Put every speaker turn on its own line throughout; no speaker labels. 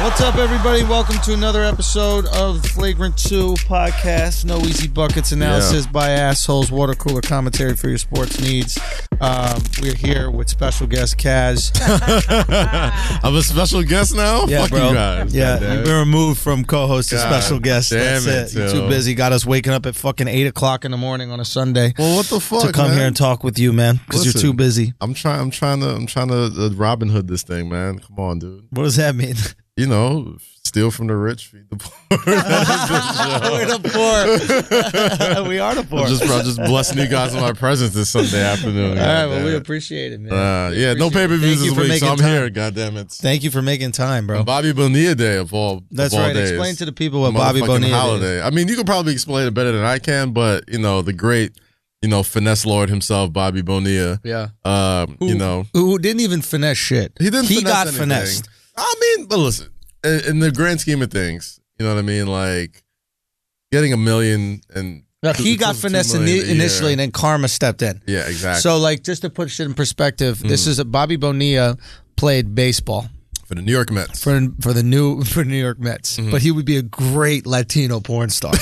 What's up, everybody? Welcome to another episode of the Flagrant 2 podcast. No easy buckets analysis by assholes, water cooler commentary for your sports needs. Um, we're here with special guest Kaz.
I'm a special guest now. Fuck you guys.
Yeah,
goddamn.
you've been removed from co host to
God
special guest.
damn
That's it.
it,
You're too
Phil.
busy. Got us waking up at fucking 8 o'clock in the morning on a Sunday
well, what the fuck?
to come
man?
here and talk with you, man, because you're
Listen.
too busy.
I'm trying. I'm trying to. I'm trying to uh, Robin Hood this thing, man. Come on, dude.
What does that mean?
You know, steal from the rich, feed the poor. We're
We're the poor. we are the poor.
I'm just, I'm just blessing you guys with my presence this Sunday
All right,
afternoon.
well,
goddamn
we
it.
appreciate it, man.
Uh, yeah,
appreciate
no
it.
pay per views
Thank you
this
for
week, so
making
I'm
time.
here. God damn it.
Thank you for making time, bro.
Bobby Bonilla Day of all.
That's
of all
right.
Days.
Explain to the people what Bobby
Motherfucking
Bonilla is.
holiday. I mean, you could probably explain it better than I can, but you know, the great, you know, finesse lord himself, Bobby Bonilla.
Yeah.
Um, you know,
Who didn't even finesse shit.
he didn't.
He
finesse
got
anything.
finessed.
I mean, but listen, in, in the grand scheme of things, you know what I mean. Like getting a million and
Look, he
two-
got
two
finessed
million
ini-
a year.
initially, and then karma stepped in.
yeah, exactly.
So, like, just to put shit in perspective, this is a Bobby Bonilla played baseball
for the New York Mets,
for for the new for New York Mets, but he would be a great Latino porn star.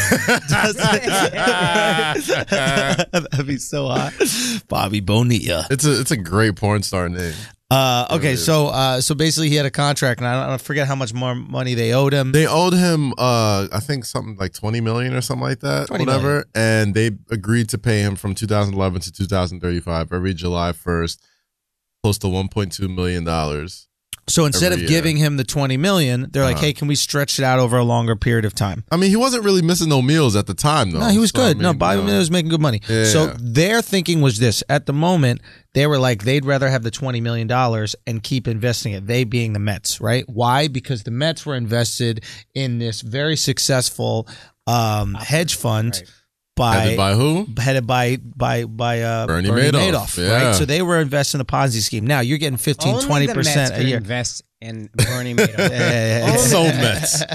That'd be so hot, Bobby Bonilla.
it's a it's a great porn star name.
Uh, okay, so uh, so basically, he had a contract, and I, don't, I forget how much more money they owed him.
They owed him, uh, I think something like twenty million or something like that,
20
whatever. And they agreed to pay him from 2011 to 2035 every July 1st, close to 1.2 million dollars.
So instead of
Every year.
giving him the 20 million, they're like,
Uh-huh.
"Hey, can we stretch it out over a longer period of time?"
I mean, he wasn't really missing no meals at the time, though.
No, he was
So, I
good. no,
mean,
Bobby
you know.
Miller was making good money.
Yeah.
So their thinking was this: at the moment, they were like, they'd rather have the 20 million dollars and keep investing it. They being the Mets, right? Why? Because the Mets were invested in this very successful um, hedge fund by.
Headed by who?
Headed by by by uh,
Bernie Madoff, yeah.
right? So they were investing in the Ponzi scheme. Now you're getting 15,
Only
20
the Mets
percent a
could
year.
Invest in Bernie Madoff.
Yeah.
That's
Only-
so Mets.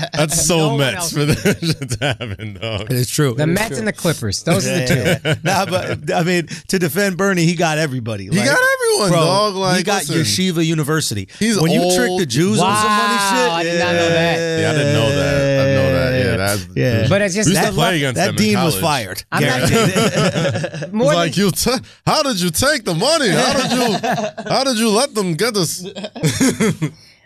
That's so
No one
Mets
else
for that shit to happen, dog.
It is true.
The
It is
Mets
true.
and the Clippers. Those are the two.
Yeah, yeah, yeah. nah, but I mean, to defend Bernie, he got everybody.
He got everyone,
bro,
dog. Like,
he got
listen.
Yeshiva University.
He's
when you trick
old.
the Jews on some money shit.
Wow, I did not know that.
Yeah, I didn't know that. I didn't know that. Yeah, that's-
yeah.
But it's just
Who's
that
the play against
that
them in
dean was
college?
fired.
I'm not-
Guaranteed.
more
It's like
than,
you, t- how did you take the money? How did you, how did you let them get us?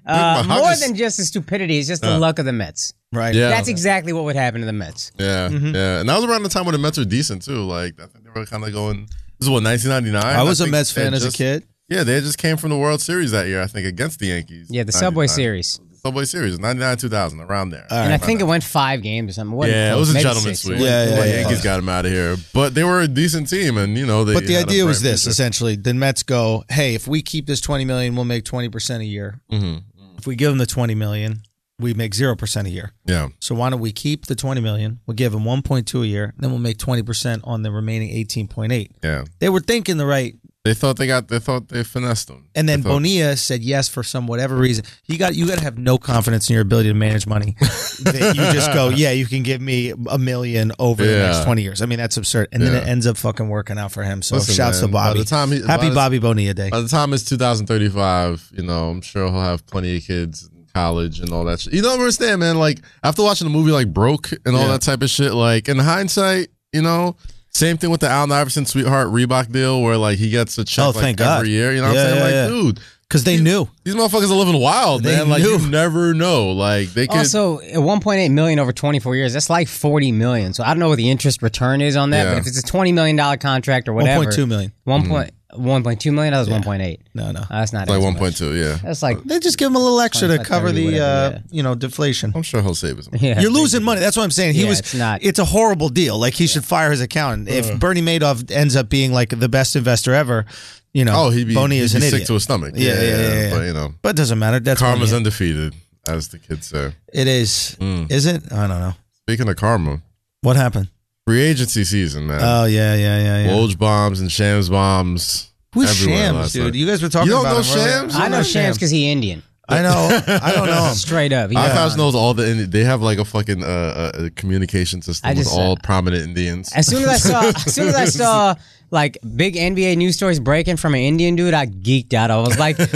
uh,
how
more
just-
than just the stupidity. It's just the
Uh.
luck of the Mets.
right.
Yeah.
That's exactly what would happen to the Mets.
Yeah,
Mm-hmm.
yeah. And that was around the time when the Mets were decent too. Like I think they were kind of going. This is what 1999.
I was a
think
Mets
they
fan as a
just-
kid.
Yeah, they just came from the World Series that year. I think against the Yankees.
Yeah, the Subway
99.
Series.
Subway Series, 99, 2000, around there.
All
And I
right.
think it went five games or something. wasn't
yeah, it
close,
was a
maybe
gentleman's
six.
sweep.
Yeah, yeah,
The
yeah.
Yankees got them out of here, but they were a decent team, and you know they.
But the
had a
idea was
bright
this:
future.
essentially, the Mets go, "Hey, if we keep this twenty million, we'll make twenty percent a year.
Mhm.
If we give them the twenty million, we make zero percent a year.
Yeah,
So why don't we keep the 20 million? We'll give them 1.2 a year, then we'll make 20% on the remaining 18.8.
yeah.
They were thinking the right,
They thought they got. They thought they finessed them.
and then
They thought-
Bonilla said yes for some whatever reason. You got you got to have no confidence in your ability to manage money. that you just go, yeah, you can give me a million over the next
Yeah.
20 years. I mean, that's absurd. And then it
Yeah.
ends up fucking working out for him. So
Listen,
shouts
man,
to
by
Bobby.
the time he- by
Happy
the-
Bobby Bonilla Day.
By the time it's 2035, you know, I'm sure he'll have plenty of kids in college and all that shit. You don't understand, man. Like, after watching a movie like Broke and all
Yeah.
that type of shit, like, in hindsight, you know, same thing with the Allen Iverson sweetheart Reebok deal where, like, he gets a check
Oh,
like,
thank God.
every year. You
Yeah,
know what I'm saying?
yeah,
like, dude,
Because they knew.
these motherfuckers are living wild,
They
man. Like,
knew.
you never know. Like, they could.
Also, at 1.8 million over 24 years, that's like 40 million. So I don't know what the interest return is on that,
Yeah.
but if it's a 20 million dollar contract or whatever,
1.2 million. Mm.
One point one point two million. That was 1.8.
No, no.
Uh, that's not
like
as much.
1.2, yeah.
That's like
They just give him a little extra to
25,
cover
30,
the,
whatever,
uh,
yeah.
you know, deflation.
I'm sure he'll save his money.
yeah.
You're losing money. That's what I'm saying. He
Yeah,
was.
it's not-
It's a horrible deal. Like he should fire his accountant. If Bernie Madoff ends up being like the best investor ever, you know,
Oh, he'd be,
Boney
he'd
is
be
an
sick
idiot.
to his stomach.
Yeah, yeah, yeah, yeah.
But, you know,
but it doesn't matter. That's
karma's
Boney.
undefeated, as the kids say.
It is.
Mm.
Is it? I don't know.
Speaking of karma,
What happened?
free agency season, man.
Oh yeah, yeah, yeah, yeah.
Woj bombs and Shams bombs.
Who's
everywhere
Shams,
last
dude?
night.
You guys were talking
You don't
about
know
him earlier.
Shams?
I know Shams because he Indian.
I know. Oh. I don't know him.
Straight up. He-
Our house knows all the. Indi- They have like a fucking uh, uh, communication system
I just-
with all prominent Indians.
As soon as I saw, as soon as I saw like big NBA news stories breaking from an Indian dude, I geeked out. I was like, "We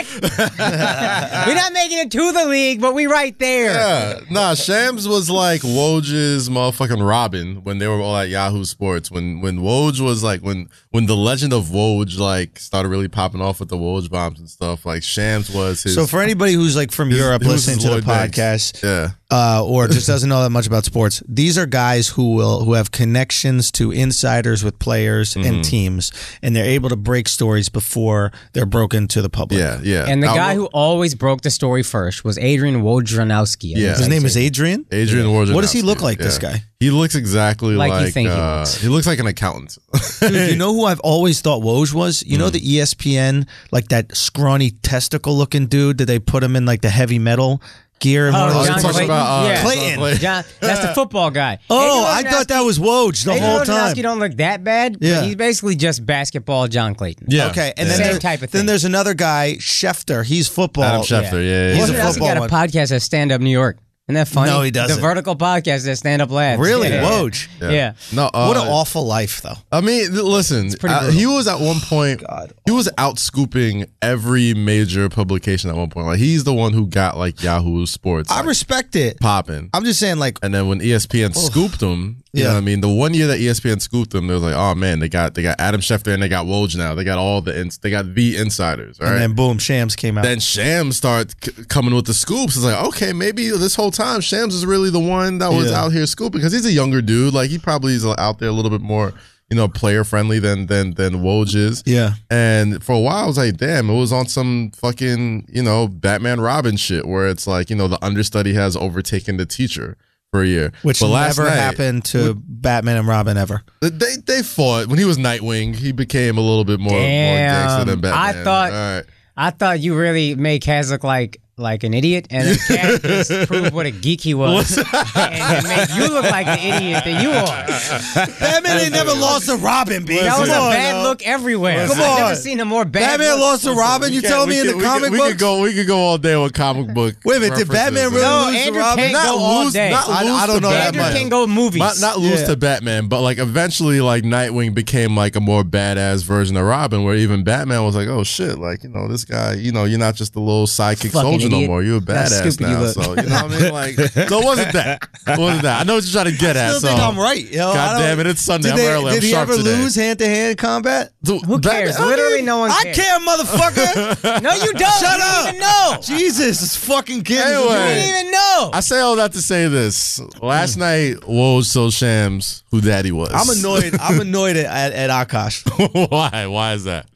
it! We're not making it to the league, but we right there."
Yeah, nah. Shams was like Woj's motherfucking Robin when they were all at Yahoo Sports. When when Woj was like when when the legend of Woj like started really popping off with the Woj bombs and stuff. Like Shams was his.
So for anybody who's like from
his-
Europe
he was
listening
his
to the
Lloyd Banks.
podcast
yeah,
uh, or just doesn't know that much about sports, these are guys who will who have connections to insiders with players
Mm-hmm.
and teams, and they're able to break stories before they're broken to the public.
yeah, yeah.
And the
I-
guy who always broke the story first was Adrian Wojnarowski.
Yeah.
his name is Adrian.
Adrian Wojnarowski.
What does he look like? This
yeah.
guy.
He looks exactly
Like
like,
you think he
uh,
looks.
he looks like an accountant.
Dude, you know who I've always thought Woj was? You
Mm.
know the E ESPN, like that scrawny testicle looking dude that they put him in like the heavy metal gear. And
Oh,
one of
Oh,
those
you're
John
talking
Clayton? Yeah.
Clayton.
John, that's the football guy.
Oh, I
Adrian
thought
Wojnarowski-
that was Woj the
Adrian
whole time.
Wojnarowski don't look that bad. but
Yeah.
he's basically just basketball John Clayton.
Yeah.
Okay, and
Yeah.
then
Same
there-
type of
then
thing.
there's another guy, Schefter. He's football.
Adam Schefter. Yeah, yeah,
He's
yeah.
a
Wojnarowski
football
got a
one.
podcast at Stand Up New York. Isn't that funny?
No, he doesn't.
The Vertical podcast at Stand Up Labs.
Really,
Yeah.
Woj.
Yeah.
No, uh,
What an awful life, though.
I mean, th- listen,
pretty
uh,
brutal.
he was at one point, he was out scooping every major publication at one point. Like, he's the one who got like Yahoo Sports
I
like,
respect it.
popping.
I'm just saying, like,
And then when E ESPN scooped him, you
Yeah.
know what I mean? The one year that E ESPN scooped him, they was like, oh man, they got they got Adam Schefter and they got Woj now. They got all the ins- they got the insiders, all right?
and then boom, Shams came out.
then Shams started c- coming with the scoops. It's like, okay, maybe this whole time Shams is really the one that was
Yeah.
out here scooping because he's a younger dude. Like he probably is uh, out there a little bit more, you know, player friendly than than than Woj is.
yeah,
And for a while, I was like, damn, it was on some fucking, you know, Batman Robin shit where it's like, you know, the understudy has overtaken the teacher for a year.
which
But last
never
night-
happened to Batman and Robin ever.
They they fought when he was Nightwing. He became a little bit more, more gangster
Damn.
than Batman.
I thought-
All right.
I thought you really make Kaz look like like an idiot, and then Kaz just proved what a geek he was, and it made you look like the idiot that you are.
Batman ain't never lost to Robin, B.
That was a
Come on,
bad
now.
look everywhere.
Come
I've
on.
never seen a more bad.
Batman
look.
lost to Robin. You
Yeah,
telling
we
me in
could-
the
we could-
comic
we
books?
could go. We could go all day with comic book.
Wait a minute, did Batman
references.
really
No,
lose
Andrew
to Robin?
can't go all day.
Not
I- I
lose
don't
to
know that
Batman.
much.
Andrew can go movies.
Not, not lose
Yeah.
to Batman, but like eventually, like Nightwing became like a more badass version of Robin, where even Batman was like, "Oh shit, like you know this guy, you know you're not just a little sidekick
Fucking
soldier no
idiot.
more. You're a
That's
badass
stupid you
now."
look.
so you know what I mean? Like, so it wasn't that? It wasn't that? I know what you're trying to get
I
at.
still
So
think I'm right. yo. I
God
don't-
damn it, it's Sunday.
Did,
I'm
they-
early.
did
I'm
he
sharp
ever
today.
lose hand to hand combat?
Who cares? Literally, no one.
I
Cares.
care, motherfucker.
No, you don't.
Shut
you don't
up.
Even know.
Jesus, it's fucking kids.
Anyway.
You didn't even know.
I say all that to say this. Last night, Woj so shams who daddy was.
I'm annoyed. I'm annoyed at, at Akash.
Why? Why is that?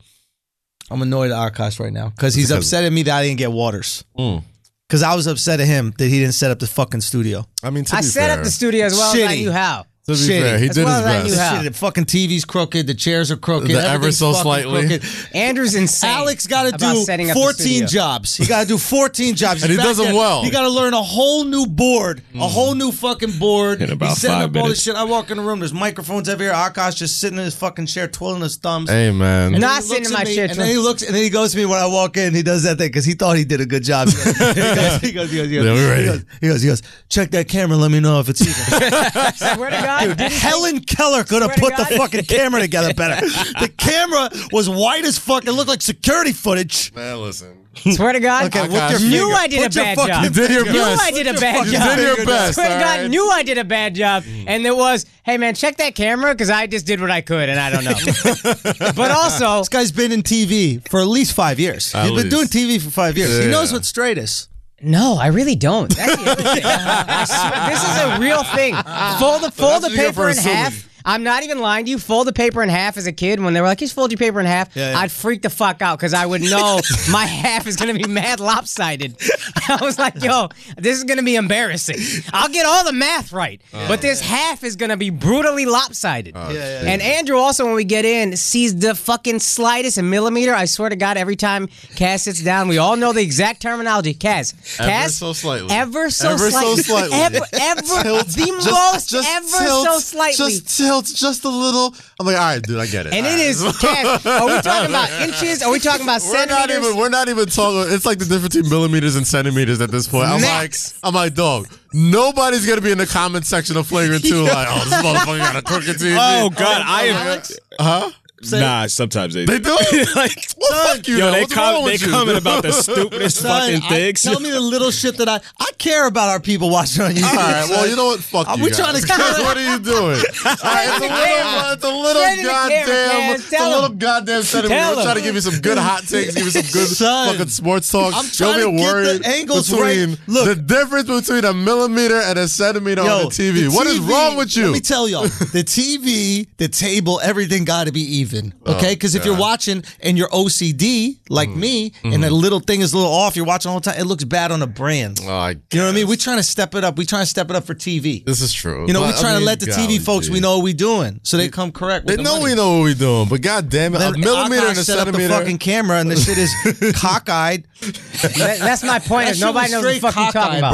I'm annoyed at Akash right now because he's
Because-
upset at me that I didn't get Waters.
Mm.
Because I was upset at him that he didn't set up the fucking studio.
I mean, to
I
be
set
fair,
up the studio as well as I
Shitty.
knew how.
To be
Shitty.
fair, he
As
did
well
his
as I knew
best.
how.
Shit, the fucking TV's crooked. The chairs are crooked.
The ever
everything's
so
fucking
slightly.
crooked.
Andrew's insane.
Alex got to
about
do
setting up the
14
studio.
jobs. He got to do 14 jobs.
And he
He's
does
back there.
them well. Mm-hmm.
He got to learn a whole new board, a whole new fucking board.
In about
He's setting
five
up all
minutes.
this shit. I walk in the room. There's microphones everywhere. Akash just sitting in his fucking chair, twirling his thumbs.
Hey
And
man,
then
Not
he
sitting
looks
in my
at me,
chair,
And then he looks, and then he goes to me when I walk in. He does that thing because he thought he did a good job. He goes, he goes, he goes, he goes, he goes,
Yeah, we ready.
he goes, he goes, he goes, check that camera. Let me know if it's even.
Swear to God, didn't he-
Helen Keller could have
Swear
put
to
the
God.
fucking camera together better. The camera was white as fuck. It looked like security footage.
man, listen.
Swear to God.
Okay,
I
with your
got you.
finger,
Knew I did
put
a
your
bad
fucking
job.
You did your
Knew
best.
I did a bad
fucking
job.
finger
You did your best. Mm.
Swear to God,
alright?
knew I did a bad job, and there was, hey man, check that camera because I just did what I could, and I don't know. but also,
This guy's been in TV for at least five years.
At
He's been doing TV
least.
for five years. He
Yeah.
knows what straight is.
no, I really don't. That's the other thing. I swear, this is a real thing. Fold the fold
what
the
you get
paper
for
in half.
assuming.
I'm not even lying to you. Fold the paper in half as a kid when they were like, just fold your paper in half.
Yeah, yeah.
I'd freak the fuck out because I would know my half is going to be mad lopsided. I was like, yo, this is going to be embarrassing. I'll get all the math right,
Oh,
but this half is going to be brutally lopsided.
yeah,
And Andrew also, when we get in, sees the fucking slightest millimeter. I swear to God, every time Cass sits down, we all know the exact terminology. Cass,
Ever
Cass,
so slightly.
ever so
Ever so
slightly,
slightly.
ever, ever, the most, ever so slightly.
Just tilt, just a little. I'm like, all right, dude, I get it.
and it is, Cass, are we talking about inches? Are we talking about
We're not
centimeters?
even. We're not even talking. It's like the difference between millimeters and centimeters at this point. I'm
Max.
like, I'm like, dog. Nobody's gonna be in the comment section of Flagrant Two. Like, oh, this motherfucker got a crooked TV.
Oh, God, I am-
Alex, Huh?
Nah, sometimes they.
They do?
like,
Well, fuck you.
yo,
then.
they
What's
come.
wrong
They
with you?
comment about the stupidest
Son,
fucking
I-
things.
tell me the little shit that I I care about our people watching on YouTube.
All right. Well, you know what? Fuck
Are
you.
we
guys.
trying to kill it?
what are you doing? All right, it's a little, it's a little
Straight in the camera,
goddamn,
Kaz.
it's a
Tell
little
him.
goddamn segment.
Tell
We're trying to
him.
give you some good hot takes, give you some good
Son,
fucking sports talk.
I'm trying
You'll
to
be
get
worried
the angles
between
right. Look.
the difference between a millimeter and a centimeter on a
the
TV. What is
TV
wrong
Let
with you?
me tell y'all, the TV, the table, everything got to be even.
Oh,
Okay, because if you're watching and you're OCD like
Mm-hmm.
me, and a little thing is a little off, you're watching all the time. It looks bad on the brand.
Oh, I
You know what I mean? We're trying to step it up. We're trying to step it up for TV.
This is true.
You know, we're
But, I
trying
mean,
to let the
golly,
TV folks
gee.
we know what we're doing, so they come correct. With the
They know
money.
we know what we're doing, but goddamn it, a
Then
millimeter
Akash
and a
set up the
centimeter.
fucking camera, and the shit is cockeyed.
That- that's my point.
That
is
shit
nobody
was
knows what the
straight
fuck you talking
cockeyed,
about.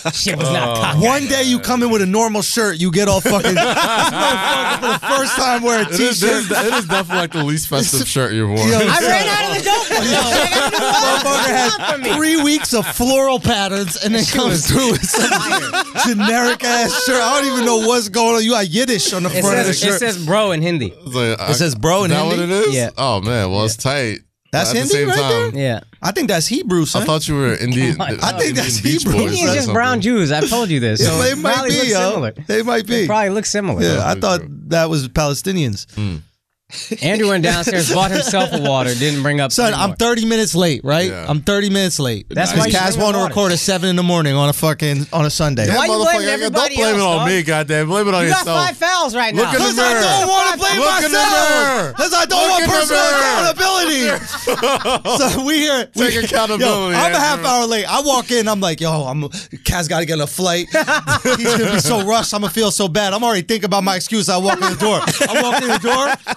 bro.
Shit was not cockeyed.
One day you come in with a normal shirt, you get all fucking. This motherfucker for the first time wearing a
It is,
t-shirt.
this is- it is definitely like the least festive shirt you've worn.
Yo,
I ran out of the dope. one, though. I
Motherfucker
got the dope one
had
for me.
three weeks of floral patterns and then comes through with some generic ass shirt. I don't even know what's going on. You got Yiddish on the
It
front of the
says, it
shirt.
says bro in Hindi.
It's like, I-
It says bro in
Is that what it
Hindi?
is?
Yeah.
Oh man, well it's tight.
That's
But at
Hindi
the same
right
time,
Yeah.
I think that's Hebrew, son.
I thought you were Indian.
on.
I think
Indian
that's
Beach
Hebrew.
Boys
He
He's
or
is
just
something.
brown Jews. I've told you this. So
they might
probably
be,
looks
yo.
similar.
They might be.
Probably looks similar. Mm,
Yeah, I thought that was Palestinians.
Andrew went downstairs, bought himself a water, didn't bring up.
Son,
three
I'm
more.
30 minutes late, right?
Yeah.
I'm 30 minutes late.
That's
Because
why you
Kaz
bring
want to
the
record at 7 in the morning on a fucking, on a Sunday.
That
Why you
motherfucker,
blaming
don't
everybody
blame it
else,
on
dog?
me, goddamn. Blame it on
You got
yourself.
five fouls right
Look
now.
at the
Because I
mirror.
don't want to blame
Look in the
myself.
mirror.
Because I don't
Look
want
in the
personal
mirror.
accountability. so we here. we-
Take accountability,
Yo, I'm a half
Andrew.
hour late. I walk in. I'm like, yo, I'm. Kaz got to get on a flight. He's gonna be so rushed. I'm gonna feel so bad. I'm already thinking about my excuse. I walk in the door. I walk in the door.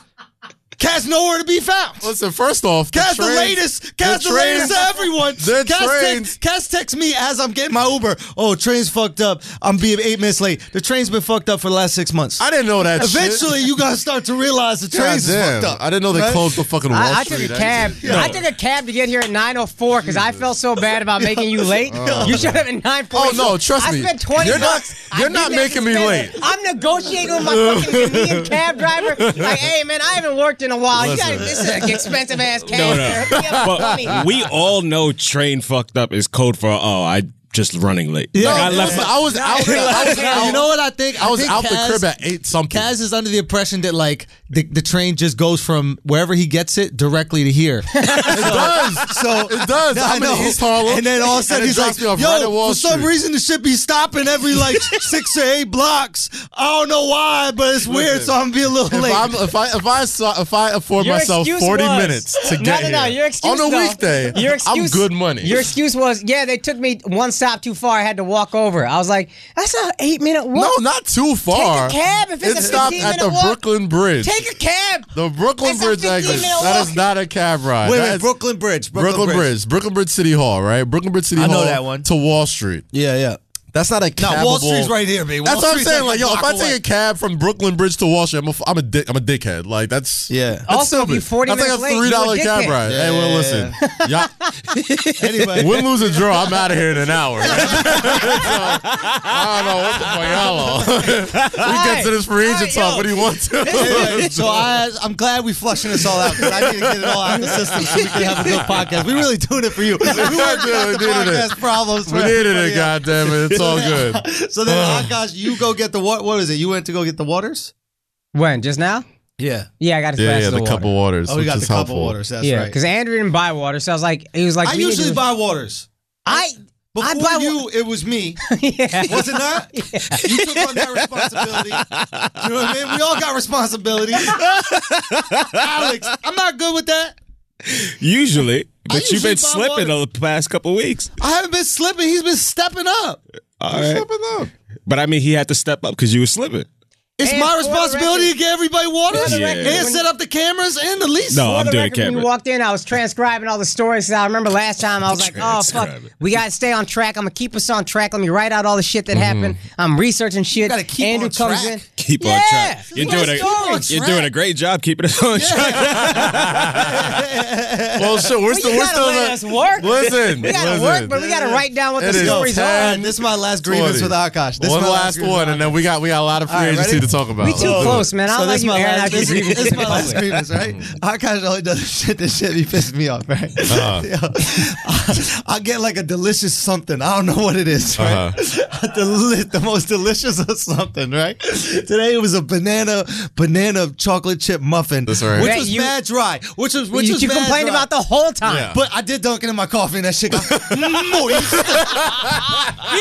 Kaz nowhere to be found.
Listen, first off,
Kaz the
trains-
latest. Kaz the latest
trains-
to everyone.
The
Kaz,
trains-
text, Kaz texts me as I'm getting my Uber. Oh, train's fucked up. I'm being eight minutes late. The train's been fucked up for the last six months.
I didn't know that. shit.
Eventually, you gotta start to realize the trains is
Goddamn.
fucked up.
I didn't know they
right?
closed the fucking Wall
I, I took
Street
a cab.
exit.
I took a cab to get here at 9:04 because I felt so bad about making you late. you showed up at 9:40.
Oh, no, trust
I
me.
spent 20
You're not-
bucks. I
you're
did
not
that
making me
suspended.
late.
I'm negotiating with my fucking Canadian cab driver. Like, hey man, I haven't worked in a while. You got this is an expensive ass cab.
No,
fare.
no.
Hook me up with money.
but we all know train fucked up is code for oh I just running late.
Yeah.
Like I
No,
left.
Listen, I was out. I was out.
you know what I think?
I was
think
out
Kaz,
the crib at eight something.
Kaz is under the impression that like the, the train just goes from wherever he gets it directly to here.
it does.
So
It does.
I
I'm
know.
in East Harlem,
and then all of a sudden
and it
he's
drops
like,
me off
"Yo,
right at Wall
for some
Street."
reason the shit be stopping every like six or eight blocks. I don't know why, but it's weird.
Listen,
So I'm gonna be a little
If,
late.
I'm, if I if I saw, if I afford
Your
myself
excuse
forty
was-
minutes to
No,
get
no, no,
here
your excuse,
on a
though-
weekday,
your excuse,
I'm good money.
Your excuse was, yeah, they took me one stop too far. I had to walk over. I was like, that's an eight minute walk.
no, not too far.
cab if it's
it
a
stopped
15
at the
minute walk.
Brooklyn Bridge.
Take a cab.
the Brooklyn
It's a
Bridge
15
exit.
minute
That
walk.
is not a cab ride.
Wait, wait,
That is-
Brooklyn Bridge, Brooklyn,
Brooklyn, Bridge. Brooklyn Bridge City Hall, right? Brooklyn Bridge City
I know
Hall
that one.
to Wall Street.
Yeah, yeah.
That's not a
No,
cab.
Wall Street's right here, baby.
That's
Wall
what I'm
Street's
saying. Like, yo,
block
if I
away.
take a cab from Brooklyn Bridge to Wall Street, I'm a, f- I'm a dick. I'm a dickhead. Like, that's
Yeah.
That's
Also, if
stupid.
you're 40
That's
minutes
like
late,
a
you
three
a
dollar cab
dickhead.
ride. Hey, well, listen, y'all,
anyway,
win, lose, or draw, I'm out of here in an hour. So, I don't know what the fuck y'all on. we get to this for agent
right,
talk.
yo.
What do you want
Anyway,
to?
so I, I'm glad we flushing this all out because I need to get it all out of the system so we can have a good podcast. We really doing it for you. We weren't
We
the
did it.
podcast problems. for
we needed
everybody
it.
else.
Goddamn it! It's all good.
So then, Akash, you go get the what? What was it? You went to go get the waters?
When? Just now?
Yeah.
Yeah, I got his
Yeah,
glass
yeah.
of
The
water.
cup of waters.
Oh, we
which
got
is
the couple
helpful.
waters. That's
yeah,
right.
because Andrew didn't buy water, so I was like, he was like,
I
we need to
usually
do-
buy waters.
I,
Before
I buy wa-
you, it was me.
yeah.
Was it not? You took on that responsibility. You know what I mean? We all got responsibility. Alex, I'm not good with that.
Usually, but you've
usually buy
been slipping
water.
the past couple weeks.
I haven't been slipping. He's been stepping up.
All right. But I mean, he had to step up because you were slipping.
It's
And
my
for the
responsibility
record-
to get everybody waters
the record,
and
when-
set up the cameras and the lease.
No,
For
I'm
the
doing
record,
camera.
When you walked in, I was transcribing all the stories. 'cause I remember last time I was like, "Oh fuck,
Transcribe it.
we gotta stay on track. I'm gonna keep us on track. Let me write out all the shit that
Mm-hmm.
happened. I'm researching shit.
gotta keep
Andrew
on
comes
track.
in.
Keep
Yeah,
on track.
this is
You're
my
doing a
story.
you're doing a great job keeping us on track.
Well, shit, we're still
you
we're
gotta
still.
let
the-
us work.
Listen,
We gotta work, but we gotta write down what
It
the
is
stories
All
are.
right, this is my last grievance
20.
with Akash. This is
one
my
last
grievance.
one, and then we got we got a lot of free
All right,
agency
ready?
to talk about.
We too
Oh.
close, man. I don't like you airing out your
this,
grievances
this
in
my last
public.
grievance, right?
Mm-hmm.
Akash only does shit. This shit he pissed me off, right?
Uh-huh.
Yo, I, I get like a delicious something. I don't know what it is, right?
Uh-huh.
A deli- the most delicious of something, right? Today it was a banana banana chocolate chip muffin,
That's all right.
which
That
was
you-
bad dry. Which was which
You,
was
you
mad
complained
dry.
about the whole time.
Yeah.
But I did dunk it in my coffee and that shit got moist.
You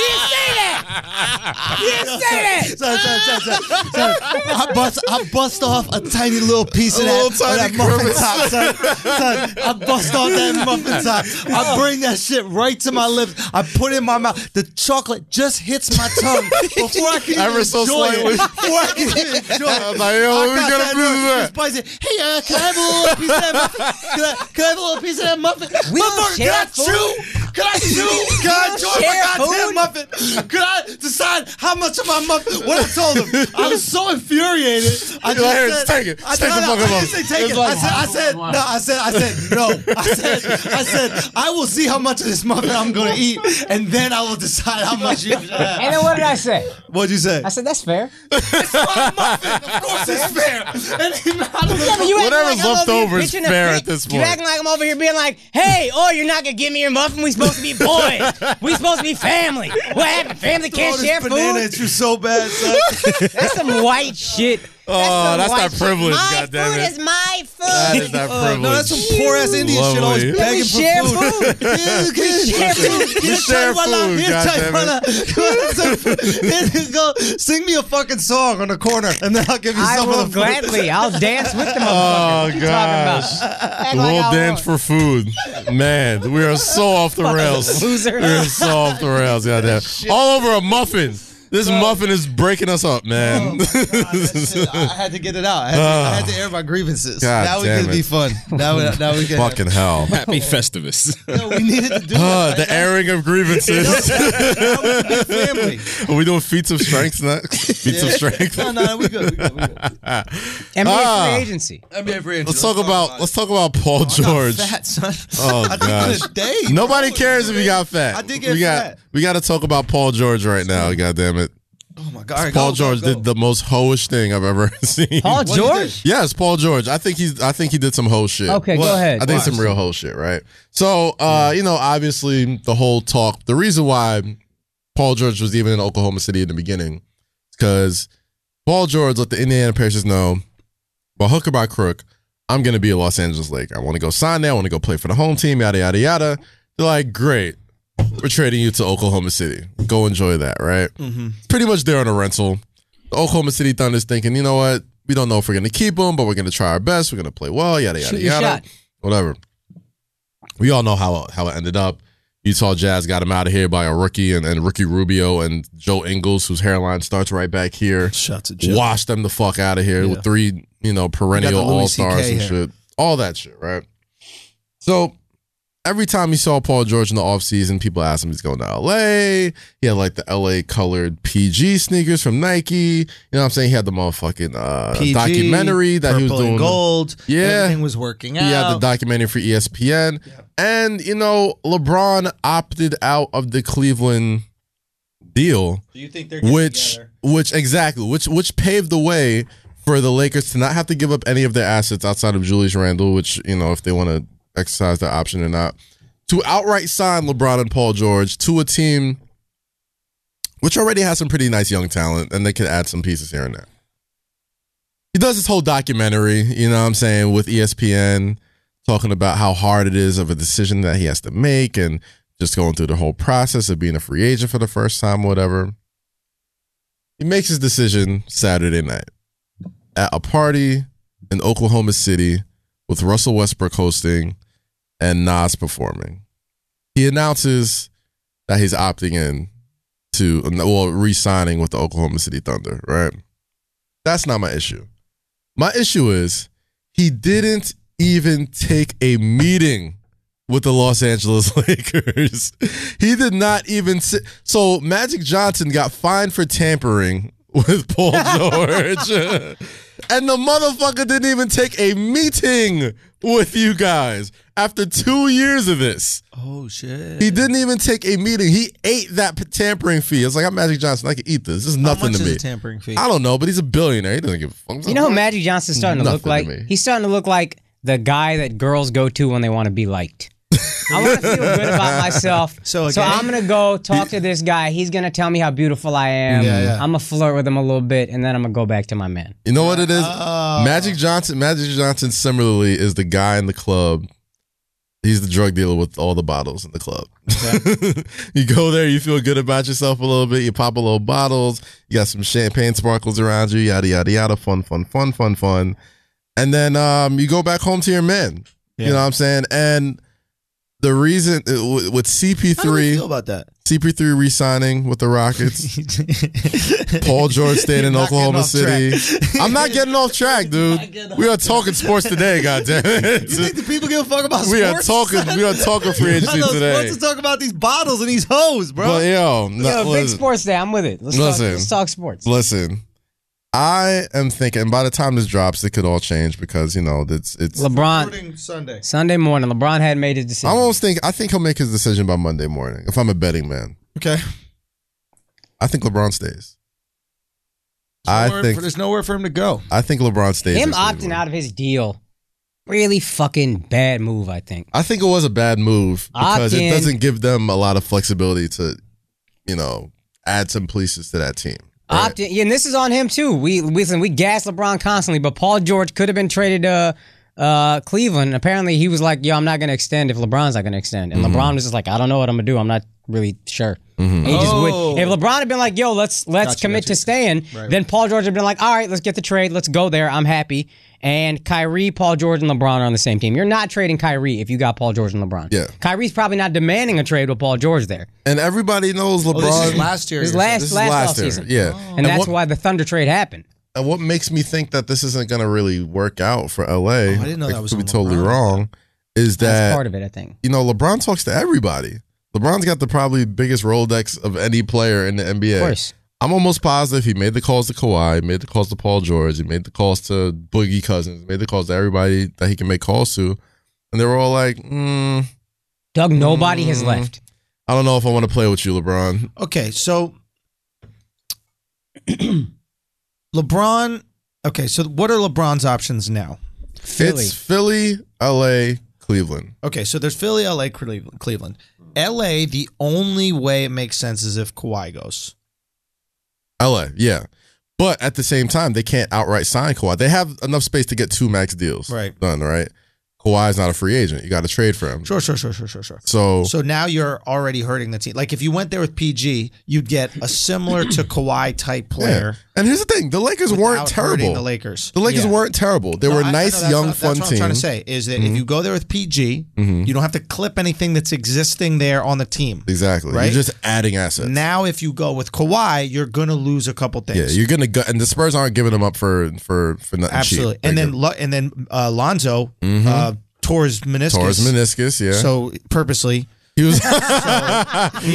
didn't say that. You didn't say that.
Sorry, sorry, sorry, sorry, sorry. I bust, I bust off a tiny little piece of
A
that,
little
of
tiny
that muffin
crumb.
top, son. Son, I bust off that muffin top. I bring that shit right to my lips. I put it in my mouth. The chocolate just hits my tongue before I can even
Ever so
enjoy
slightly.
it. Before I can even enjoy it.
I'm like, yo,
I
we
got
gotta
that
prove
nerve.
that.
It's spicy. Hey, uh, can I have a little piece of that muffin? Can I, can I have a little piece of that muffin?
We don't
Motherfucker,
share
can I
food.
chew? Can I chew? Can I
don't
enjoy
share
my goddamn
food.
muffin? Could I decide how much of my muffin? What I told him, I was so infuriated. I
You're like, "Here, take it.
I,
Take
no,
the
no,
fucking
I didn't
muffin."
say take
It's
it. I
like-
said, I said, no, I said, I said, no. I said, I said, I will see how much of this muffin I'm gonna eat, and then I will decide how much you should have.
And then what did I say?
What'd you say?
I said that's fair.
of course it's fair. And he- I don't
Yeah,
know.
but you acting
Whatever's
like I'm
left
over here
over is
bitching and
fair
fit-
at this
You
point.
acting like I'm over here being like, "Hey, oh, you're not gonna give me your muffin. We supposed to be boys. We supposed to be family. What happened? Family
Throw
can't
this
share
banana
food.
at you so bad, son.
That's some white shit.
Oh,
some
that's
white
not
shit.
privilege,
My
goddammit.
food is my food.
That is not
Uh,
privilege.
no, that's some poor ass Indian shit always
Lovely.
begging for
share
food.
food.
Yeah, you can
share food.
Here,
share
Chaiwala,
food,
here,
goddammit.
Chaiwala. Here you Go sing me a fucking song on the corner, and then I'll give you
I
some
will
of the food.
gladly. I'll dance with the
Oh
motherfucker. What you
gosh,
talking about? Act
the
like I
world dance
won't.
for food, man. We are so off the rails.
loser.
We are so off the rails. Goddamn, all over a muffin. This muffin is breaking us up, man.
Shit, I I had to get it out. I had to, I had to air my grievances.
God
now we
damn
can be
it.
fun. Now we, now we can.
Fucking hell.
Happy Festivus.
No, we needed to do
Uh,
it.
the airing of grievances.
Now we can be family.
Are we doing feats of strength next? Feats of strength.
No, no, we good. We good, we good.
NBA
Ah.
free agency.
NBA free
Let's talk about let's talk about Paul George.
fat son.
Oh
I think
gosh.
today.
Nobody cares if you got fat.
I did get
we got
fat.
we got to talk about Paul George right now. God damn it!
Oh my god.
Paul George did the most hoish thing I've ever seen.
Paul
What is
George.
Yes, Paul George. I think he's. I think he did some whole shit.
Okay, go
What?
ahead.
I think some real whole shit, right? So, uh, you know, obviously the whole talk. The reason why Paul George was even in Oklahoma City in the beginning, because Paul George let the Indiana Pacers know, by hook or by crook, I'm going to be a Los Angeles Laker. I want to go sign there. I want to go play for the home team. Yada yada yada. They're like, great. We're trading you to Oklahoma City. Go enjoy that, right?
Mm-hmm.
Pretty much there on a rental. The Oklahoma City Thunder's thinking, you know what? We don't know if we're going to keep him, but we're going to try our best. We're going to play well. Yada yada
Shoot your
yada
shot.
whatever. We all know how how it ended up. Utah Jazz got him out of here by a rookie and, and rookie Rubio and Joe Ingles, whose hairline starts right back here.
Shots at
Washed them the fuck out of here with three, you know, perennial
You got the Louis
all stars
CK
and
hair.
shit. All that shit, right? So every time you saw Paul George in the offseason, people asked him if he's going to LA. He had like the LA colored PG sneakers from Nike. You know what I'm saying? He had the motherfucking uh, documentary that he was doing.
gold.
Yeah.
everything was working out.
He had the documentary for E ESPN. And, you know, LeBron opted out of the Cleveland deal,
Do you think they're
which which exactly, which which paved the way for the Lakers to not have to give up any of their assets outside of Julius Randle, which, you know, if they want to exercise that option or not, to outright sign LeBron and Paul George to a team which already has some pretty nice young talent and they could add some pieces here and there. He does this whole documentary, you know what I'm saying, with E ESPN talking about how hard it is of a decision that he has to make and just going through the whole process of being a free agent for the first time, whatever. He makes his decision Saturday night at a party in Oklahoma City with Russell Westbrook hosting and Nas performing. He announces that he's opting in to, well, re signing with the Oklahoma City Thunder, right? That's not my issue. My issue is he didn't even take a meeting with the Los Angeles Lakers. he did not even sit. So Magic Johnson got fined for tampering with Paul George. and the motherfucker didn't even take a meeting with you guys after two years of this.
Oh shit!
He didn't even take a meeting. He ate that p- tampering fee. It's like, I'm Magic Johnson. I can eat this. This is
How
nothing
much
to
is
me.
a tampering fee?
I don't know, but he's a billionaire. He doesn't give a fuck.
You know who Magic Johnson's starting to
Uh-huh. Nothing
look like?
to me.
He's starting to look like the guy that girls go to when they want to be liked. I want to feel good about myself.
So again-
I'm going to go talk to this guy. He's going to tell me how beautiful I am.
Yeah, yeah.
I'm going to flirt with him a little bit, and then I'm going to go back to my man.
You know what it is?
Oh.
Magic Johnson. Magic Johnson similarly is the guy in the club. He's the drug dealer with all the bottles in the club. you go there, you feel good about yourself a little bit. You pop a little bottles. You got some champagne sparkles around you. Yada yada yada. Fun fun fun fun fun. And then um, you go back home to your men. You know what I'm saying? And the reason uh, with with
How do we feel
CP3,
about that?
CP3 re-signing with the Rockets. Paul George stayed in
You're not
Oklahoma
getting
City.
off
I'm not getting off track, dude. We are talking sports today, goddamn it.
the people give a fuck about
We are talking. We are talking free agency today.
talk about these bottles and these hoes, bro.
But yo,
Yo,
no,
big
listen,
sports day. I'm with it. Let's,
Listen.
Talk, let's talk sports.
listen. I am thinking. By the time this drops, it could all change because you know it's it's.
LeBron,
Sunday.
Sunday morning, LeBron had made his
I
decision.
almost think I think he'll make his decision by Monday morning. If I'm a betting man,
Okay.
I think LeBron stays. I think
there's nowhere for him to go.
I think LeBron stays.
Him
in
opting
Cleveland.
out of his deal, really fucking bad move, I think.
I think it was a bad move because
Opt-in.
it doesn't give them a lot of flexibility to, you know, add some pieces to that team. right?
Opt in, and this is on him too. We we- listen, we gas LeBron constantly, but Paul George could have been traded to uh, Cleveland. Apparently, he was like, "Yo, I'm not going to extend if LeBron's not going to extend."
Mm-hmm.
And LeBron was just like, "I don't know what I'm going to do. I'm not really sure." And he just would.
Oh.
If LeBron had been like, "Yo, let's let's commit to staying," then Paul George would have been like, "All right, let's get the trade. Let's go there. I'm happy." And Kyrie, Paul George, and LeBron are on the same team. You're not trading Kyrie if you got Paul George and LeBron.
Yeah.
Kyrie's probably not demanding a trade with Paul George there.
And everybody knows LeBron.
Oh, this is last year.
His
you're Oh. saying.
last
This is
last,
last year,
offseason.
yeah.
And,
And
that's
what-
why the Thunder trade happened.
And what makes me think that this isn't going to really work out for LA, I
Oh, didn't know that was
could be
on
totally
LeBron.
wrong, is
That's
that,
part of it, I think.
you know, LeBron talks to everybody. LeBron's got the probably biggest Rolodex of any player in the NBA.
Of course.
I'm almost positive he made the calls to Kawhi, made the calls to Paul George, he made the calls to Boogie Cousins, made the calls to everybody that he can make calls to. And they were all like, mm,
Doug, nobody has
Mm.
left.
I don't know if I want to play with you, LeBron.
Okay, so LeBron. Okay, so what are LeBron's options now?
Philly.
It's Philly, LA, Cleveland.
Okay, so there's Philly, LA, Cleve- Cleveland. LA, the only way it makes sense is if Kawhi goes.
LA, yeah. But at the same time, they can't outright sign Kawhi. They have enough space to get two max deals
Right.
done, right? Kawhi's not a free agent. You got to trade for him.
Sure, sure, sure, sure, sure, sure.
So,
So now you're already hurting the team. Like if you went there with PG, you'd get a similar to Kawhi type
yeah.
player.
And here's the thing the Lakers weren't
without hurting
terrible.
The
The,
Lakers.
Lakers
Yeah.
weren't terrible. They
No,
were a
I- I know
nice,
that's
young,
what-
fun
that's what
team. Mm-hmm.
I'm trying to say is that if you go there with PG, you don't have to clip anything that's existing there on the team.
Exactly.
Right?
You're just adding assets.
Now, if you go with Kawhi, you're gonna lose a couple
yeah,
things.
you're gonna go, and the Spurs aren't giving them up for for for nothing.
absolutely.
cheap.
And
They're
then Lo- and then uh, Lonzo
Mm-hmm.
uh, tore his meniscus.
giving- Torres meniscus. Yeah,
So purposely,
he was he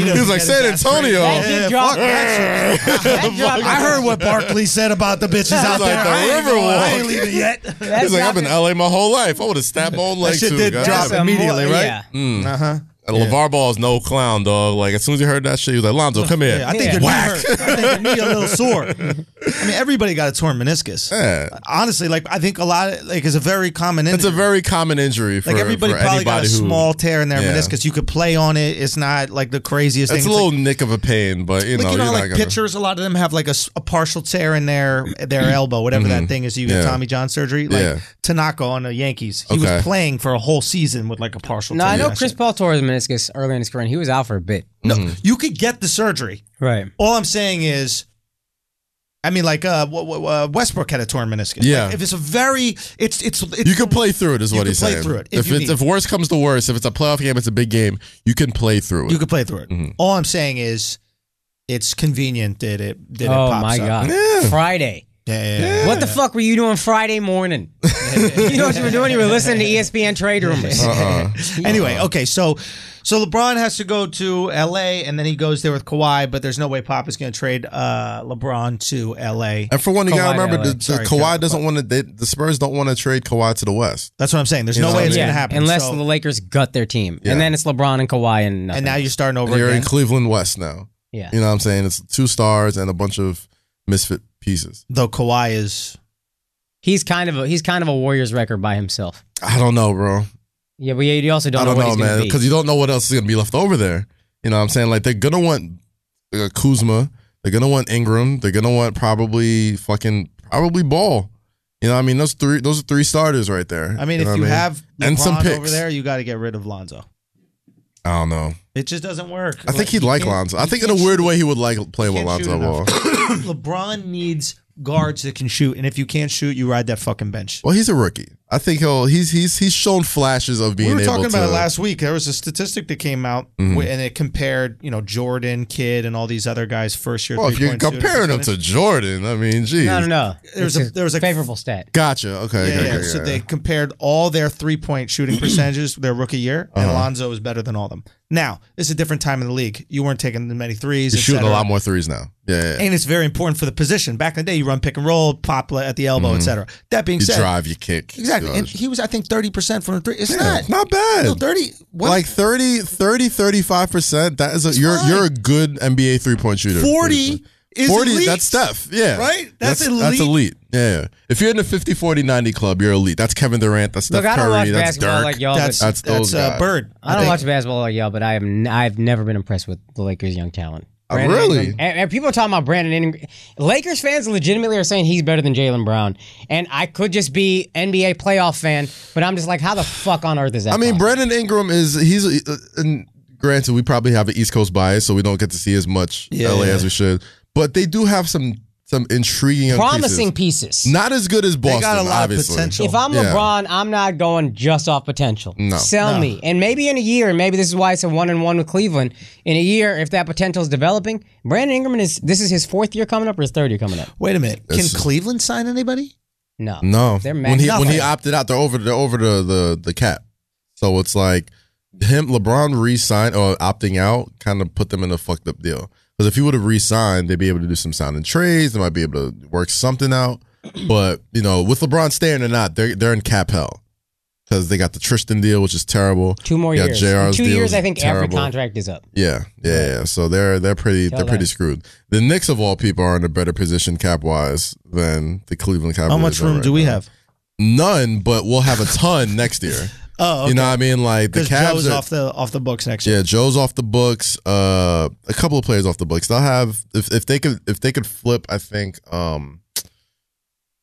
was like San Antonio.
That
He
dude dropped- that shit- that drop- I heard what
Barkley said about the bitches
was
out
like
there.
the
I ain't going- I ain't
Riverwalk.
leaving yet.
that
He's like I've
drop-
been in LA my whole life. I would have stabbed my own leg
shit
too.
did
God
drop
damn it.
some
immediately,
more-
right?
yeah.
uh huh.
And LeVar Ball is no clown, dog. Like as soon as he heard that shit, he was like, "Lonzo, come here."
I think
Yeah.
your knee
Whack.
hurt. I think your knee a little sore. I mean,
Everybody got a torn meniscus.
Yeah.
Honestly, like I think a lot of, like is a very common
It's a
injury.
very common injury for
like everybody
for
probably
anybody
got a
who-
small tear in their
Yeah.
meniscus. You could play on it. It's not like the craziest
It's a
thing.
little nick of a pain, but you know,
like you
you're
know,
not
like
gonna-
pitchers, a lot of them have like a, s- a partial tear in their their elbow, whatever that thing is. You get
Mm-hmm. Yeah.
Tommy John surgery, like
Yeah.
Tanaka on the Yankees. He
Okay.
was playing for a whole season with like a partial.
No,
tear
I know
That
Chris
shit.
Paul tore his meniscus early in his career, and he was out for a bit.
No,
Mm-hmm.
you could get the surgery.
Right.
All I'm saying is, I mean, like uh, w- w- uh, Westbrook had a torn meniscus. Like,
Yeah.
if it's a very, it's it's, it's
You can play through it, is
You
what
can
he's
play
saying.
through it if
If
you
it's
need.
if worse comes to worse, if it's a playoff game, it's a big game. You can play through it.
You could play through it.
Mm-hmm.
All I'm saying is, it's convenient that it that it
Oh
pops
my
up.
god. Friday.
Yeah, yeah, yeah.
What the fuck were you doing Friday morning? E you know what you were doing? You were listening to ESPN trade rumors.
uh-uh.
Anyway, okay, so So LeBron has to go to LA, and then he goes there with Kawhi. But there's no way Pop is going to trade uh, LeBron to LA.
And for one, you
Kawhi
gotta
to
remember
LA.
the, the
Sorry,
Kawhi
Kawhi.
doesn't want to. The Spurs don't want to trade Kawhi to the West.
That's what I'm saying. There's no
know
way
what
oh, it's
I
going
mean?
to happen.
Unless
So-
the Lakers gut their team,
Yeah.
and then it's LeBron and Kawhi and nothing.
and now you're starting over
You're in
again.
Cleveland West now.
yeah.
You know what I'm saying? It's two stars and a bunch of misfit pieces.
Though Kawhi is
He's kind of a, he's kind of a Warriors record by himself.
I don't know, bro.
Yeah, but you you also don't,
I don't
know,
know,
what he's
man,
gonna be.
because you don't know what else is gonna be left over there. You know what I'm saying? Like they're gonna want uh, Kuzma. They're gonna want Ingram. They're gonna want probably fucking probably Ball. You know, what I mean, those three, those are three starters right there.
I mean,
know
if
what
you have LeBron
And some
over
picks.
there, you got to get rid of Lonzo.
I don't know.
It just doesn't work.
I think he'd like
can't-
Lonzo. I
he
think in a
can't shoot-
weird way he would like playing with
can't shoot
Lonzo Ball.
enough. LeBron needs guards that can shoot, and if you can't shoot, you ride that fucking bench.
Well, he's a rookie. I think he'll he's he's he's shown flashes of being
we were
able
talking
to. Mm-hmm.
about it last week. There was a statistic that came out, wh- and it compared, you know, Jordan, Kidd, and all these other guys' first year.
well, if you're
three-point shooters.
comparing him to Jordan, I mean, geez.
no, no, no.
There's
It's
a- there was a-
favorable stat.
Gotcha. Okay.
yeah,
okay,
yeah.
okay,
so
okay.
they compared all their three-point shooting percentages their rookie year, and
Uh-huh.
Alonzo was better than all them. Now, it's a different time in the league. You weren't taking as many threes.
He's
et
shooting a
cetera.
lot more threes now. Yeah. yeah, yeah.
uh, and it's very important for the position. Back in the day, you run pick and roll, pop le- at the elbow, etc. That being
Mm-hmm. You
said,
drive, you kick.
exactly,
you
and
know,
he was I think thirty percent from the three. It's
yeah,
not
not bad.
no, thirty. What?
Like 30, 30, 35%. That is a, you're,
fine.
you're a good NBA three point shooter.
40 is
40,
elite.
that's Steph. Yeah.
Right? That's
That's
elite.
elite. Yeah. yeah. If you're in the 50, 40, 90 club, you're elite. That's Kevin Durant. That's Steph
Look, I don't
Curry.
watch
that's
basketball
Dirk.
like y'all.
that's
but
that's
that's,
those
uh,
guys.
Bird.
I don't
think.
watch basketball like y'all, but I have n- I've never been impressed with the Lakers' young talent.
Oh, really?
Ingram- And, and people are talking about Brandon Ingram. Lakers fans legitimately are saying he's better than Jalen Brown, and I could just be NBA playoff fan, but I'm just like, how the fuck on earth is that?
I mean,
possible?
Brandon Ingram is he's uh, and granted we probably have an East Coast bias, so we don't get to see as much
Yeah,
LA
yeah.
as we should. But they do have some some intriguing young
promising
pieces.
pieces.
Not as good as Boston,
They got a lot
obviously.
of potential.
If I'm
Yeah.
LeBron, I'm not going just off potential.
No.
Sell me. And maybe in a year, and maybe this is why it's a one and one with Cleveland. In a year, if that potential is developing, Brandon Ingram is this is his fourth year coming up or his third year coming up?
Wait a minute. Can
That's-
Cleveland sign anybody?
No.
No,
They're
when he when
nothing.
he opted out, they're over they're over the the, the cap. So it's like him LeBron re-signed or opting out kind of put them in a fucked up deal. Because if he would have re-signed, they'd be able to do some sound and trades. They might be able to work something out. But you know, with LeBron staying or not, they're they're in cap hell because they got the Tristan deal, which is terrible.
Two more
Yeah,
years.
JR's
In two
deal
years,
is
I think every
terrible.
contract is up.
Yeah, yeah, yeah. So they're they're pretty
Tell
they're pretty
them.
screwed. The Knicks of all people are in a better position cap wise than the Cleveland Cavaliers.
How much
are
room
right
do we
now.
have?
None, but we'll have a ton next year.
Oh,
You know what I mean? Like the
because
Cavs
Joe's
are,
off the off the books next year.
yeah, Joe's off the books. Uh, a couple of players off the books. They'll have if, if they could if they could flip. I think um,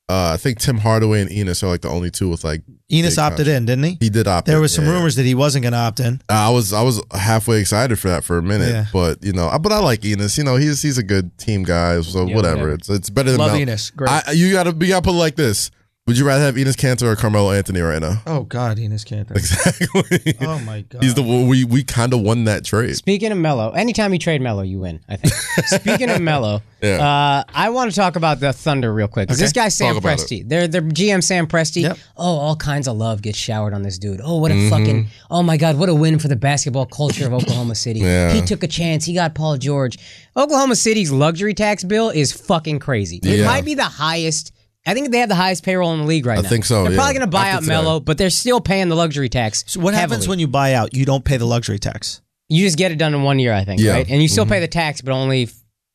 uh, I think Tim Hardaway and Enos are like the only two with like
Enos
big
opted in, didn't he?
he did opt.
There
in,
was some
yeah.
rumors that he wasn't going to opt in.
I was I was halfway excited for that for a minute,
Yeah.
but you know, I- but I like Enos. You know, he's he's a good team guy, so
Yeah,
whatever.
whatever.
It's it's better than
Love
Mel-
Enos. Great.
I, you gotta you gotta put it like this. Would you rather have Enos Cantor or Carmelo Anthony right now?
oh God, Enos Cantor.
Exactly.
Oh my God.
He's the we we kind of won that trade.
Speaking of Mello, anytime you trade Mello, you win, I think. Speaking of Mello,
Yeah.
uh, I want to talk about the Thunder real quick. 'cause This guy, Sam
Talk about
Presti, their, their GM, Sam Presti,
Yep.
oh, all kinds of love gets showered on this dude. Oh, what a
Mm-hmm.
fucking, oh my God, what a win for the basketball culture of Oklahoma City.
Yeah.
He took a chance. He got Paul George. Oklahoma City's luxury tax bill is fucking crazy. It
Yeah.
might be the highest. I think they have the highest payroll in the league right now.
think so,
They're
yeah.
probably going to buy
After
out
today.
Mello, but they're still paying the luxury tax.
So what happens
heavily.
when you buy out? You don't pay the luxury tax.
You just get it done in one year, I think,
Yeah.
right? And you still pay the tax, but only f-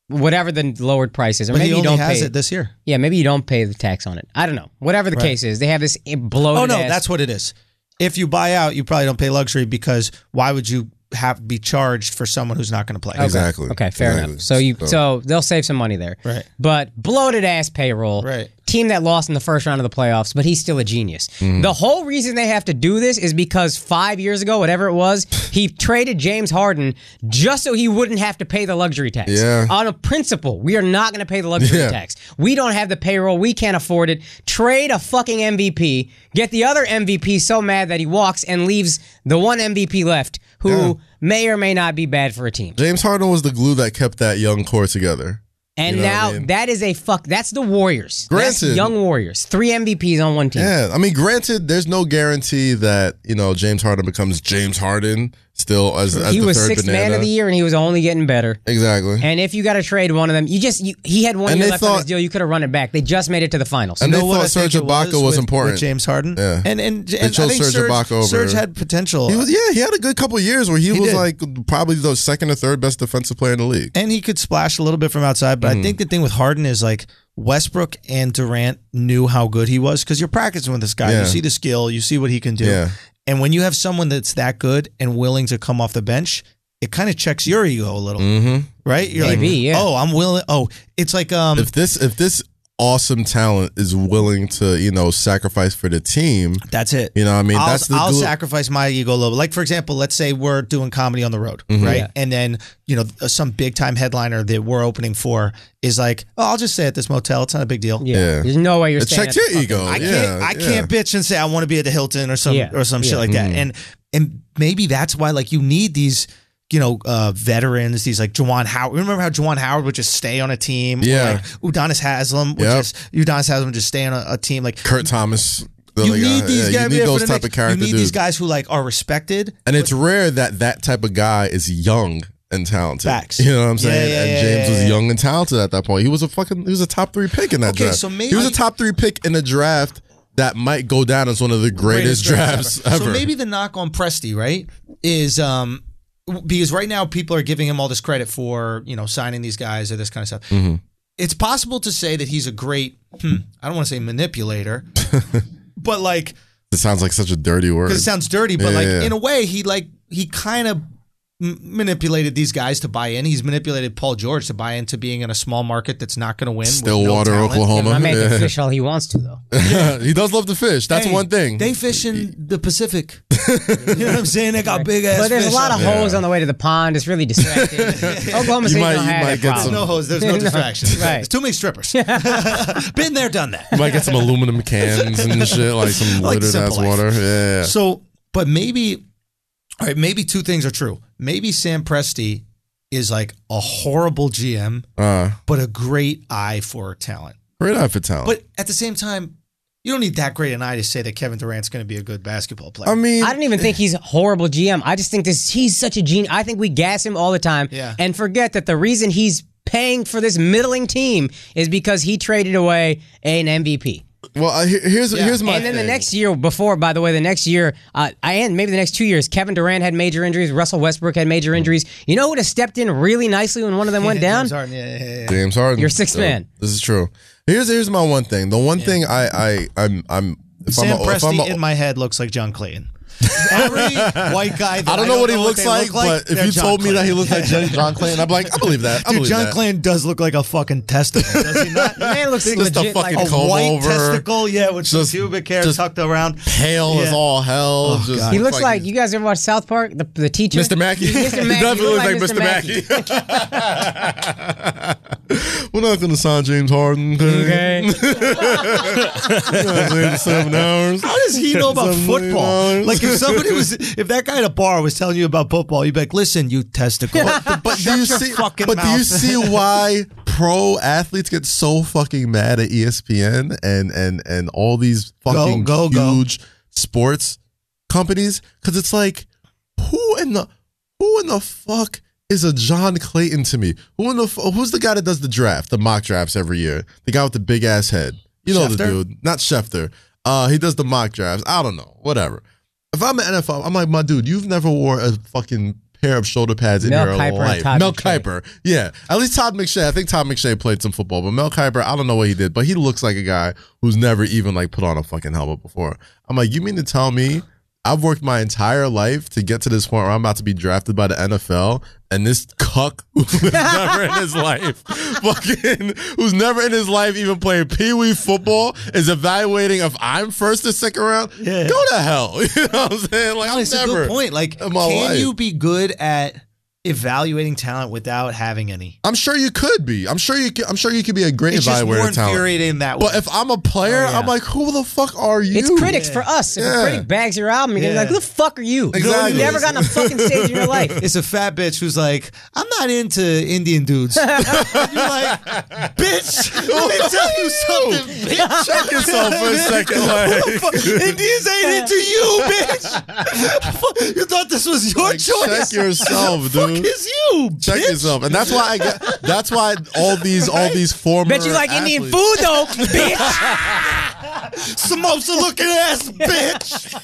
whatever the lowered price is, or
But
maybe
he
you
only
don't
has
pay.
it this year.
yeah, maybe you don't pay the tax on it. I don't know. Whatever the
Right.
case is, they have this i- bloated.
Oh no,
ass-
that's what it is. If you buy out, you probably don't pay luxury because why would you have be charged for someone who's not going to play?
Exactly.
okay. Fair
Exactly.
enough. So you so they'll save some money there,
Right.
But bloated ass payroll,
Right.
Team that lost in the first round of the playoffs, but he's still a genius.
Mm-hmm.
The whole reason they have to do this is because five years ago, whatever it was, he traded James Harden just so he wouldn't have to pay the luxury tax.
Yeah.
On a principle, we are not going to pay the luxury
Yeah.
tax. We don't have the payroll. We can't afford it. Trade a fucking MVP. Get the other MVP so mad that he walks and leaves the one MVP left who may or may not be bad for a team.
James Harden was the glue that kept that young core together.
And
You know what
now
I mean?
that is a fuck. That's the Warriors. That's
Granted.
young Warriors. Three MVPs on one team.
Yeah, I mean, granted, there's no guarantee that you know James Harden becomes James Harden still as, as
he
the
was
third
sixth
banana.
man of the year, and he was only getting better.
Exactly.
And if you got to trade one of them, you just you, he had one
And
year
they
left on his
thought-
deal. You could have run it back. They just made it to the finals.
And
You
they
know what
thought
I think
Serge
it
Ibaka was
with-
important.
With James Harden.
Yeah.
And and, and
chose
I think
Serge
Serge,
Ibaka over-
Serge had potential.
He was, yeah, he had a good couple of years where he, was
did.
like probably the second or third best defensive player in the league.
and he could splash a little bit from outside,
Mm-hmm.
but I think the thing with Harden is like Westbrook and Durant knew how good he was because you're practicing with this guy.
Yeah.
You see the skill, you see what he can do.
Yeah.
And when you have someone that's that good and willing to come off the bench, it kind of checks your ego a little,
Mm-hmm.
right? You're
Maybe,
like,
yeah.
oh, I'm willing. Oh, it's like um,
If this if this awesome talent is willing to you know sacrifice for the team,
that's it.
you know what I mean
I'll,
that's the
I'll
glue-
sacrifice my ego a little. bit. Like for example, let's say we're doing comedy on the road,
Mm-hmm.
right? And then you know some big time headliner that we're opening for is like, oh, I'll just stay at this motel. It's not a big deal.
Yeah.
There's no way you're
it
staying.
checked
at
your
the
ego.
I
yeah,
can't I
yeah.
can't bitch and say I want to be at the Hilton or some
Yeah.
or some
Yeah.
shit like that. And and maybe that's why like you need these you know uh, veterans these like Jawan Howard. Remember how Jawan Howard would just stay on a team? Or,
Yeah.
like Udonis Haslam, which
Yep.
is Udonis Haslam would just stay on a, a team like.
Kurt Thomas. the
You
like,
need
uh,
these
yeah,
guys.
You
yeah,
need
for
those
the
type
next-
of character
You need
dudes.
these guys who like are respected.
And it's rare that that type of guy is young and talented.
Facts.
You know what I'm
Yeah,
saying?
yeah,
and
yeah,
James
yeah,
was
yeah.
young and talented at that point. He was a fucking he was a top three pick in that
Okay,
draft.
so
he was a
maybe-
top three pick in a draft that might go down as one of the greatest, drafts ever.
So maybe the knock on Presti, right, is um w- because right now people are giving him all this credit for you know signing these guys or this kind of stuff.
Mm-hmm.
It's possible to say that he's a great. Hmm, I don't want to say manipulator, but like
it sounds like such a dirty word.
because it sounds dirty, but like
Yeah.
in a way, he like he kind of m- manipulated these guys to buy in. He's manipulated Paul George to buy into being in a small market that's not going to win. with no
Stillwater,
talent.
Oklahoma.
I made
Yeah.
the fish all he wants to though.
he does love to fish. That's
Hey,
one thing.
They fish in the Pacific. you know what I'm saying? They got big ass.
But there's a lot of holes on the way to the pond. It's really distracting. Oklahoma
You
City
might-
don't
you
have
might get
that
There's
problem.
no hose. There's no
No,
distractions.
right.
There's too many strippers. Been there, done that.
you might get some aluminum cans and shit, like some
Like
littered ass
Simple Life.
water. Yeah.
So, but maybe, all right, maybe two things are true. Maybe Sam Presti is like a horrible GM,
Uh,
but a great eye for talent.
great eye for talent.
But at the same time, you don't need that great an eye to say that Kevin Durant's going to be a good basketball player.
I mean,
I don't even think he's a horrible GM. I just think this he's such a genius. I think we gas him all the time
Yeah.
and forget that the reason he's paying for this middling team is because he traded away an MVP.
well, I, here- here's here's my.
and then
thing.
the next year before, by the way, the next year, uh, and maybe the next two years, Kevin Durant had major injuries. Russell Westbrook had major injuries. You know who would have stepped in really nicely when one of them went down?
James Harden, yeah, yeah, yeah.
James Harden.
You're sixth man.
This is true. Here's here's my one thing. The one thing I I I'm I'm if
Sam
I'm a, if I'm
Presti
a,
in my head looks like John Clayton. Every white guy. That
I don't know what he looks
they
like,
look
but if
they're
you
John
told me that he
Clayton.
looks like John, John Clayton, I'm like, I believe that. I
Dude,
believe
John
that.
Clayton does look like a fucking testicle, does he not?
Man looks
Just a
legit
fucking
like
co- comb
a white
over.
testicle, yeah, with
Just-
just, pubic hair
just-
tucked around.
pale as
Yeah. Oh,
all hell. just
God.
he looks like you guys ever watched South Park? The, the teacher,
Mr. Mackey.
Mr. Mackey.
He definitely
looked
looks like Mr. Mackey. We're not gonna sign James Harden. Okay.
Okay.
Seven hours.
How does he know about
Something
football?
wrong.
Like if somebody was, if that guy at a bar was telling you about football, you'd be like, "Listen, you testicle."
But do you
your
see?
fucking
But do you
mouth.
see why pro athletes get so fucking mad at E ESPN and and and all these fucking
go, go.
huge sports companies? Because it's like, who in the who in the fuck is a John Clayton to me? Who in the fu- who's the guy that does the draft, the mock drafts every year? The guy with the big ass head. You know the
Schefter?
dude, not Schefter. Uh, he does the mock drafts. I don't know, whatever. If I'm an NFL, I'm like, my dude, you've never wore a fucking pair of shoulder pads in
Mel
your
Kiper and
life.
Todd
Mel
McShay.
Kiper, yeah. At least Todd McShay. I think Todd McShay played some football, but Mel Kiper, I don't know what he did, but he looks like a guy who's never even like put on a fucking helmet before. I'm like, you mean to tell me I've worked my entire life to get to this point where I'm about to be drafted by the NFL, and this cuck who's never in his life, fucking, who's never in his life even played pee wee football, is evaluating if I'm first or second round.
Yeah.
Go to hell. You know what I'm saying? Like,
No,
I'm
it's
never.
a good point. Like,
in
can
my life.
you be good at evaluating talent without having any.
I'm sure you could be. I'm sure you. Could, I'm sure you could be a great
It's just more
evaluator of talent.
infuriating that way.
But if I'm a player,
Oh, yeah.
I'm like, who the fuck are you?
It's critics for us. If
Yeah.
a critic bags your album, you're gonna be
Yeah.
like, "Who the fuck are you?
Exactly.
You've never gotten a fucking stage in your life."
It's a fat bitch who's like, I'm not into Indian dudes. You're like, bitch, let me tell you something.
Bitch, Check yourself for a second. Like,
Indians ain't into you, bitch. you thought this was your
like,
choice?
check yourself, dude.
It's you.
Check yourself, and that's why I get. That's why all these, all these former.
Bet you like Indian
athletes-
food though, bitch.
Samosa looking ass, bitch.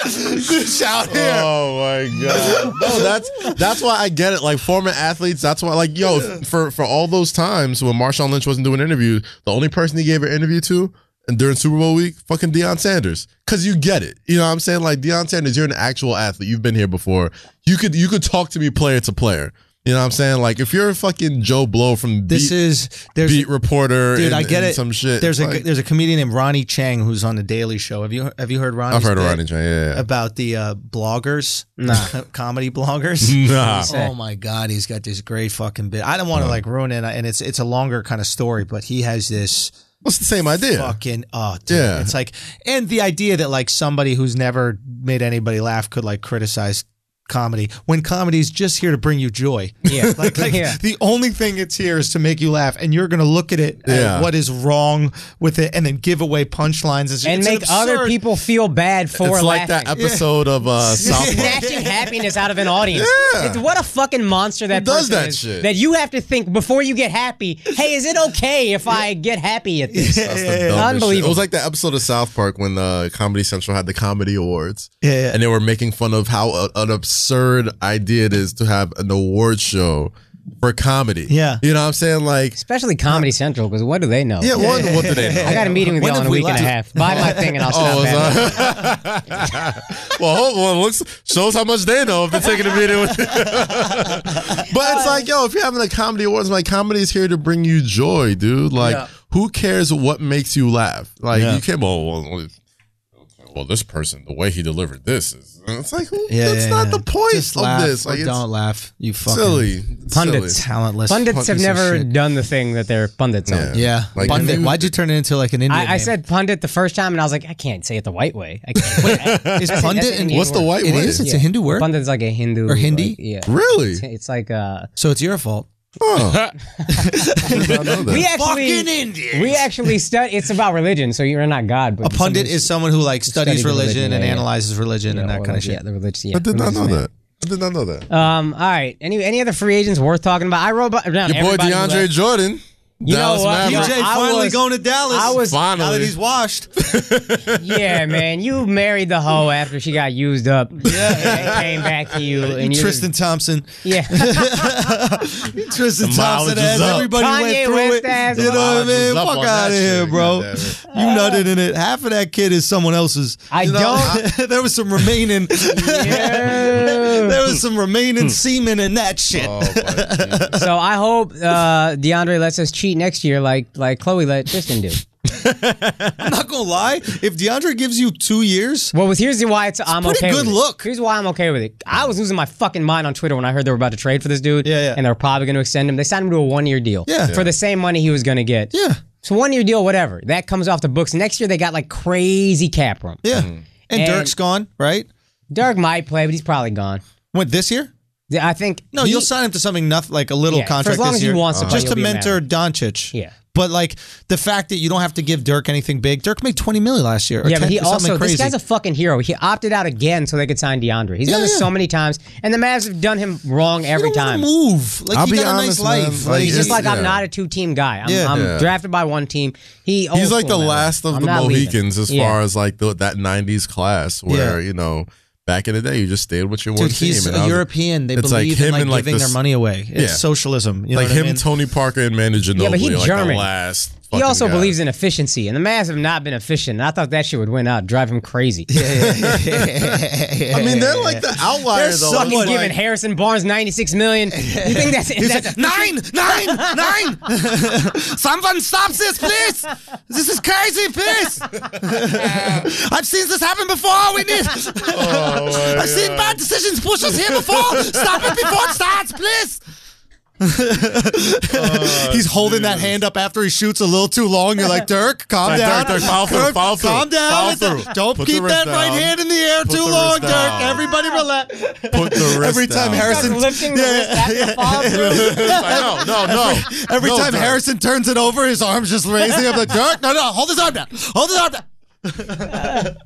bitch out here.
Oh my god! No, that's that's why I get it. Like former athletes, that's why. Like yo, for for all those times when Marshawn Lynch wasn't doing interviews, the only person he gave an interview to and during Super Bowl week, fucking Deion Sanders, because you get it. You know what I'm saying? Like Deion Sanders, you're an actual athlete. You've been here before. You could you could talk to me player to player. You know what I'm saying? Like if you're a fucking Joe Blow from
this
beat,
is there's
beat reporter,
dude,
and,
I get
and
it.
Some shit.
There's a
Like,
there's a comedian named Ronnie Chang who's on the Daily Show. Have you have you heard Ronnie?
I've heard of Ronnie Chang. Yeah, yeah.
about the uh, bloggers, nah. comedy bloggers.
Nah.
Oh my God, he's got this great fucking bit. I don't want to like ruin it, and it's it's a longer kind of story, but he has this
What's the same idea?
fucking oh, dude,
Yeah.
It's like, and the idea that like somebody who's never made anybody laugh could like criticize comedy when comedy's just here to bring you joy.
Yeah,
Like, like
yeah.
the only thing it's here is to make you laugh, and you're gonna look at it
Yeah.
at what is wrong with it, and then give away punchlines and, shit.
and
It's
make other
absurd-
people feel bad for
It's like
laughing.
that episode of uh, South Park.
snatching happiness out of an audience.
Yeah.
It's- what a fucking monster that
Who does
person
that
is,
shit?
That you have to think before you get happy. Hey, is it okay if I get happy at this?
That's the dumbest shit.
Unbelievable.
It was like the episode of South Park when uh, Comedy Central had the Comedy Awards.
Yeah, yeah.
And they were making fun of how uh, an absurd idea it is to have an award show for comedy.
Yeah.
You know what I'm saying? Like,
Especially Comedy Central, because what do they know?
yeah, one, what do they know?
I got a meeting with
When
y'all in
have
a
we
week and a half. Buy my thing and I'll stop.
Oh,
back.
was that- well, hope one looks shows how much they know if they're taking a meeting with. but it's like, yo, if you're having a comedy awards, like comedy is here to bring you joy, dude. Like, who cares what makes you laugh? Like, you can't. Well, well, well, this person, the way he delivered this is. It's like, who,
Yeah,
that's
yeah,
not
yeah.
the point
Just
of
laugh
this.
or
Like,
don't
it's
laugh. You fucking
silly. It's
Pundits.
silly.
talentless.
Pundits have
fucking
never
shit.
done the thing that they're pundits on.
Yeah,
Like,
pundit.
if you-
Why'd you turn it into like an Indian?
I, I
name?
said pundit the first time, and I was like, I can't say it the white way. I can't.
is
that's an
pundit.
Indian
What's the white
It
way?
is. It's a Hindu word.
Pundit's like a Hindu
Or Hindi?
like- yeah,
Really?
it's like uh,
So it's your fault.
Huh. I did not know that.
we actually
Indian.
we actually study. It's about religion, so you're not God. But
A pundit is someone who like studies
Studies
religion,
religion,
and
yeah, yeah.
analyzes religion and that kind of shit.
Yeah, the religious. Yeah,
I did not
religious
know
man.
that. I did not know that.
Um, all right. Any any other free agents worth talking about? I wrote about down
Your boy
everybody who
DeAndre
left.
Jordan.
You know
Dallas
what?
Mavericks.
You know,
DJ
I
finally
was-
going to Dallas.
I was-
now that
Finally.
he's washed.
Yeah, man, you married the hoe after she got used up. Yeah, came back to you and you
Tristan Thompson.
Yeah,
Tristan Thompson
mileage
ass.
is up.
Everybody
Kanye
went through
West
it.
ass.
You know what I
Mileage is
mean?
up on
Fuck
that
out of here,
shit,
bro. You
goddammit.
nutted in it. Half of that kid is someone else's.
I
You know,
don't-
there was some remaining.
Yeah.
there was some remaining semen in that shit.
Oh, my goodness.
So I hope uh, DeAndre lets us cheat next year, like like Chloe let Tristan do.
I'm not gonna lie. If DeAndre gives you two years,
Well, with here's why it's, I'm
pretty
okay.
good
with it.
look.
Here's why I'm okay with it. I was losing my fucking mind on Twitter when I heard they were about to trade for this dude.
Yeah, yeah.
And they were probably going to extend him. They signed him to a one year deal.
Yeah.
For the same money he was going to get.
yeah,
So one year deal, whatever. That comes off the books. Next year they got like crazy cap room.
yeah. And,
And-
Dirk's gone, right?
Dirk might play, but he's probably gone.
Went this year?
I think.
No,
he-
you'll sign him to something nothing like a little
Yeah, for as
contract
long
this
as he
year,
wants to play,
just
he'll
to
be a
mentor Doncic.
Yeah.
But like the fact that you don't have to give Dirk anything big. Dirk made twenty million last year. or
Yeah, but
10
he
something
also
crazy.
this guy's a fucking hero. He opted out again so they could sign DeAndre. He's done
Yeah,
this
yeah.
so many times, and the Mavs have done him wrong every
You don't wanna
time.
Move. Like
I'll
he
be
got
honest,
a nice
man.
life.
Like,
Like,
He's just
Yeah.
like I'm
Yeah.
not a two team guy. I'm,
Yeah.
I'm
Yeah.
drafted by one team. He old
He's like the
school, man.
last of
I'm
the
not leaving.
Mohicans as
Yeah.
far as like the, that '90s class, where you know back in the day you just stayed with your one
Dude, he's
team.
a
I was-
European. They
it's
believe
like him
in like
and, like,
giving
this-
their money away. It's
Yeah.
socialism. You know
like
what I
him,
mean?
Tony Parker, and Manu Ginobili.
Yeah, but he
like
German.
the last
He also
guy.
believes in efficiency, and the Mavs have not been efficient. I thought that shit would win out, drive him crazy.
I mean, they're like the outlier
They're somewhat-
though. It's
Fucking
like-
giving Harrison Barnes ninety six million. You think that's, that's
Nine, nine, nine! Someone stops this, please! This is crazy, please! I've seen this happen before. We need.
Oh, my
I've seen
God.
bad decisions push us here before. Stop it before it starts, please. He's holding that hand up after he shoots a little too long. You're like, Dirk, calm
Like,
down.
"Dirk, Dirk, foul through,
Dirk,
foul through,
Calm down.
foul
It's a-
through.
Don't
Put the
keep
wrist
that right
down.
hand in the air
Put
too
the
long,
wrist
Dirk.
down.
Everybody relax.
Put the wrist
Every time
down.
Harrison-
lifting the
Yeah,
wrist after the fall through?
It's like, no, no, no.
Every
No,
time
Dirk.
Harrison turns it over, his arm's just raising. I'm like, Dirk, no, no, hold his arm down. Hold his arm down.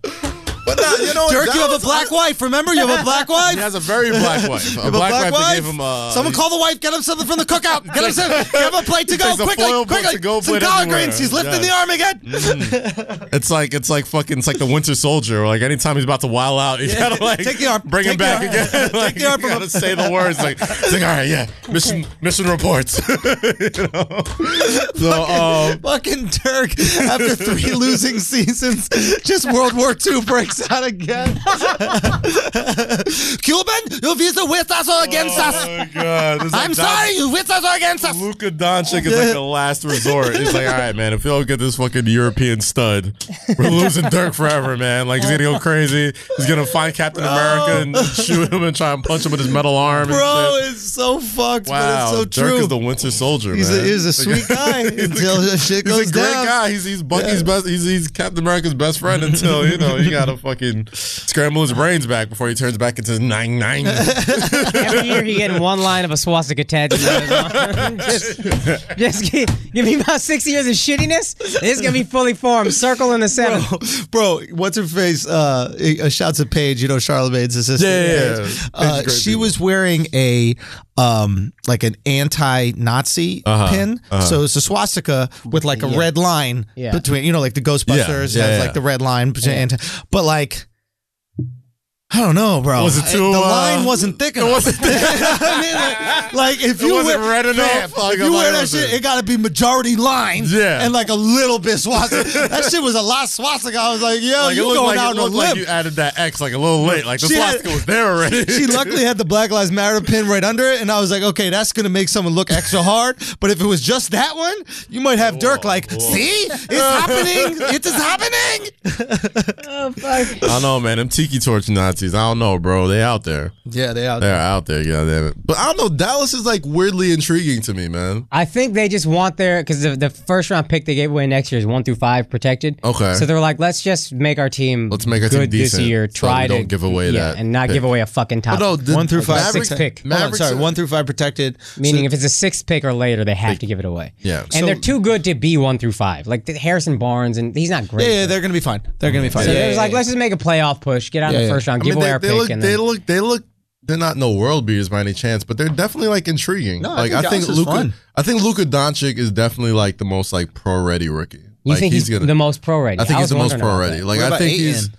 But now, you know what,
Dirk, you have a
Dallas-
black wife. Remember, you have a black wife.
He has a very black wife. A,
You have
black, wife, that gave him uh, a.
Someone call the wife. Get him something from the cookout. Get him some. Get him a plate to
He
go
takes a
quickly.
foil book
Quickly.
to go
some
put
collard
everywhere.
greens. He's lifting
Yes.
the arm again.
It's like it's like fucking. It's like the Winter Soldier. Like anytime he's about to wild out, you gotta like
Take the arm.
bring him
Take the
back
arm.
again. like
the arm
you
from
gotta say the words. Like it's like all right, yeah. Mission mission reports. you know. So um,
Fucking Dirk, after three losing seasons, just World War II breaks out again. Cuban, you visa with us or against
Oh
us?
my god! It's like
I'm
Don-
sorry, you with us or against us?
Luka Doncic is like the last resort. It's like, all right, man, if we don't get this fucking European stud, we're losing Dirk forever, man. Like he's gonna go crazy. He's gonna find Captain America and shoot him and try and punch him with his metal arm.
Bro,
and shit.
it's so fucked,
wow,
but it's so
Dirk
true.
is the Winter Soldier.
he's,
man.
a, he's a sweet guy until the shit
He's
goes
a great
down.
guy. He's he's Bucky's best. He's, he's Captain America's best friend until you know you gotta fucking scramble his brains back before he turns back into nine nine.
Every year he getting one line of a swastika tattoo. on his arm. just, just give, give me about six years of shittiness. This is gonna be fully formed, circle in the center.
Bro, what's her face? Uh, uh, shouts at Paige, you know Charlamagne's assistant.
Yeah, yeah, yeah.
Paige.
Paige
Uh,
is great
she
people.
was wearing a um like an anti-Nazi
Uh-huh,
pin, so it's a swastika with like a red line
Yeah.
between you know like the Ghostbusters
Yeah, yeah,
has
yeah.
like the red line between anti, but like. I don't know, bro.
Was it
I-
too,
the
uh,
line wasn't thick enough. I mean, like, like, if you
wasn't
wear,
red enough.
Fam,
Like,
if
I'm
you wear
like,
that
listen.
shit, it gotta be majority line.
Yeah.
and like a little bit swastika. that shit was a lot swastika. I was like, yo,
Like it
you
looked
going
like, it
out on a
looked like
limb.
you added that X like a little late. Like the
She had-
swastika was there already.
she luckily had the Black Lives Matter pin right under it, and I was like, okay, that's gonna make someone look extra hard. But if it was just that one, you might have Dirk like, see, it's happening, it is happening.
Oh fuck!
I don't know, man. Them tiki torch Nazis. I don't know, bro. They out there.
Yeah, they out.
They're out there. God damn it. But I don't know. Dallas is like weirdly intriguing to me, man.
I think they just want their because the, the first round pick they gave away next year is one through five protected.
Okay.
So they're like, let's just make our team
Let's make our team
good this
decent
year.
so
Try
we
to
don't give away
yeah,
that
and not
pick.
give away a fucking top.
the-
One through five,
six pick.
Hold on,
Mavericks
sorry,
are-
one through five protected.
Meaning, if it's a sixth pick or later, they have to give it away.
Yeah.
and
So-
they're too good to be one through five. Like the Harrison Barnes, and he's not great.
Yeah, yeah, they're gonna be fine. They're gonna be fine.
So
Yeah,
it
yeah,
was
yeah,
like, let's just make a playoff push, get out
Yeah,
of the
yeah.
first round,
I
give
mean,
away
they,
our
they
pick,
look,
and
they
then
look, they look, they're not no world beaters by any chance, but they're definitely like intriguing.
No, I
like
think Dallas is
Luka,
fun.
I think Luka Doncic is definitely like the most like pro ready rookie.
you
like,
think he's, the most pro ready.
I think he's
was
the most
wondering about
pro ready.
that.
Like
What
I
about
think
Ayton?
he's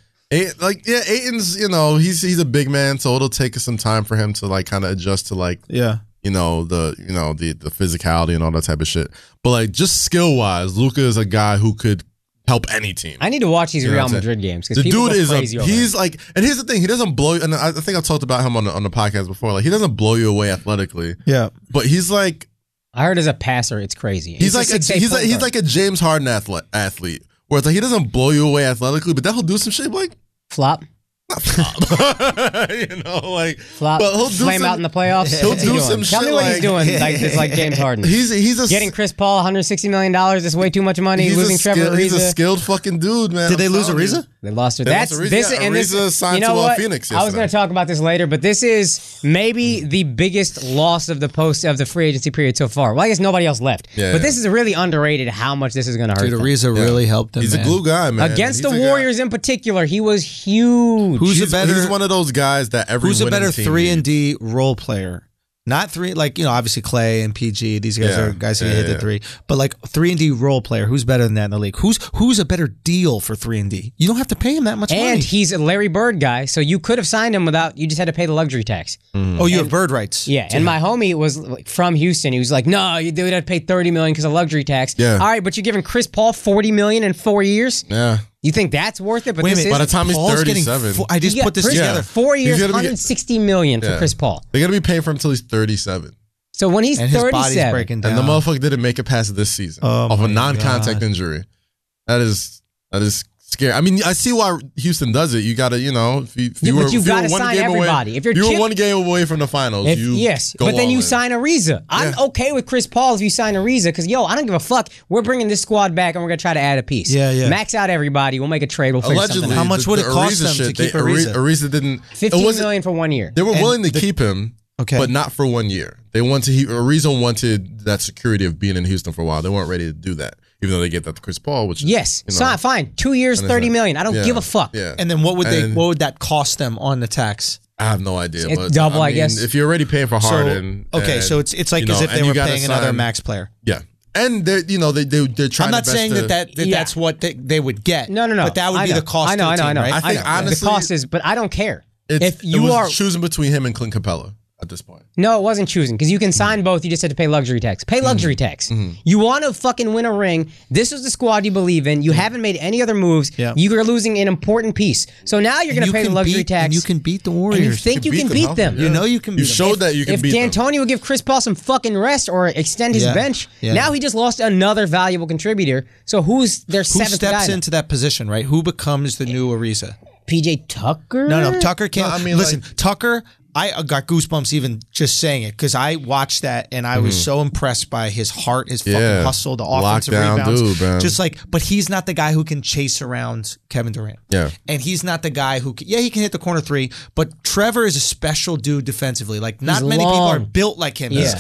Ay- like yeah, Aiton's you know he's he's a big man, so it'll take some time for him to like kind of adjust to like
yeah.
you know the you know the the physicality and all that type of shit. But like just skill wise, Luca is a guy who could help any team.
I need to watch these
You know what
Real
I'm saying?
Madrid games because
The
people
dude
go
is a
crazy over him.
he's like, and here's the thing, he doesn't blow. And I, I think I've talked about him on the, on the podcast before. Like he doesn't blow you away athletically,
yeah.
but he's like
I heard as a passer, it's crazy.
He's, like
a
a,
six-eight
he's like
point
he's
guard.
like a James Harden athlete, athlete where it's like he doesn't blow you away athletically, but that he'll do some shit like
flop,
you know like
flop,
but he'll do
flame
some,
out in the playoffs.
he'll
What's he
do
doing?
some
Tell
shit
me what
like-
he's doing. Like it's like James Harden.
He's he's a
Getting Chris Paul 160 million dollars is way too much money.
he's
Losing
a
Trevor
skill- he's a
Ariza.
skilled fucking dude, man.
Did they lose
telling you.
Ariza?
They lost her.
They lost
That's
Ariza.
this
Yeah,
and this.
Ariza signed
you know
to, uh,
what?
Phoenix
I was
yesterday.
going to talk about this later, but this is maybe the biggest loss of the post of the free agency period so far. Well, I guess nobody else left.
Yeah.
but this is really underrated. How much this is going to hurt
Dude,
them.
Ariza really helped them.
He's a
man.
glue guy, man.
against
He's
the
a guy-
Warriors in particular? He was huge.
Who's
He's,
a better
he's one of those guys that every
Who's a
winning
better
team
three and D
needs.
role player?
Not three, like you know, obviously Clay and PG. These guys
Yeah.
are guys who
Yeah,
hit
yeah,
the three, but like three and D role player, who's better than that in the league? Who's who's a better deal for three and D? You don't have to pay him that much
And
money.
he's a Larry Bird guy, so you could have signed him without. You just had to pay the luxury tax.
oh, you have bird rights.
Yeah, and my homie was like, from Houston. He was like, "No, you do have to pay thirty million because of luxury tax."
Yeah.
All right, but you're giving Chris Paul forty million in four years.
Yeah.
You think that's worth it? But
Wait a
this
minute.
is
By the time he's
Paul's getting
37.
four- I just
You got
put this
Chris-
together.
Four
He's
years,
gonna be-
160 million for
Yeah.
Chris Paul.
They're going to be paying for him until he's 37.
So when he's
And his body's
37,
breaking down.
And the motherfucker didn't make it past this season
Oh
of a
my
non-contact
God.
injury. That is that is scary. I mean, I see why Houston does it. You gotta, you know, if you, if
Yeah,
you
but
were,
you
if you
gotta
were one
sign
game
everybody.
away,
If you're
you were
chip-
one game away from the finals,
if-
you
yes,
go
but then
all
you
in.
sign Ariza. I'm
Yeah.
okay with Chris Paul if you sign Ariza because yo, I don't give a fuck. We're bringing this squad back and we're gonna try to add a piece.
Yeah, yeah.
Max out everybody. We'll make a trade. We'll figure
Allegedly,
something out.
How much
the-
would
the
it cost
Ariza
them to
shit, they-
keep Ariza?
Ariza didn't. it
15
wasn't-
million for one year.
They were
And
willing to
the-
keep him,
Okay.
but not for one year. They want to. He, Ariza wanted that security of being in Houston for a while. They weren't ready to do that, even though they get that to Chris Paul, which is,
Yes,
you
it's
know,
not fine. Two years, thirty million. I don't
yeah,
give a fuck.
Yeah,
And then what would they?
And-
What would that cost them on the tax?
I have no idea.
It's
but,
double, I
mean,
guess.
If you're already paying for Harden,
so okay,
and,
so it's it's like
you know,
as if
and
they
you
were
gotta
paying another
sign-
max player.
Yeah, and they, you know, they they they're trying.
I'm not
their best
saying
to-
that that, that
Yeah.
that's what they, they would get.
No, no, no.
But that would
I
be
know.
the cost.
I know,
to the
I know,
team,
I
right?
know.
I think
know.
honestly-
the cost is, but I don't care.
It's,
if you
it was
are
choosing between him and Clint Capella at this point.
No, it wasn't choosing because you
Mm-hmm.
can sign both. You just had to pay luxury tax. Pay luxury tax. You want to fucking win a ring. This is the squad you believe in. You haven't made any other moves.
Yeah.
You are losing an important piece. So now you're going to
You
pay the
can
luxury
beat-
tax.
And you can beat the
And you
Warriors.
think you can beat them?
healthy,
You know you can
You
beat them.
showed that you can
if
beat them.
D'Antoni would give Chris Paul some fucking rest or extend his
Yeah.
bench,
Yeah.
now he just lost another valuable contributor. So who's their
Who
seventh
steps
guy? now?
into that position, right? Who becomes the new Ariza?
PJ Tucker?
No, no, Tucker can't.
No, I mean,
listen,
like-
Tucker. I uh, got goosebumps even just saying it because I watched that and I was so impressed by his heart, his
Yeah.
fucking hustle, the offensive
Lockdown
rebounds.
dude, man.
Just like, but he's not the guy who can chase around Kevin Durant.
Yeah.
and he's not the guy who. Can, yeah, he can hit the corner three, but Trevor is a special dude defensively. Like, not
He's
many people are
long.
built like him.
Yeah.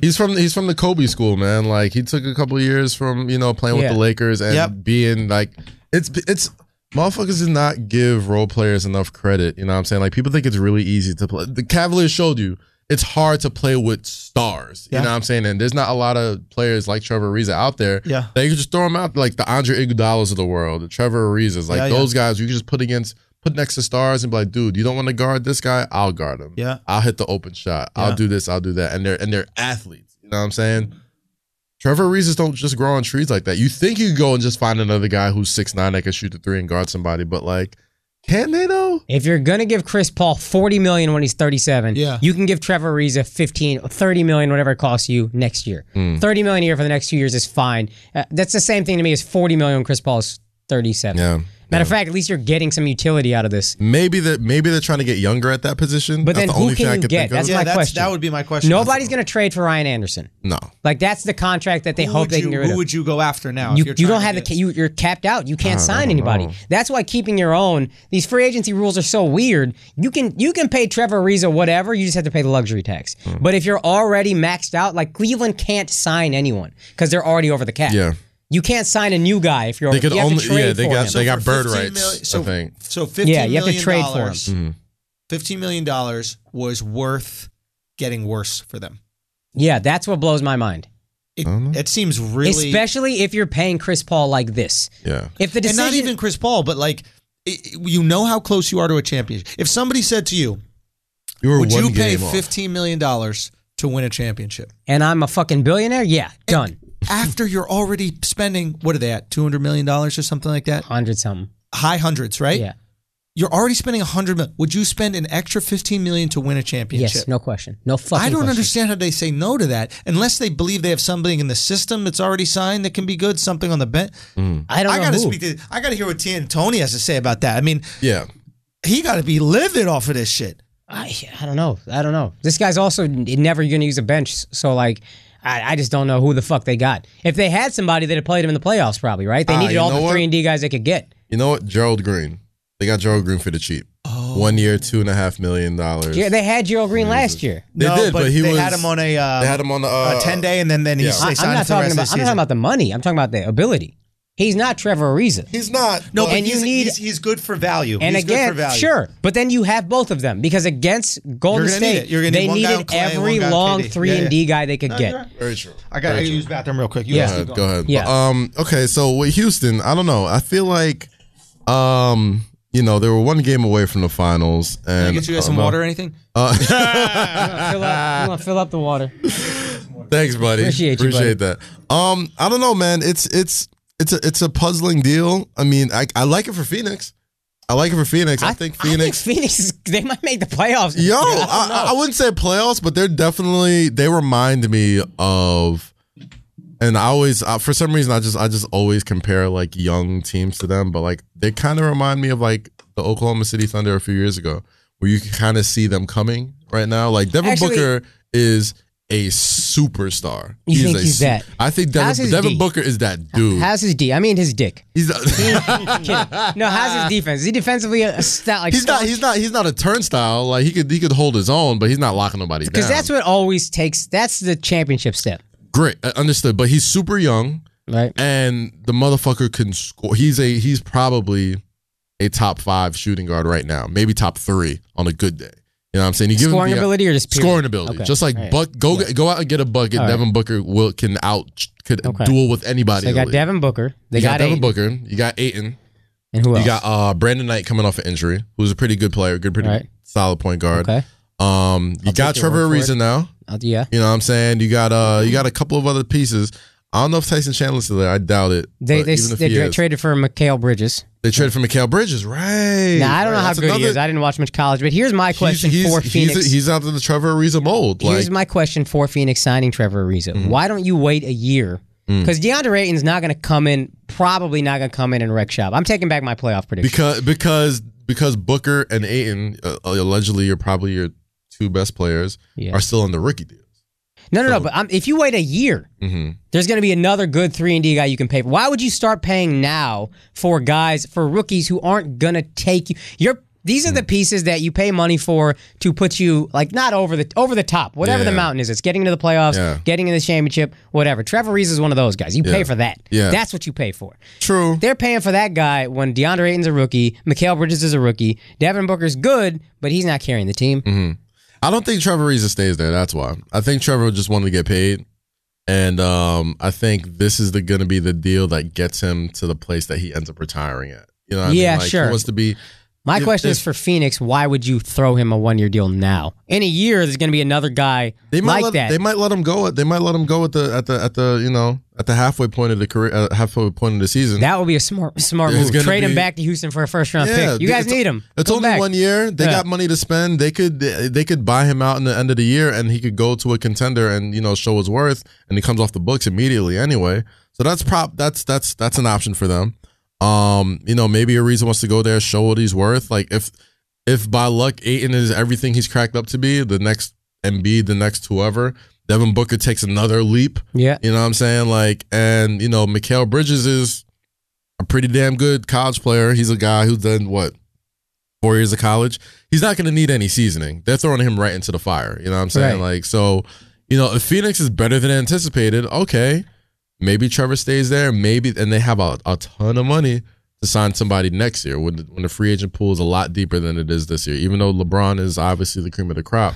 He's from he's from the Kobe school, man. Like he took a couple of years from you know playing
Yeah.
with the Lakers and
Yep.
being like it's it's motherfuckers do not give role players enough credit. You know what I'm saying? Like people think it's really easy to play. The Cavaliers showed you it's hard to play with stars. You know what I'm saying? And there's not a lot of players like Trevor Ariza out there.
Yeah.
that you can just throw them out like the Andre Iguodala's of the world, the Trevor Ariza's, like
Yeah, yeah.
those guys you can just put against. Put next to stars and be like, dude, you don't want to guard this guy? I'll guard him.
Yeah.
I'll hit the open shot.
Yeah.
I'll do this. I'll do that. And they're and they're athletes. You know what I'm saying? Trevor Reese's don't just grow on trees like that. You think you go and just find another guy who's six nine that can shoot the three and guard somebody, but like, can they though?
If you're going to give Chris Paul 40 million when he's 37,
Yeah.
you can give Trevor Ariza 15, 30 million, whatever it costs you next year.
Hmm.
30 million a year for the next two years is fine. Uh, that's the same thing to me as 40 million when Chris Paul is 37.
Yeah.
Matter of fact, at least you're getting some utility out of this.
Maybe that maybe they're trying to get younger at that position.
But
That's
then
the
who
only
can
thing I
you
could
get?
think of.
That's
yeah,
my
that's,
question.
that would be my question.
Nobody's going to trade for Ryan Anderson.
no.
Like that's the contract that they
Who
hope
would
they
you-
can get rid
Who
of.
would you go after now? if
You,
you're
you don't
trying to
have the
get-
ca- you, you're capped out. You
Oh,
can't sign anybody. That's why keeping your own. These free agency rules are so weird. You can you can pay Trevor Ariza whatever. You just have to pay the luxury tax.
Hmm.
But if you're already maxed out, like Cleveland can't sign anyone because they're already over the cap.
Yeah.
you can't sign a new guy if you're.
They could
you have to
only
trade
yeah, they
for
got
him.
they got
for
bird
15
rights,
million- so,
I think. Mm-hmm.
So fifteen
Yeah, you have to
million
trade for 'em.
dollars. Fifteen million dollars was worth getting worse for them.
Yeah, that's what blows my mind.
It,
Oh,
it seems really,
Especially if you're paying Chris Paul like this.
Yeah.
If the
and
decision
not even Chris Paul, but like it, it- you know how close you are to a championship. If somebody said to you,
You were
"Would
one
you pay
game off.
fifteen million dollars to win a championship?"
and I'm a fucking billionaire, yeah, done.
After you're already spending what are they at two hundred million dollars or something like that,
Hundred something.
high hundreds, right?
Yeah.
You're already spending a hundred million. Would you spend an extra fifteen million to win a championship?
Yes, no question. No fucking
I don't
question.
understand how they say no to that unless they believe they have something in the system that's already signed that can be good, something on the bench.
I don't
I
know
gotta
who.
speak to I gotta hear what T and Tony has to say about that. I mean,
Yeah.
he gotta be livid off of this shit.
I, I don't know. I don't know. This guy's also n- never going to use a bench. So, like, I, I just don't know who the fuck they got. If they had somebody, they'd have played him in the playoffs, probably, right? They
Ah,
needed
you
all
know
the
what?
3 and D guys they could get.
You know what? Gerald Green. They got Gerald Green for the cheap. One year, two and a half million dollars.
Oh. Yeah, they had Gerald Green last year.
They
no,
did,
but,
but, he
they
was
had him on a, uh,
they had him on the uh,
a ten day and then then he
yeah.
they
I,
signed
am
him
not
for the
talking
rest of the
about. I'm not
season.
talking about the money. I'm talking about the ability. He's not Trevor Ariza.
He's not.
No,
but
but
and you
he's,
need-
he's, he's good for value.
And
He's good for
again,
value.
sure, but then you have both of them because against Golden
You're gonna need
State,
it. You're gonna need
they
one guy on
needed
Clay and
every
one guy on
long
KD.
three
Yeah,
and
yeah.
D guy they could get.
you're right.
very true.
I got to use bathroom real quick. You
Yeah.
guys
Go
keep
ahead.
going.
Go ahead.
Yeah.
Um. Okay. So with Houston, I don't know. I feel like, um, you know, they were one game away from the finals,
Can I
and
get you guys
I
some
don't know.
water or anything?
Fill up, come on, fill up the water.
Thanks, buddy.
Appreciate you, buddy.
Appreciate that. Um, I don't know, man. It's it's it's a it's a puzzling deal. I mean, I I like it for Phoenix. I like it for Phoenix. I, think Phoenix.
Phoenix is, they might make the playoffs.
yo,
Yeah, don't
I, I
know.
wouldn't say playoffs, but they're definitely they remind me of. And I always, uh, for some reason, I just I just always compare like young teams to them, but like they kind of remind me of like the Oklahoma City Thunder a few years ago, where you can kind of see them coming right now. Like Devin
Actually-
Booker is a superstar.
You think
a
he's
su-
that?
I think
How's
Devin,
his
Devin
D?
Booker is that dude.
how's his D? I mean his dick.
He's not,
No, how's his defense? Is he defensively a, a stout like
he's not he's not he's not a turnstile. Like he could he could hold his own, but he's not locking nobody down.
because that's what always takes. That's the championship step,
great uh, understood. But he's super young,
right?
and the motherfucker can score. He's a he's probably a top five shooting guard right now, maybe top three on a good day. You know what I'm saying? You give him
Scoring
the- uh,
ability or just period?
Scoring ability,
Okay.
just like
All right.
Buck, go get- go out and get a bucket.
All right.
Devin Booker will can out could
Okay.
duel with anybody.
They
in the
got
league.
Devin Booker. They
you got,
got,
Devin
Aiden.
Booker. You got Aiton.
And who else?
You got uh Brandon Knight coming off an injury, who's a pretty good player, good, pretty
Right.
solid point guard.
okay.
Um, you
I'll
got
take your
Trevor
word
Ariza
for it.
now.
Uh, yeah.
You know what I'm saying? You got uh, you got a couple of other pieces. I don't know if Tyson Chandler's still there. I doubt it.
They
But
they,
even if
they
he
dra-
is-
traded for Mikhail Bridges.
they traded for Mikael Bridges, right?
Now I don't know
Right.
how
That's
good he
another-
is. I didn't watch much college, but here's my
he's-
question
he's,
for
he's,
Phoenix.
He's out of the Trevor Ariza mold. Like,
Here's my question for Phoenix signing Trevor Ariza.
Mm-hmm.
Why don't you wait a year?
Mm.
Because DeAndre Ayton's not going to come in, probably not going to come in and wreck shop. I'm taking back my playoff prediction.
because because because Booker and Aiton uh, allegedly are probably your two best players
Yeah.
are still on the rookie deals.
no, no, no. But um, if you wait a year,
Mm-hmm.
there's going to be another good three and D guy you can pay. for. Why would you start paying now for guys for rookies who aren't going to take you? You're these
Mm.
are the pieces that you pay money for to put you like not over the over the top, whatever the
Yeah.
mountain is. It's getting to the playoffs,
Yeah.
getting in the championship, whatever. Trevor Ariza is one of those guys. You pay
Yeah.
for that.
Yeah.
that's what you pay for.
True.
They're paying for that guy when DeAndre Ayton's a rookie, Mikael Bridges is a rookie, Devin Booker's good, but he's not carrying the team.
I don't think Trevor Ariza stays there. That's why. I think Trevor just wanted to get paid, and um, I think this is the going to be the deal that gets him to the place that he ends up retiring at. You know, what I mean?
Yeah,
Like, he
sure.
Wants to be
My
If-
question is
if-
for Phoenix, why would you throw him a one year deal now? In a year, there's going to be another guy
they might
like
let,
that.
they might let him go. At, they might let him go at the at the at the you know at the halfway point of the career uh, halfway point of the season.
that would be a smart smart
It's
move.
gonna
Trade him
be-
back to Houston for a first round
Yeah,
pick. You guys
it's-
need him.
it's
Come
only
back.
one year. They
Yeah.
got money to spend. They could they could buy him out in the end of the year, and he could go to a contender and you know show his worth. And he comes off the books immediately anyway. So that's prop. That's that's that's an option for them. Um, you know, maybe a reason wants to go there, show what he's worth. Like if if by luck Aiton is everything he's cracked up to be, the next Embiid, the next whoever, Devin Booker takes another leap.
Yeah.
You know what I'm saying? Like, and you know, Mikael Bridges is a pretty damn good college player. He's a guy who's done what four years of college. He's not going to need any seasoning. They're throwing him right into the fire. You know what I'm saying?
Right.
Like, so you know, if Phoenix is better than anticipated, okay, maybe Trevor stays there. Maybe, and they have a, a ton of money to sign somebody next year when the, when the free agent pool is a lot deeper than it is this year. Even though LeBron is obviously the cream of the crop,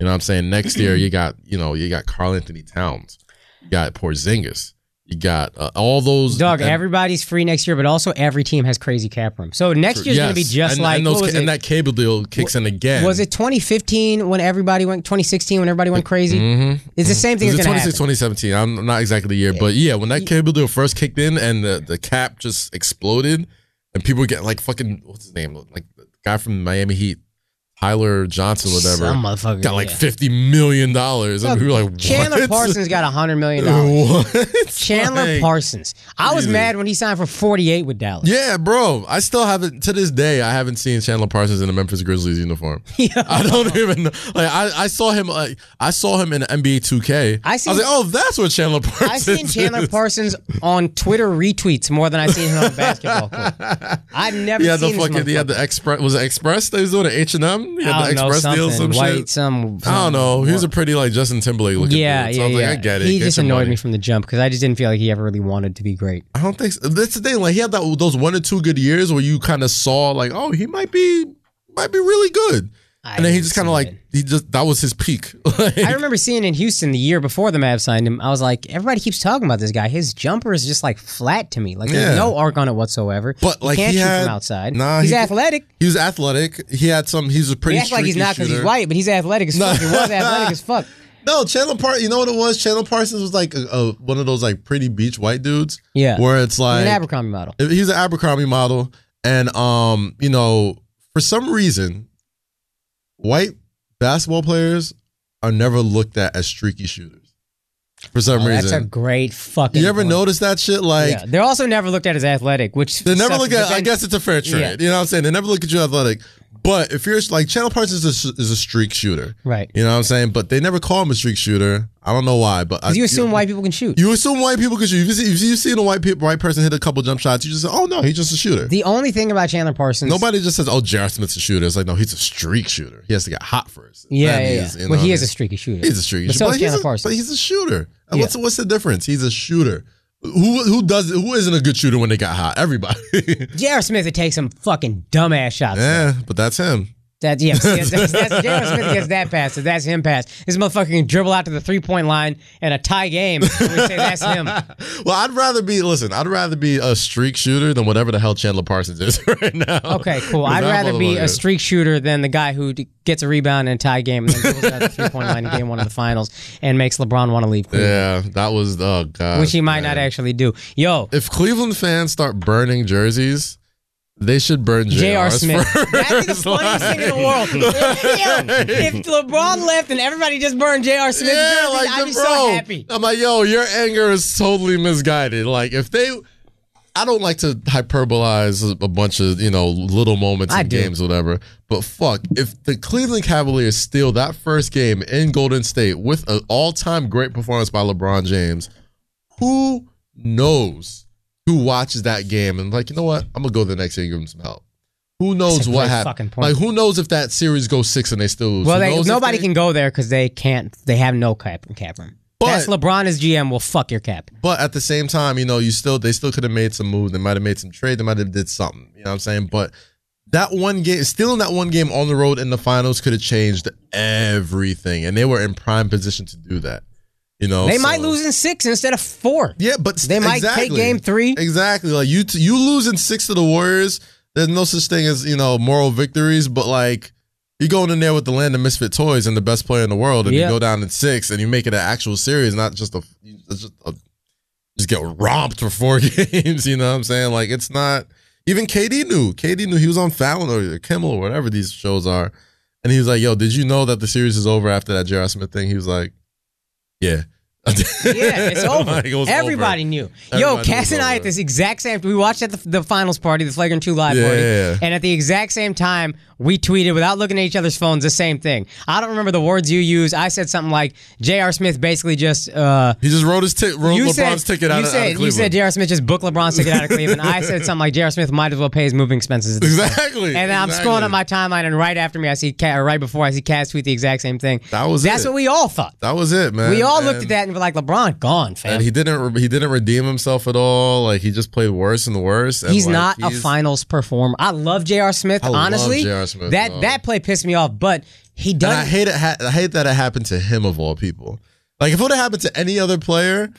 you know what I'm saying? Next year you got you know you got Carl Anthony Towns, you got Porzingis, you got uh, all those
Dog,
and-
everybody's free next year, but also every team has crazy cap room. So next year's going to be
Yes.
just
and,
like
and,
what
those,
was
and
it?
that cable deal kicks in again.
was it 2015 when everybody went 2016 when everybody went crazy?
Mhm.
It's the same thing
Is
that's
it
going to happen.
26, 2017? I'm not exactly the year, but yeah, when that cable deal first kicked in and the, the cap just exploded, and people get like fucking what's his name, like the guy from Miami Heat, Tyler Johnson, whatever,
Some motherfucker
got like
yeah.
fifty million dollars, and we were like,
Chandler
what?
Parsons got a hundred million dollars.
What?
Chandler
Like,
Parsons. I was
Jesus.
mad when he signed for forty eight with Dallas.
Yeah, bro. I still haven't to this day. I haven't seen Chandler Parsons in a Memphis Grizzlies uniform. I don't even know. Like I, I saw him. Like I saw him in NBA 2K.
I seen-
was like, oh, that's what Chandler Parsons.
I seen Chandler
is.
Parsons on Twitter retweets more than I seen him on a basketball court. I've never
He had the
seen this
fucking. He had
motherfucker.
the express. Was it express? They was doing at H and M. something? He had
I
the
don't know
Express deal,
something
some
white
shit.
some.
I don't know. He was a pretty like Justin Timberlake looking
Yeah,
dude.
yeah,
So I'm like,
yeah.
I get it.
He
Get
just
your
annoyed
money.
me from the jump because I just didn't feel like he ever really wanted to be great.
I don't think so. that's the thing. Like he had that those one or two good years where you kind of saw like, oh, he might be might be really good,
I
and then he
didn't
just kind
see
of like
it.
he just that was his peak. Like,
I remember seeing in Houston the year before the Mavs signed him. I was like, everybody keeps talking about this guy. His jumper is just like flat to me. Like
Yeah.
there's no arc on it whatsoever.
But, like,
he can't
he
shoot
had-
from outside.
Nah,
he's
he-
athletic.
he was athletic. He had some. He's a pretty.
He acts like he's
streaky
not because he's
shooter.
white, but he's athletic as fuck. He was athletic as fuck.
No, Chandler Par. You know what it was? Chandler Parsons was like a, a, one of those like pretty beach white dudes.
Yeah.
Where it's
He's
like
an Abercrombie model.
If he's an Abercrombie model, and um, you know, for some reason, white basketball players are never looked at as streaky shooters. For some
Oh, that's a
reason,
great fucking.
you ever
point.
notice that shit? Like
yeah. They're also never looked at as athletic, which
they never
sucks,
look
but
at. I
then-
guess it's a fair trade.
Yeah.
You know what I'm saying? They never look at you athletic. But if you're like Channel Parsons is a, is a streak shooter.
right.
You know what I'm saying? But they never call him a streak shooter. I don't know why. But I-
'Cause you assume white people can shoot.
You assume white people can shoot. If you see, if you see a white people, white person hit a couple jump shots, you just say, "Oh no, he's just a shooter."
the only thing about Chandler Parsons,
Nobody just says, "Oh, Jared Smith's a shooter." It's like, no, he's a streak shooter. He has to get hot first.
yeah,
Then
yeah, yeah.
he's, you
well,
know,
he is a streaky shooter.
he's a streak
But
shooter.
so
But,
is
he's
Chandler
a, but
Parsons.
he's a shooter. And What's what's the difference? He's a shooter. Who who does who isn't a good shooter when they got hot? Everybody.
J.R. Smith would take some fucking dumbass shots.
yeah, but that's him.
That yeah, see, that's, that's, that's J.R. Smith gets that pass, so that's him pass. This motherfucker can dribble out to the three point line in a tie game. We say that's him.
Well, I'd rather be listen. I'd rather be a streak shooter than whatever the hell Chandler Parsons is right now.
Okay, cool.
'Cause
I'd
that
rather be a
motherfucker-
streak shooter than the guy who d- gets a rebound in a tie game and then dribbles out the three point line in game one of the finals and makes LeBron want to leave, Cleveland,
Yeah, that was oh god.
which he might
man.
not actually do. Yo,
if Cleveland fans start burning jerseys, they should burn
J.R.
JR's
Smith.
first.
That'd be the funniest thing in the world. If, if LeBron left and everybody just burned J.R. Smith's
Yeah,
jersey,
like
I'd
the
be
bro.
so happy.
I'm like, yo, your anger is totally misguided. Like if they, I don't like to hyperbolize a bunch of you know little moments
I
in
do.
games, whatever. But fuck, if the Cleveland Cavaliers steal that first game in Golden State with an all-time great performance by LeBron James, who knows who watches that game and like, you know what? I'm gonna go the next year and give them some help. Who knows
That's a
what
great
happened?
fucking point.
Like, who knows if that series goes six and they still lose?
Well,
Who
they,
knows if
nobody
they-
can go there because they can't. They have no cap, cap room.
But-
That's LeBron as GM will fuck your cap.
But at the same time, you know, you still they still could have made some moves. They might have made some trade. They might have did something. You know what I'm saying? But that one game, still in that one game on the road in the finals, could have changed everything. And they were in prime position to do that. You know,
They
Oh, so-
might lose in six instead of four.
Yeah, but
They might take game three.
Exactly. Like you, t- you losing six to the Warriors. There's no such thing as you know moral victories, but like. You going in there with the land of misfit toys and the best player in the world, and
Yeah.
you go down in six, and you make it an actual series, not just a, it's just a just get romped for four games. You know what I'm saying? Like it's not even KD knew. KD knew he was on Fallon or Kimmel or whatever these shows are, and he was like, "Yo, did you know that the series is over after that J.R. Smith thing?" He was like, "Yeah."
Yeah, it's over.
Like, it was
Everybody knew.
Everybody
Yo,
was
Cass and I
over.
at this exact same. We watched at the, the finals party, the flagrant two live
Yeah,
party,
yeah, yeah.
and at the exact same time, we tweeted without looking at each other's phones the same thing. I don't remember the words you used. I said something like J.R. Smith basically just. uh
He just wrote his tick, wrote
you
LeBron's
said,
ticket out,
you
of-
said,
out of
You said
Cleveland.
J.R. Smith just booked LeBron's ticket out of Cleveland. I said something like J.R. Smith might as well pay his moving expenses. at this point."
exactly.
And then I'm
exactly.
scrolling up my timeline, and right after me, I see Cat, or right before I see Cass tweet the exact same thing.
That was
That's
it.
what we all thought.
That was it, man.
We all looked
And-
at that and were like, LeBron gone, fam.
And he didn't. He didn't redeem himself at all. Like he just played worse and worse. And
He's
like,
not a
he's-
finals performer. I love J.R. Smith.
I love
honestly,
J.R. Smith,
that
dog.
that play pissed me off, but he
And I
does.
hate it. ha- I hate that it happened to him of all people. Like if it would have happened to any other player,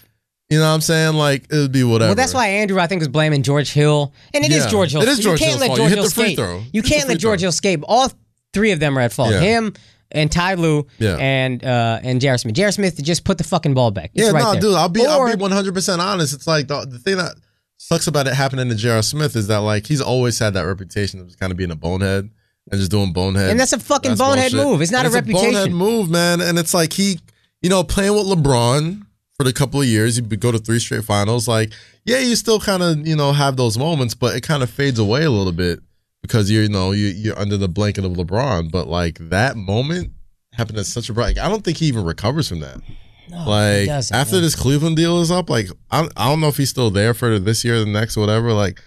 you know what I'm saying? Like it would be whatever.
Well, that's why Andrew, I think, was blaming George Hill, and it is
Yeah.
George Hill.
It is George
you
Hill's
can't let
fault.
George
You hit
Hill
the free
escape.
throw.
You
Hit the
can't
free
let George
throw.
Hill escape. All three of them are at fault.
Yeah.
Him and Ty Lue
Yeah.
and uh, and J.R. Smith. J.R. Smith just put the fucking ball back. It's
Yeah,
right
no,
there.
dude. I'll be. I'll
Or-
be 100 percent honest. It's like the, the thing that sucks about it happening to J.R. Smith is that like he's always had that reputation of just kind of being a bonehead and just doing bonehead.
And that's a fucking
That's
bonehead
bullshit.
move. It's not
And
a
bonehead
reputation.
move, man. And it's like he, you know, playing with LeBron for the couple of years, you go to three straight finals. Like, yeah, you still kind of, you know, have those moments, but it kind of fades away a little bit because you're, you know, you, you're under the blanket of LeBron. But like that moment happened at such a bright. Like, I don't think he even recovers from that. like
doesn't,
after
man.
this Cleveland deal is up, like I, I don't know if he's still there for this year, or the next, or whatever. Like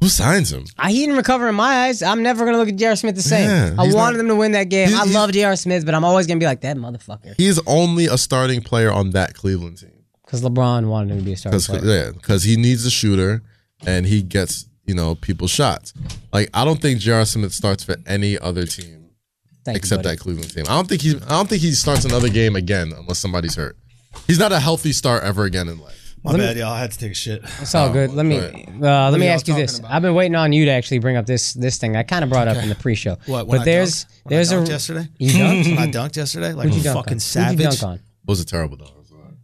Who signs him?
I, he didn't recover in my eyes. I'm never gonna look at J.R. Smith the same.
Yeah,
I
he's
wanted
not-
him to win that game.
He-
I
he's-
love J.R. Smith, but I'm always gonna be like that motherfucker
He is only a starting player on that Cleveland team
because LeBron wanted him to be a star.
because yeah, because he needs a shooter and he gets you know people shots. Like I don't think J.R. Smith starts for any other team except that Cleveland team. I don't think he. I don't think he starts another game again unless somebody's hurt. He's not a healthy start ever again in life.
My bad, y'all. I had to take a shit.
It's all good. Let me
go
uh,
ahead.
let me
y'all
ask you this.
talking about?
I've been waiting on you to actually bring up this this thing. I kind of brought up in the pre-show.
What? When
But
I
there's
dunked? When I
there's a
dunked yesterday.
You dunked?
when I dunked yesterday, like
Who'd
a
you dunk
fucking
on? Who'd you
savage.
dunk on?
Those are terrible though.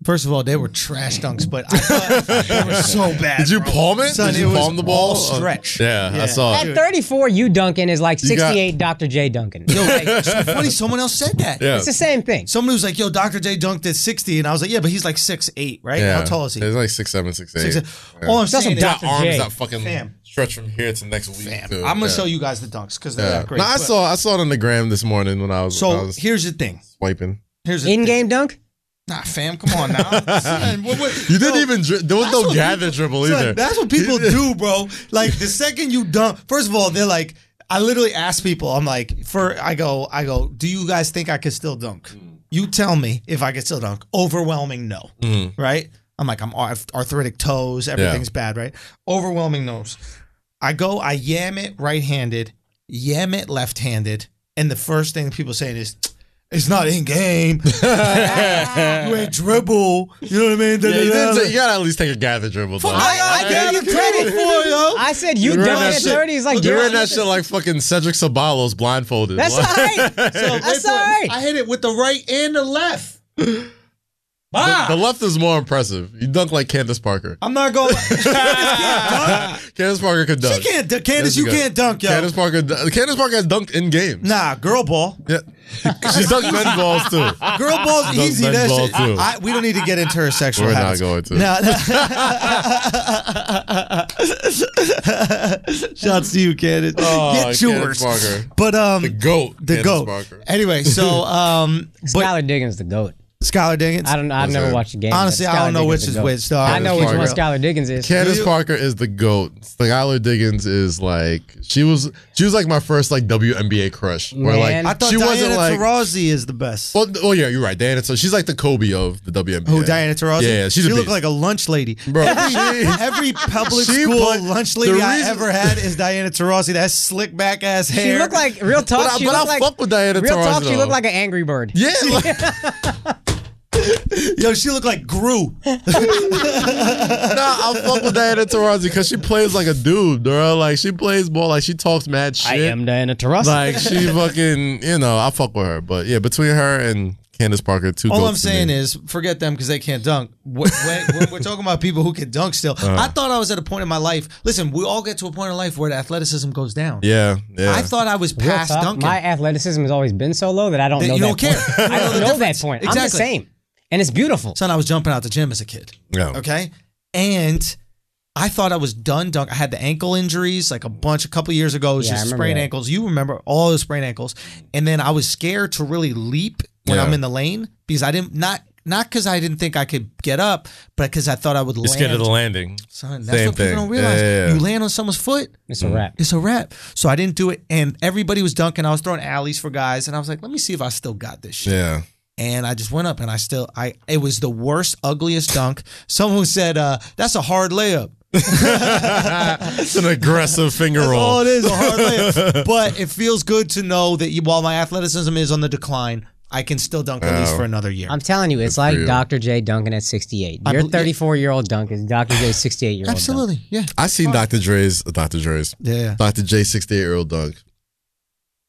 First of all, they were trash dunks, but I thought they were so bad.
Did you
bro.
palm it?
Son,
Did you
it was
palm the ball?
all stretch.
Yeah, I
Yeah.
saw
At
it.
34, you Duncan is like
got-
68 Dr. J Duncan.
Yo, like, it's so funny. Someone else said that.
Yeah.
It's the same thing.
Somebody was like, "Yo, Dr. J dunked at 60," and I was like, "Yeah, but he's like six eight, right?
yeah.
How tall is he?"
He's like six seven, six eight.
Six,
Yeah.
All I'm
That's
saying
some
is,
Dr.
that arms
J.
that fucking
Fam.
stretch from here to next week. too.
I'm gonna
Yeah.
show you guys the dunks because they're
Yeah.
not great.
No, I
but-
saw I saw it on the gram this morning when I was, I
So
was
here's the thing.
swiping.
Here's the
In
thing.
game dunk?
Nah, fam, come on now. Son, what- what-
You didn't
yo,
even dri- there was
that's
no
what
gather dribble
son,
either.
That's what people do, bro. Like the second you dunk, first of all, they're like, I literally ask people, I'm like, for I go, I go, do you guys think I could still dunk? You tell me if I could still dunk. Overwhelming no,
Mm-hmm.
right? I'm like, I'm arth- arthritic toes, everything's bad, right? Overwhelming no's. I go, I yam it right-handed, yam it left-handed, and the first thing people saying is. It's not in game. you ain't dribble. You know what I mean?
Yeah, you, didn't say- you gotta at least take a gather dribble. though.
I, I gave you credit for it, yo.
I said you
You ran
dunk
that
at
shit-
30 is like
you
J.R.
ran that
Smith.
shit like fucking Cedric Sabalos blindfolded.
That's all
Like-
right. That's all right.
I hit it with the right and the left. Bah!
The left is more impressive. You dunk like Candace Parker.
I'm not going. she can't dunk.
Candace Parker could
She
dunk.
can't dunk. Candace, you
Jessica.
can't dunk, yo.
Candace Parker. Candace Parker has dunked in games.
Nah, girl ball.
Yeah. She's dunked men balls too.
Girl ball's
Dunk
easy.
men
That
ball,
shit.
too.
I, we don't need to get into her sexual
We're not
habits.
going to.
No. Shouts to you, Candace.
Oh,
get
Candace
yours.
Parker.
But um,
The goat.
the
Candace
goat.
Parker.
Anyway, so um, but
Skylar Diggins the GOAT.
Skylar Diggins.
I don't know. I've
That's
never
it.
watched a game. but
Honestly, I
Skylar
don't know
Diggins
which
the
is
GOAT.
which. Though.
I know which
Parker.
one Skylar Diggins is.
Candace
You-
Parker is the goat. Skylar Diggins is like she was. She was like my first like WNBA crush. Where like
Man.
I thought
she
Diana
wasn't like.
Taurasi is the best.
Well, oh yeah, you're right, Diana. So she's like the Kobe of the WNBA.
Who Diana Taurasi?
Oh, Yeah, yeah, she's
she
a
looked
beast.
like a lunch lady.
Bro, she-
Every public
She
school
put-
lunch
the
lady I
reason-
ever had is Diana Taurasi. That slick back ass hair.
She looked like real talk.
But I-
she
but I
looked like,
fuck with Diana
Real talk.
Taurasi,
She looked
though.
like an angry bird.
yeah, like,
yo, she looked like Gru.
nah, I fuck with Diana Taurasi because she plays like a dude, bro. Like she plays ball, like she talks mad shit.
I am Diana Taurasi.
Like she fucking, you know, I fuck with her, but yeah, between her and Candace Parker, two.
All I'm saying is, forget them because they can't dunk. When, when, when we're talking about people who can dunk still,
Uh-huh.
I thought I was at a point in my life. Listen, we all get to a point in life where the athleticism goes down.
yeah, yeah.
I thought I was
Real
past
talk,
dunking.
My athleticism has always been so low that I don't
That
know
you
that
don't care.
point.
You
I
don't know
don't
the
know that
difference.
point. I'm the
Exactly.
same, and it's
Mm.
beautiful.
Son, I was jumping out the gym as a kid.
Yeah.
Okay. And I thought I was done dunk. I had the ankle injuries like a bunch a couple years ago. It was
Yeah, I
just
remember
sprained
that.
ankles. You remember all the sprained ankles. And then I was scared to really leap when
Yeah.
I'm in the lane because I didn't not not because I didn't think I could get up, but because I thought I would land.
landing.
Son, that's
Same
what people
thing.
don't realize.
Yeah, yeah, yeah.
You land on someone's foot,
it's a wrap.
it's a wrap. So I didn't do it. And everybody was dunking. I was throwing alleys for guys. And I was like, let me see if I still got this shit
Yeah.
and I just went up and I still I it was the worst ugliest dunk. Someone said uh that's a hard layup.
it's an aggressive finger
That's all
roll.
Oh, it is, a hard layup. But it feels good to know that you, while my athleticism is on the decline, I can still dunk at least for another year.
I'm telling you, it's like Dr. J Duncan at 68. Your
bel- yeah.
34 year old Duncan, is Dr. J's 68 year old.
Absolutely. Yeah.
I seen Dr. Dre's, uh, Dr. Dre's,
Yeah.
Dr. J, 68 year old dunk.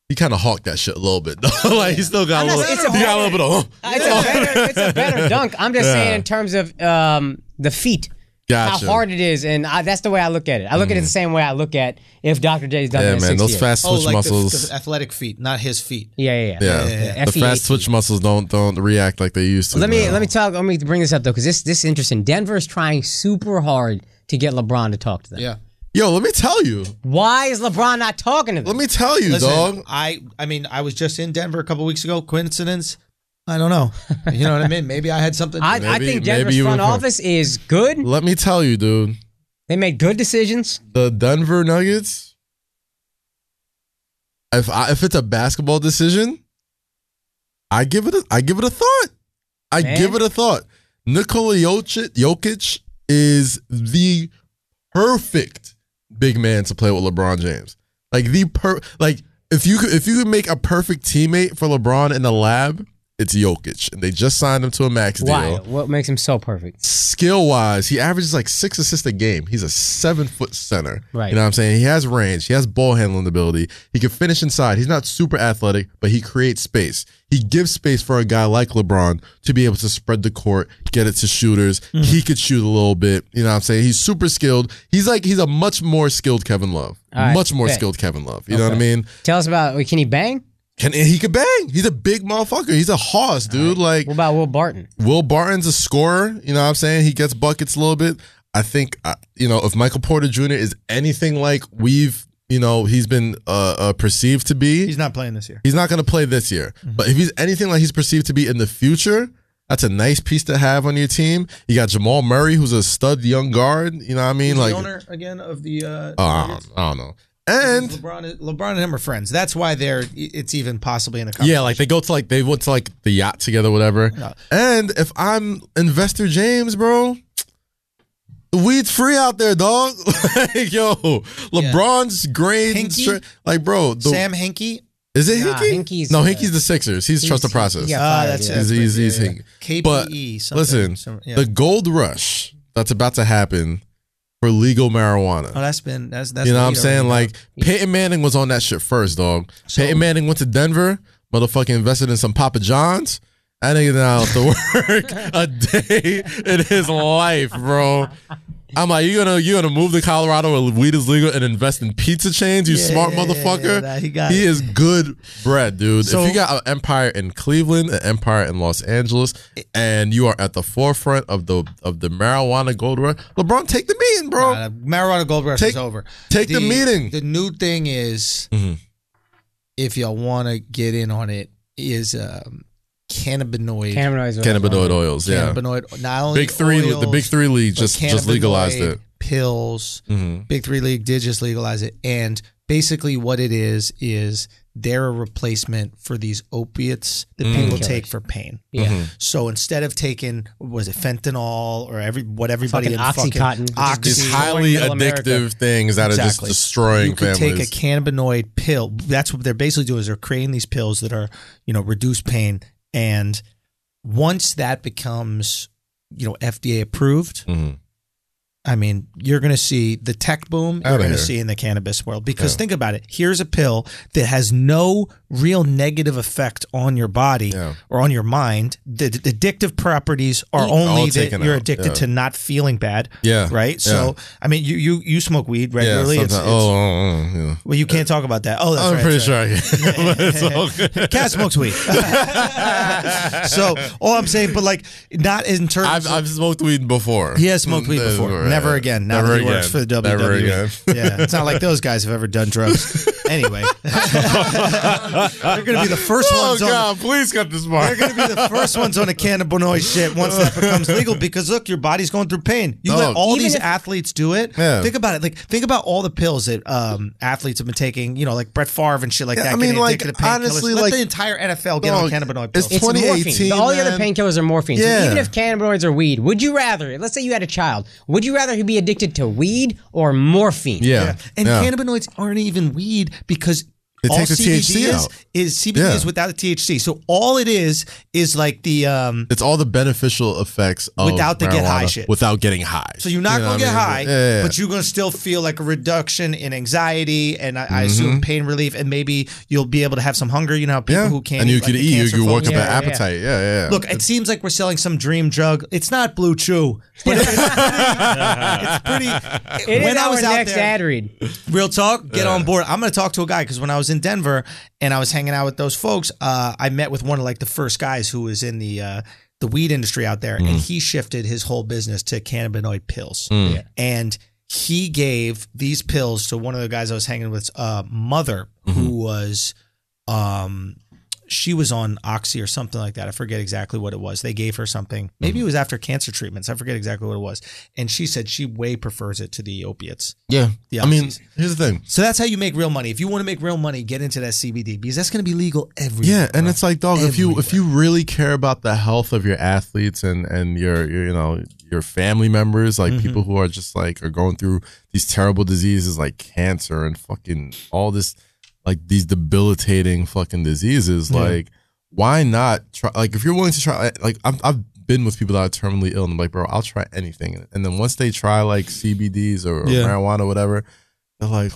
He kind of hawked that shit a little bit, though. like, he still got a
I'm not
little,
saying it's a
he got a little bit of,
Duncan. It's, a better, it's a better dunk. I'm just
Yeah.
saying in terms of um, the feet.
gotcha. Mm.
How hard it is, and I, that's the way I look at it. I look at it the same way I look at if Dr. J's dunking
yeah,
at
man.
68.
Those fast
Oh,
switch
like the,
muscles.
the athletic feet, not his feet.
yeah, yeah, yeah. E
yeah. The
FEH.
fast switch muscles don't don't react like they used to.
Let me
man.
let me talk. Let me bring this up though, because this this is interesting. Denver's trying super hard to get LeBron to talk to them.
Yeah.
Yo, let me tell you.
Why is LeBron not talking to them?
Let me tell you,
Listen,
dog.
I I mean, I was just in Denver a couple weeks ago. Coincidence? I don't know. You know what I mean? Maybe I had something.
I, I
Maybe-
think Denver's
maybe you
front
were-
office is good.
Let me tell you, dude.
They make good decisions.
The Denver Nuggets. If I, if it's a basketball decision, I give it a, I give it a thought. I
Man.
give it a thought. Nikola Jokic, Jokic is the perfect big man to play with LeBron James. Like the per like if you could if you could make a perfect teammate for LeBron in the lab, it's Jokic. And they just signed him to a max
Why?
deal
What makes him so perfect?
skill wise, he averages like six assists a game. He's a seven foot center.
Right.
You know what I'm saying? He has range. He has ball handling ability. He can finish inside. He's not super athletic, but he creates space. He gives space for a guy like LeBron to be able to spread the court, get it to shooters.
Mm-hmm.
He could shoot a little bit. You know what I'm saying? He's super skilled. He's like he's a much more skilled Kevin Love.
All right,
Much more
bet.
skilled Kevin Love. You know what I mean?
Tell us about. Can he bang?
And, and he could bang. He's a big motherfucker. He's a hoss, dude. Like
What about Will Barton?
Will Barton's a scorer. You know what I'm saying? He gets buckets a little bit. I think, uh, you know, if Michael Porter Jr. is anything like we've, you know, he's been uh, uh, perceived to be,
He's not playing this year.
he's not going to play this year. But if he's anything like he's perceived to be in the future, that's a nice piece to have on your team. You got Jamal Murray, who's a stud young guard. You know what I mean? like,
again of the. Uh,
Oh, I, don't, I don't know. And
LeBron, LeBron and him are friends. That's why they're. It's even possibly in the.
yeah, like they go to like they went to like the yacht together, whatever.
Yeah.
And if I'm investor James, bro, the weed's free out there, dog. like, yo, LeBron's grades,
Hinkie?
tra- like, bro, the,
Sam Hinkie.
is it
Nah,
Hinkie?
Hinkie's,
no,
uh,
Hinkie's the Sixers. He's, trust the process.
Yeah,
Ah, that's
He's,
it.
he's, he's
Yeah, yeah.
Hinkie.
KPE.
But
E something.
listen,
Some- yeah.
the gold rush that's about to happen for legal marijuana.
oh, that's been that's that's.
you know what
the
I'm
lead
saying?
already.
Like Peyton Manning was on that shit first, dog. Peyton Manning went to Denver, motherfucking invested in some Papa John's. That nigga now have to work a day in his life, bro. I'm like, you gonna you gonna move to Colorado where weed is legal and invest in pizza chains? You
Yeah,
smart
yeah, yeah,
motherfucker.
yeah, that- he got it.
is good bread, dude.
So-
if you got an empire in Cleveland, an empire in Los Angeles, and you are at the forefront of the of the marijuana gold rush, LeBron, take the meeting, bro.
Nah, Uh, marijuana gold rush
Take-
is over.
take the meeting. Mm-hmm.
The new thing is, if y'all want to get in on it, is um, cannabinoid.
Cannabinoids. are-
Cannabinoid oils, yeah.
cannabinoid. Not only
Big three,
oils,
the big three league
but
just just legalized
cannabinoid
it.
Pills.
Mm-hmm.
Big Three League did just legalize it. And basically, what it is, is they're a replacement for these opiates that people
Painkillers.
take for pain.
Mm. Yeah.
Mm-hmm.
So instead of taking, what was it fentanyl or every what everybody
Fucking
in fucking
Oxycontin.
Oxy,
These
Destroying
highly
middle
addictive
America.
things that are just
Exactly.
destroying
you could
families.
take a cannabinoid pill. That's what they're basically doing is they're creating these pills that are, you know, reduce pain. And once that becomes, you know, FDA approved,
Mhm.
I mean, you're going to see the tech boom you're
Outta
going to
here.
see in the cannabis world. Because think about it. Here's a pill that has no real negative effect on your body
Yeah.
or on your mind. The, the addictive properties are only that
taken
you're
out,
addicted
yeah.
to not feeling bad.
Yeah,
Right. So, I mean, you, you, you smoke weed
yeah,
regularly.
sometimes- oh, oh, oh, yeah.
well, you can't talk about that. Oh, that's
I'm
right,
pretty
that's
sure. I can. But it's all good.
Cat smokes weed. so all I'm saying, but like not in terms.
I've
of,
I've smoked weed before.
he has smoked weed before.
Never,
Never
yeah.
again. Now
Never
that he works for
again.
the E. WWE.
Never again.
Yeah, it's not like those guys have ever done drugs. Anyway, they're gonna be the first
Oh
ones. On,
God! Please cut this mark.
they're gonna be the first ones on a cannabinoid shit once that becomes legal. Because look, your body's going through pain. You let
Dog.
all
Even
these
if-
athletes do it.
Yeah.
Think about it. Like think about all the pills that um, athletes have been taking. You know, like Brett Favre and shit like
Yeah,
that.
I mean,
getting
like,
addicted to painkillers.
honestly,
let
like-
the entire NFL get on
Dog,
cannabinoid
it's
pills.
It's morphine.
2018,
All the other
man.
painkillers are morphine. So
Yeah.
even if cannabinoids are weed, would you rather, let's say you had a child, would you rather he be addicted to weed or morphine?
Yeah,
And
yeah.
cannabinoids aren't even weed because
It
all
takes the
CBD
THC
is,
out.
is CBD
Yeah.
is without the THC. So all it is is like the um.
It's all the beneficial effects of
Without the get high
marijuana
shit.
Without getting high.
So you're not
You know
gonna
what I
get
mean?
high,
Yeah, yeah, yeah.
but you're gonna still feel like a reduction in anxiety and I, I assume pain relief, and maybe you'll be able to have some hunger. You know, how people
Mm-hmm. yeah.
who can't
and you
eat,
could
like the
eat. You
cancer
could
folk.
work up an
Yeah.
yeah, yeah.
appetite. Yeah, yeah. yeah.
Look, it seems like we're selling some dream drug. It's not Blue Chew, but it's pretty. It's pretty
It is our next ad read.
Real talk, get on board. I'm going to talk to a guy because when I was in Denver and I was hanging out with those folks, uh, I met with one of like the first guys who was in the uh, the weed industry out there, and he shifted his whole business to cannabinoid pills, and he gave these pills to one of the guys I was hanging with, uh, mother who was um, she was on oxy or something like that. I forget exactly what it was. They gave her something. Maybe it was after cancer treatments. I forget exactly what it was. And she said she way prefers it to the opiates.
Yeah.
The
I mean,
oxys.
here's the thing.
So that's how you make real money. If you want to make real money, get into that CBD because that's going to be legal everywhere.
Yeah, and
bro.
it's like dog. If you if you really care about the health of your athletes and and your, your you know your family members,
Mm-hmm.
like people who are just like are going through these terrible diseases like cancer and fucking all this, like these debilitating fucking diseases. Like, why not try? Like, if you're willing to try, like I've I've been with people that are terminally ill, and I'm like, bro, I'll try anything. And then once they try like CBDs or, or
Yeah.
marijuana, or whatever, they're like,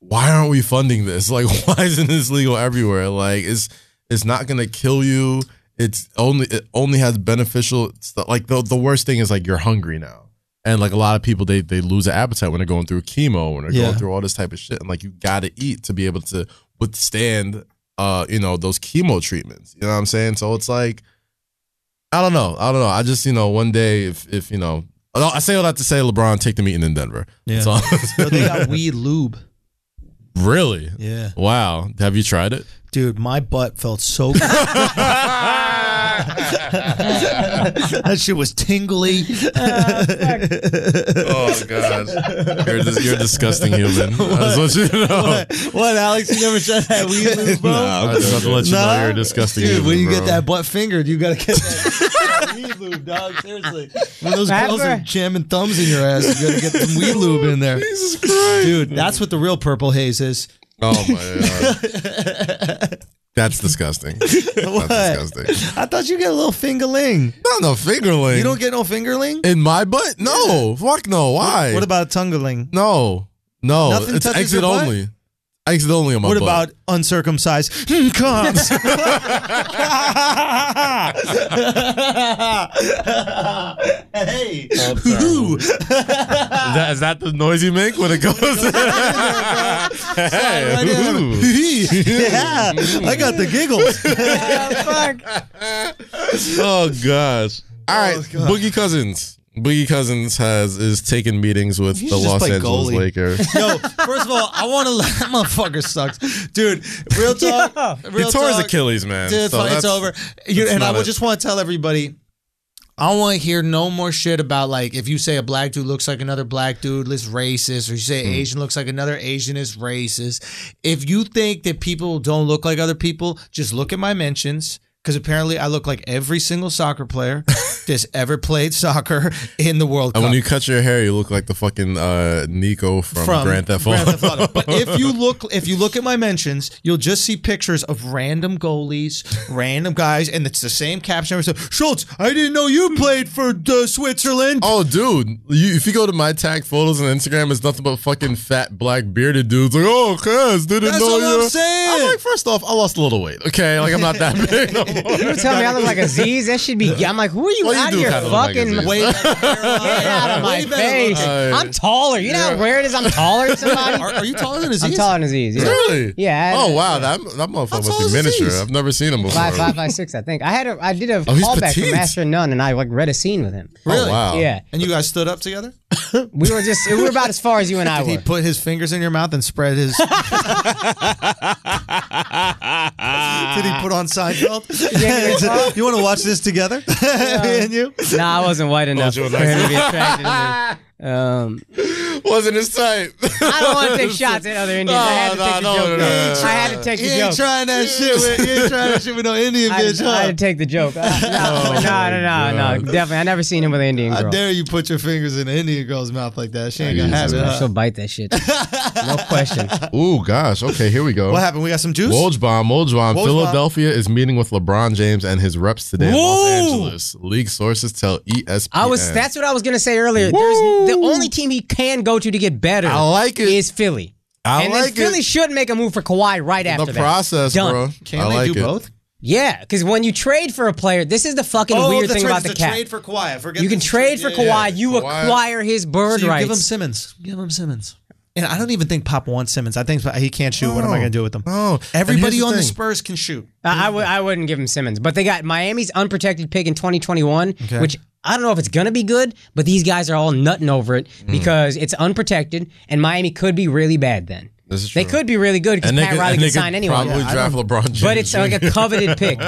why aren't we funding this? Like, why isn't this legal everywhere? Like, it's it's not gonna kill you. It's only it only has beneficial stuff. Like the the worst thing is like you're hungry now, and like a lot of people they they lose their appetite when they're going through chemo when they're
Yeah.
going through all this type of shit, and like you gotta eat to be able to withstand uh you know those chemo treatments. You know what I'm saying? So it's like. I don't know. I don't know. I just, you know, one day if if you know, I say all that to say LeBron take the meeting in Denver.
Yeah.
So,
Yo, they got weed lube.
really?
Yeah.
Wow. Have you tried it?
Dude, my butt felt so good. Ah! that shit was tingly.
Oh god. You're dis- you're a disgusting human. I just want you to know.
What, Alex? You never tried that weed loop, bro?
Nah,
I
I'm
just want to
good.
let you know
Nah.
you're a disgusting
Dude,
human.
when you
bro.
get that butt fingered, you gotta get that
weed loop, dog. Seriously.
when those girls are
Remember?
jamming thumbs in your ass, you gotta get some weed lube in there.
Jesus Christ.
Dude, that's what the real purple haze is.
Oh my god. That's disgusting. That's disgusting.
I thought you get a little fingerling.
Not no fingerling.
You don't get no fingerling?
in my butt? No. Fuck no. Why?
What about tongueling?
No. No.
Nothing
it's
touches
exit
your butt?
only. Exit only on my
What
butt.
about uncircumcised cocks? hey,
Ooh. is, that, is that the noise you make when it goes?
right there.
hey,
yeah, I got the giggles.
Oh,
fuck.
ooh. oh gosh! All right,
Oh,
Boogie Cousins. Boogie Cousins has is taking meetings with
He
the
should just
Los
play
Angeles
goalie.
Lakers.
Yo, first of all, I want to. That motherfucker sucks, dude. Real talk.
Yo.
Real
he tore his
talk.
Achilles, man.
Dude,
so
it's fine, it's
that's-
over. You,
that's
and I
not
would
it.
just want to tell everybody. I want to hear no more shit about like if you say a black dude looks like another black dude is racist, or you say
Hmm.
Asian looks like another Asian is racist. If you think that people don't look like other people, just look at my mentions because apparently I look like every single soccer player that's ever played soccer in the World Cup.
And when you cut your hair, you look like the fucking uh, Nico from, Grand Theft Auto.
But if you look, if you look at my mentions, you'll just see pictures of random goalies, random guys, and it's the same caption. Every time, Schultz, I didn't know you played for uh, Switzerland.
Oh, dude! You, if you go to my tag photos on Instagram, it's nothing but fucking fat black bearded dudes. Like, oh, cuz didn't
That's
know
what
you.
I'm saying.
I'm like, first off, I lost a little weight. Okay, like I'm not that big. No more.
You tell me I look like Aziz? That should be. I'm like, who are you
Well, you
out
do
of your
kinda look like
fucking?
Aziz.
Way better hairline.
Get out of my
Way better
face!
look.
Uh,
I'm taller. You know how rare it is. I'm taller than somebody.
Are, are you taller than Aziz?
I'm taller than Aziz. Yeah.
really?
Yeah, I-
oh wow, that that motherfucker
tall
must
is
be miniature.
Aziz?
I've never seen him before.
Five, five, five, six. I think I had a. I did a
Oh, he's
callback
petite.
from Master Nun, and I like read a scene with him.
Oh,
Really?
wow.
Yeah,
And you guys stood up together.
we were just. We were about as far as you and I
He
were.
put his fingers in your mouth and spread his. Did he put on Seinfeld? you want to watch this together? Me and you.
Nah, I wasn't white enough for
Oh, you
him
were
to
nice.
be attracted to me. Um,
Wasn't his type.
I don't want to take shots at other Indians. I had to
No,
take
no,
the
no,
joke.
no, no, no.
I had to take
Uh, You
the
ain't
joke.
trying that shit. With, you ain't trying that shit with no Indian
I had,
bitch,
to- I
huh?
had to take the joke. Uh, no,
my
no, no, no, no,
God.
definitely. I never seen him with an Indian
I
girl.
dare you put your fingers in an Indian girl's mouth like that. She ain't gonna have it.
Jesus.
huh?
She'll bite that shit. No question.
Ooh, gosh. Okay, here we go.
What happened? We got some juice.
Woj bomb, Woj bomb.
Woj
Philadelphia is meeting with LeBron James and his reps today in Los
Whoa.
Angeles. League sources tell E ESPN.
I was. That's what I was gonna say earlier. There's the only team he can go to to get better.
I like it.
Is Philly.
I
and
like
then Philly
it.
should make a move for Kawhi right after
the
that.
process,
Done.
bro.
Can
I
they
like
do
it.
both?
Yeah, because when you trade for a player, this is the fucking
Oh,
weird thing about the cap.
for Kawhi. I forget
you can trade for Kawhi. You
Kawhi.
acquire his bird
So you
rights.
give him Simmons. Give him Simmons. And I don't even think Pop wants Simmons. I think he can't shoot. What am I gonna do with him?
no. And here's
Everybody
the
on the
thing.
Spurs can shoot.
I I, w- I wouldn't give him Simmons, but they got Miami's unprotected pick in 2021, which I don't know if it's going to be good,
Hmm.
but these guys are all nutting over it because it's unprotected and Miami could be really bad then.
This is true.
They could be really good because
And they
Pat
could,
Riley
and they
could sign anyone.
Probably draft LeBron James.
But it's like a coveted pick,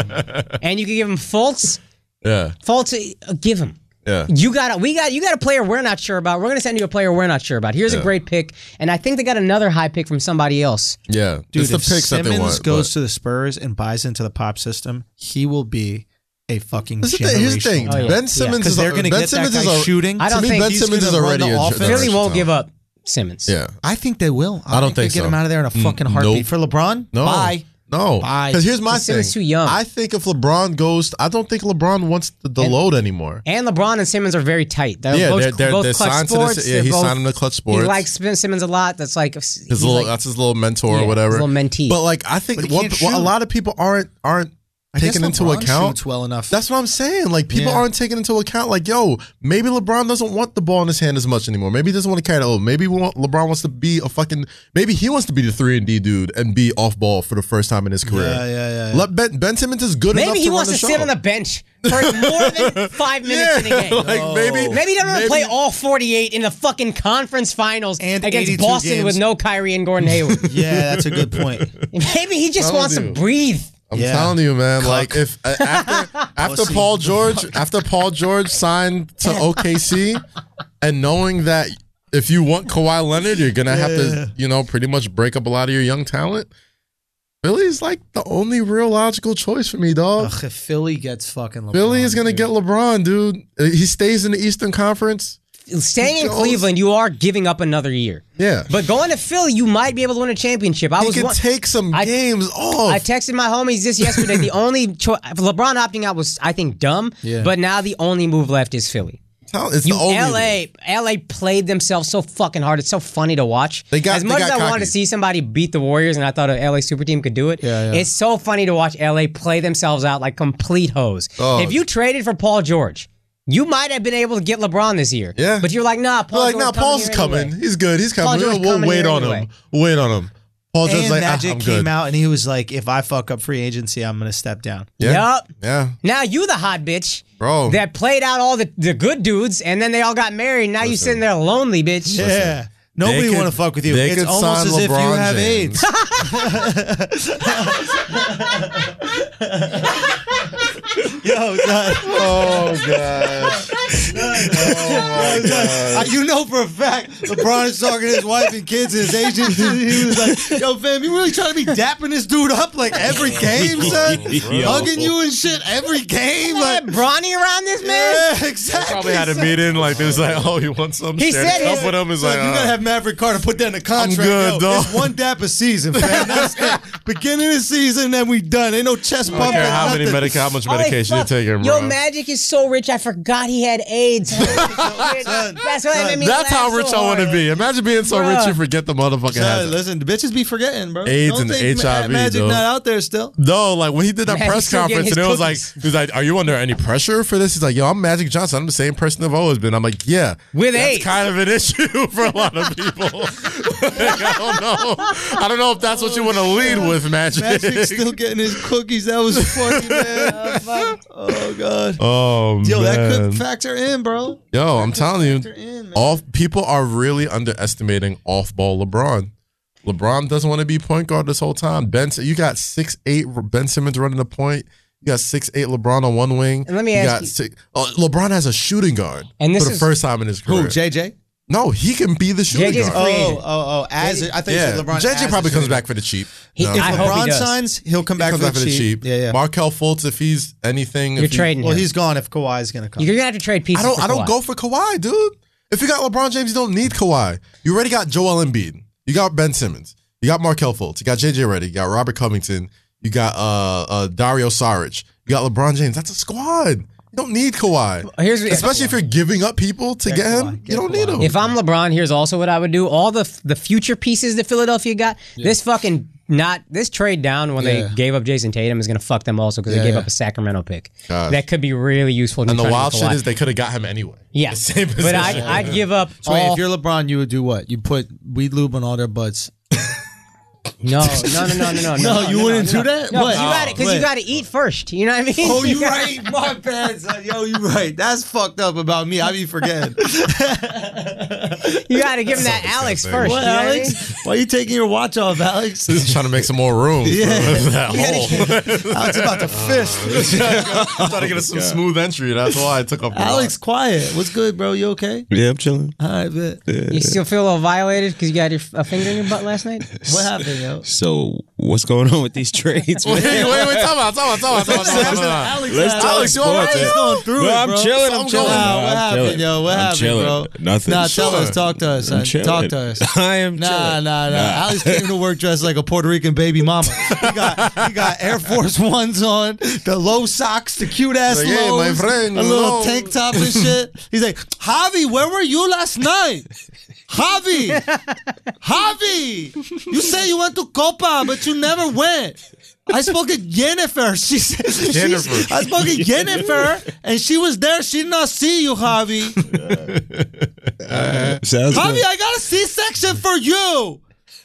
and you can give him Fultz.
yeah,
Fultz, uh, give him.
yeah.
You got a, we got you got a player we're not sure about. We're gonna send you a player we're not sure about. Here's a great pick, and I think they got another high pick from somebody else.
Yeah,
Dude,
it's the
if
picks
Simmons
that they want.
goes
but-
to the Spurs and buys into the pop system, he will be a fucking
This is the thing- here's the thing.
generational-
Oh, yeah.
Ben Simmons
Because
is
they're going to
Ben
get that
Simmons
guy
is a,
shooting.
I
to
don't
me,
think
Ben
he's
Simmons
gonna
is
run
already
the
a
offense.
generational
Philly won't
talent.
give up Simmons.
Yeah,
I think they will. I,
I don't
they
think
get
so. Mm,
him out of there in a fucking heartbeat
nope.
for LeBron.
No.
Bye.
No.
Bye.
Because here's my thing.
Simmons too young.
I think if LeBron goes, I don't think LeBron wants the, the load anymore.
And LeBron and Simmons are very tight. They're
yeah,
both,
they're, they're,
both
they're
clutch
signed
sports.
to this. Yeah,
They're
he's
both-
signed to Clutch
He
Sports.
likes Ben Simmons a lot. That's like
his little, uh, that's his little mentor
Yeah,
or whatever.
his little mentee.
But like, I think
But he
one,
can't
well, a
shoot.
lot of people aren't aren't
I guess
taken into
LeBron
account.
shoots well enough.
That's what I'm saying. Like people
Yeah.
aren't taking into account. Like, yo, maybe LeBron doesn't want the ball in his hand as much anymore. Maybe he doesn't want to carry the load. Maybe we want, LeBron wants to be a fucking. Maybe he wants to be the three and D dude and be off ball for the first time in his career.
yeah, yeah, yeah.
Let ben, ben Simmons is good enough.
maybe he
to
wants
run the
to sit
show.
on the bench for more than five minutes in a game.
like maybe
Maybe he doesn't want to play all 48 in the fucking conference finals
And
against
82
Boston
games.
with no Kyrie and Gordon Hayward.
yeah, that's a good point.
Maybe he just
Telling
wants
you.
to breathe.
I'm
Yeah.
telling you, man. Like if uh, after after
Pussy.
Paul George after Paul George signed to OKC, and knowing that if you want Kawhi Leonard, you're gonna have to you know pretty much break up a lot of your young talent. Philly's like the only real logical choice for me, dog.
Ugh, if Philly gets fucking LeBron,
Philly is gonna get LeBron, dude. Uh, He stays in the Eastern Conference.
Staying in
goes-
Cleveland, you are giving up another year.
Yeah,
But going to Philly, you might be able to win a championship. I
he
was
can
one-
take some
I-
games off.
I texted my homies this yesterday. the only choice LeBron opting out was I think dumb.
Yeah.
But now the only move left is Philly.
Tell- it's
You
the only
LA LA played themselves so fucking hard. It's so funny to watch.
They got-
as
they
much
got
as I wanted
cocky.
to see somebody beat the Warriors and I thought a LA super team could do it.
Yeah, yeah.
It's so funny to watch LA play themselves out like complete hoes.
Oh.
If you traded for Paul George, you might have been able to get LeBron this year.
Yeah.
But you're like, nah, Paul
like,
George
nah, Paul's
here
coming.
anyway.
He's good. He's
Paul
coming.
George
we'll
coming
wait
here
on him.
anyway.
Wait on him. Paul
And
just like, ah,
Magic
I'm
came
good.
out and he was like, "If I fuck up free agency, I'm gonna step down."
Yeah.
Yup.
Yeah.
Now you the hot bitch
Bro.
that played out all the, the good dudes and then they all got married. Now you sitting there lonely, bitch.
Yeah. Nobody
could-
want to fuck with you.
they
It's
could
almost as
sign
if you
LeBron
have
James.
AIDS. Yo, son.
oh gosh. oh my
Uh, you know for a fact LeBron is talking to his wife and kids and his agent. He was like, "Yo, fam, you really trying to be dapping this dude up like every game, son?
Yo.
Hugging you and shit every game,
Like,
like."
Bronny around this man.
Yeah, exactly.
Probably had a meeting like this. Like, oh, you want some?
He
Shared
said
a cup
his-
with him. It's
Son,
like,
you gotta
uh,
have Maverick Carter put that in the contract.
good,
Yo,
dog.
It's one dap a season, fam. That's it. Beginning of the season, then we done. Ain't no chest
I don't
bumping.
care how many
nothing.
medica- how much
Holy
medication you're
Oh, fuck.
taking,
Yo,
bro.
Magic is so rich. I forgot he had AIDS. That's what made me
That's
laugh
how rich
so
I want to
hard.
be. Imagine being so
Bruh.
rich you forget the motherfucking
Uh,
Son,
hazard.
listen, the bitches be forgetting, bro.
AIDS
Don't
and
think Ma-
HIV,
Magic
dog.
not out there still.
No, like when he did that
Man,
press
he's still
conference, and
getting
it was
his
like,
cookies.
he was like, "Are you under any pressure for this?" He's like, "Yo, I'm Magic Johnson. I'm the same person I've always been." I'm like, "Yeah,
With
that's
AIDS.
kind of an issue for a lot of people." Like, I don't know. I don't know if that's what you want to lead with, Magic.
Magic's still getting his cookies. That was funny, man. oh god.
oh
Yo,
man,
that could factor in, bro.
yo, I'm telling
Factor
you,
in, man.
off people are really underestimating off-ball LeBron. LeBron doesn't want to be point guard this whole time. Ben, you got six eight Ben Simmons running the point. You got six eight LeBron on one wing.
And let me
you
ask
got
you-
six, oh, LeBron has a shooting guard
And this
for the
is-
first time in his career.
Who, JJ?
No, he can be the shooting
JJ's
guard.
free agent.
Oh, oh, oh. As a, I think
yeah,
LeBron. as
JJ
a
probably comes
shooter.
back for the cheap.
He- I hope he
LeBron
does.
signs, he'll come
He
back,
comes
for, the cheap. Yeah, yeah.
Markel Fultz, if he's anything,
You're
if he-
trading
Well,
him.
he's gone if Kawhi's gonna come.
You're gonna have to trade
I
pieces.
don't.
for
I don't
Kawhi.
go for Kawhi, dude. If you got LeBron James, you don't need Kawhi. You already got Joel Embiid. You got Ben Simmons. You got Markel Fultz. You got JJ Reddy. You got Robert Covington. You got uh, uh, Dario Saric. You got LeBron James. That's a squad. You don't need Kawhi,
Here's what-
especially if you're giving up people to get, him. you don't need him.
If I'm LeBron, here's also what I would do: all the the future pieces that Philadelphia got. This fucking not this trade down when
Yeah.
they gave up Jason Tatum is gonna fuck them also because
Yeah,
they gave
yeah.
up a Sacramento pick
Gosh.
that could be really useful. in
and the
trying to get
wild shit
Kawhi.
is they could have got him anyway.
yeah,
The same
but
position.
I, I'd give up
So wait,
Oh.
all
if you're LeBron, you would do what? You put weed lube on all their butts.
No, no, no, no, no, no.
No, you wouldn't
no.
do that?
No, 'cause
What?
you got it. Because you
What?
got to eat first. You know what I mean?
Oh, you
gotta-
right, my uh, bad. son. Yo, you right. That's fucked up about me. I be forgetting.
You got to give him that Alex
disgusting.
first.
What,
you know what I mean?
Alex? Why are you taking your watch off, Alex?
Just trying to make some more room for that hole.
Alex about to fist.
I'm trying to get us some smooth entry. That's why I took up the
Alex, quiet. What's good, bro? You okay?
Yeah, I'm chilling.
All right, bet.
You still feel a little violated because you got your, a finger in your butt last night?
What happened, yo?
So what's going on with these trades?
lot. Wait, wait, wait. Talk about, talk about, talk about, talk about, talk about.
Alex,
Let's
Alex,
talk
Alex, you all right?
sports. man.
He's going through
Bro,
it,
I'm
bro.
chilling. I'm
Something's
chilling.
going
Nah,
bro.
what
I'm
happened,
chilling.
yo? What
I'm
happened,
chilling.
bro?
Nothing.
Nah, tell
Sure.
us. Talk to us,
I'm
son.
chilling.
Talk to us.
I am
Nah,
chilling.
nah, nah. Alex came to work dressed like a Puerto Rican baby mama. He got, he got Air Force Ones on, the low socks, the cute ass
Like, hey, my
lows,
friend,
a little
no.
tank top and shit. He's like, Javi, where were you last night? Javi, Javi, you say you went to Copa, but you never went. I spoke to Jennifer. She said, she's-
Jennifer.
I spoke to Jennifer, and she was there. She did not see you, Javi.
Sounds
Javi,
good.
I got a C section for you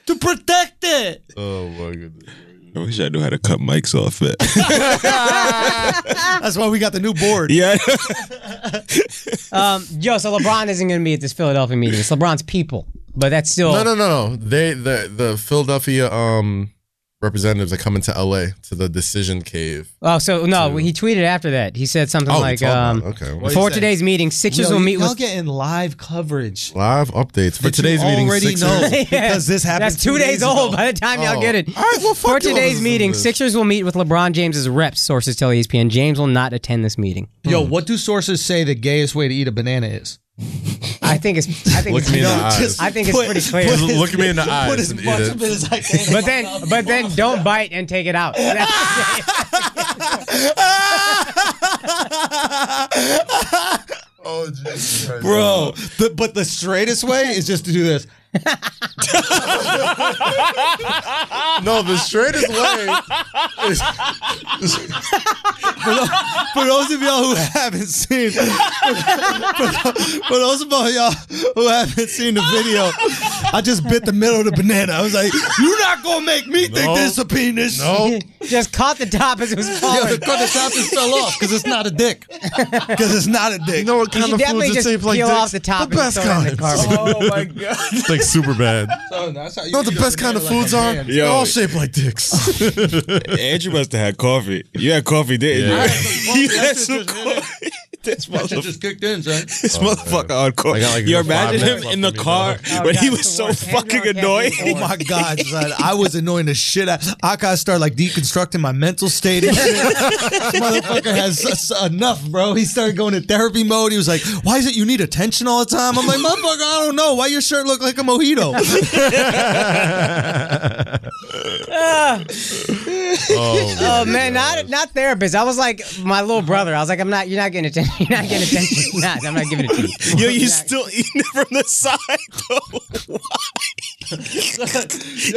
to protect it.
Oh my goodness.
I wish I knew how to cut mics off. It.
That's why we got the new board.
yeah.
Um, yo, so LeBron isn't going to be at this Philadelphia meeting. It's LeBron's people, but that's still.
Oh.
No, no, no, no. They the the Philadelphia um representatives are coming to LA to the decision cave.
Oh, so no, he tweeted after that. He said something
Oh,
like,
talk about
um,
it. okay.
do you
"For
say?
today's meeting, Sixers
Yo,
will meet
y'all
with."
getting live coverage.
Live updates for
that you
today's meeting.
already
Sixers-
know because this happened
That's two, days, old by the time y'all
Oh.
get it.
All right, well,
For
fuck you,
today's
Elizabeth.
meeting, Sixers will meet with LeBron James's reps. Sources tell E ESPN James will not attend this meeting.
Yo, what do sources say the gayest way to eat a banana is?
I think it's. I think
Look
it's
me in the eyes.
I think it's pretty clear.
Just look me in the eyes
Put as
and eat
much
it.
of it as I can.
But then, but then, don't bite and take it out.
Oh, Jesus Christ.
Bro, the, but the straightest way is just to do this.
No, the straightest way.
For those of y'all who haven't seen, for, for those of y'all who haven't seen the video, I just bit the middle of the banana. I was like, "You're not gonna make me think
No.
this a penis."
No,
Just caught the top as it was
Yo, the
falling.
cut the top is fell off because it's not a dick. Because it's not a dick.
you know what
You
kind
should
of food
definitely
just
just
tape like
peel
dicks?
off the top
The
and
best
throw it in the
kind.
carbon.
my god.
It's like super bad.
No, Oh, that's how you
You know what the
eat a
best kind of
banana like
foods
a
are?
man.
They're all shaped like dicks.
Andrew must have had coffee. You had coffee, didn't
Yeah. I
you?
had some coffee.
you
That's
had some
just-
coffee. This
That shit
motherfucker.
just kicked in, son.
This motherfucker on court.
I got, like,
you
five
imagine
minutes left
him in
for me
the
to
car,
Oh,
but he
God,
was
it's the
so
worst.
fucking
Andrew on
annoying.
campus.
Oh my God, son. I was annoying the shit out. I gotta start like deconstructing my mental state. and shit. Motherfucker has s- s- enough, bro. He started going to therapy mode. He was like, "Why is it you need attention all the time?" I'm like, "Motherfucker, I don't know. Why your shirt look like a mojito?"
Oh,
Oh man, not not therapist. I was like my little brother. I was like, I'm not. You're not getting attention. You're not getting attention. You're Not. I'm not giving it to you.
Yo, you still eating it from the side though. Why?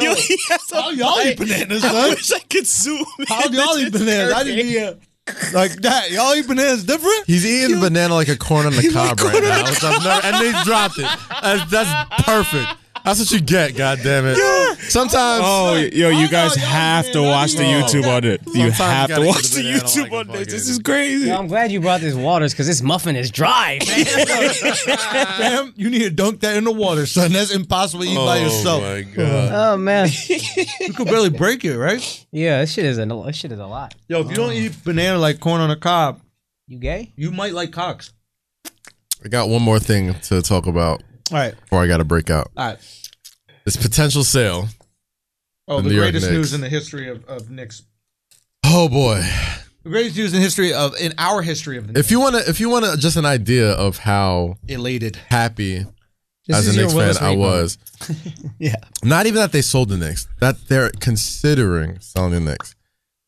Yo, he has a
How y'all eat bananas,
I
son?
wish I could zoom.
How
in.
y'all eat bananas? I didn't eat like that. Y'all eat bananas different.
He's eating banana like a corn on the cob right now, which I've never, and they dropped it. That's, that's perfect. That's what you get. God damn it. Sometimes.
Oh, yo, you guys have to watch the YouTube on it. You
Sometimes you
have
gotta
to
eat
watch
the
the
banana
YouTube
like a
on this. This
fucking-
is crazy.
Yo, I'm glad you brought this waters because this muffin is dry. Man.
Fam, you need to dunk that in the water, son. That's impossible to eat by yourself.
my god.
oh man.
You could barely break it, right?
Yeah, this shit is a this shit is a lot.
Yo, if you don't eat banana like corn on a cob,
You gay?
you might like cocks.
I got one more thing to talk about
All right,
before I got to break out.
all right.
This potential sale.
Oh,
The
the,
New York
greatest
Knicks.
news in the history of, of Knicks.
Oh boy.
The greatest news in history of in our history of the Knicks.
If you want to, if you want to, just an idea of how
Elated.
happy
This
as
is
a
your
Knicks fan
Willis
I
Reed
was.
Yeah.
Not even that they sold the Knicks. That they're considering selling the Knicks.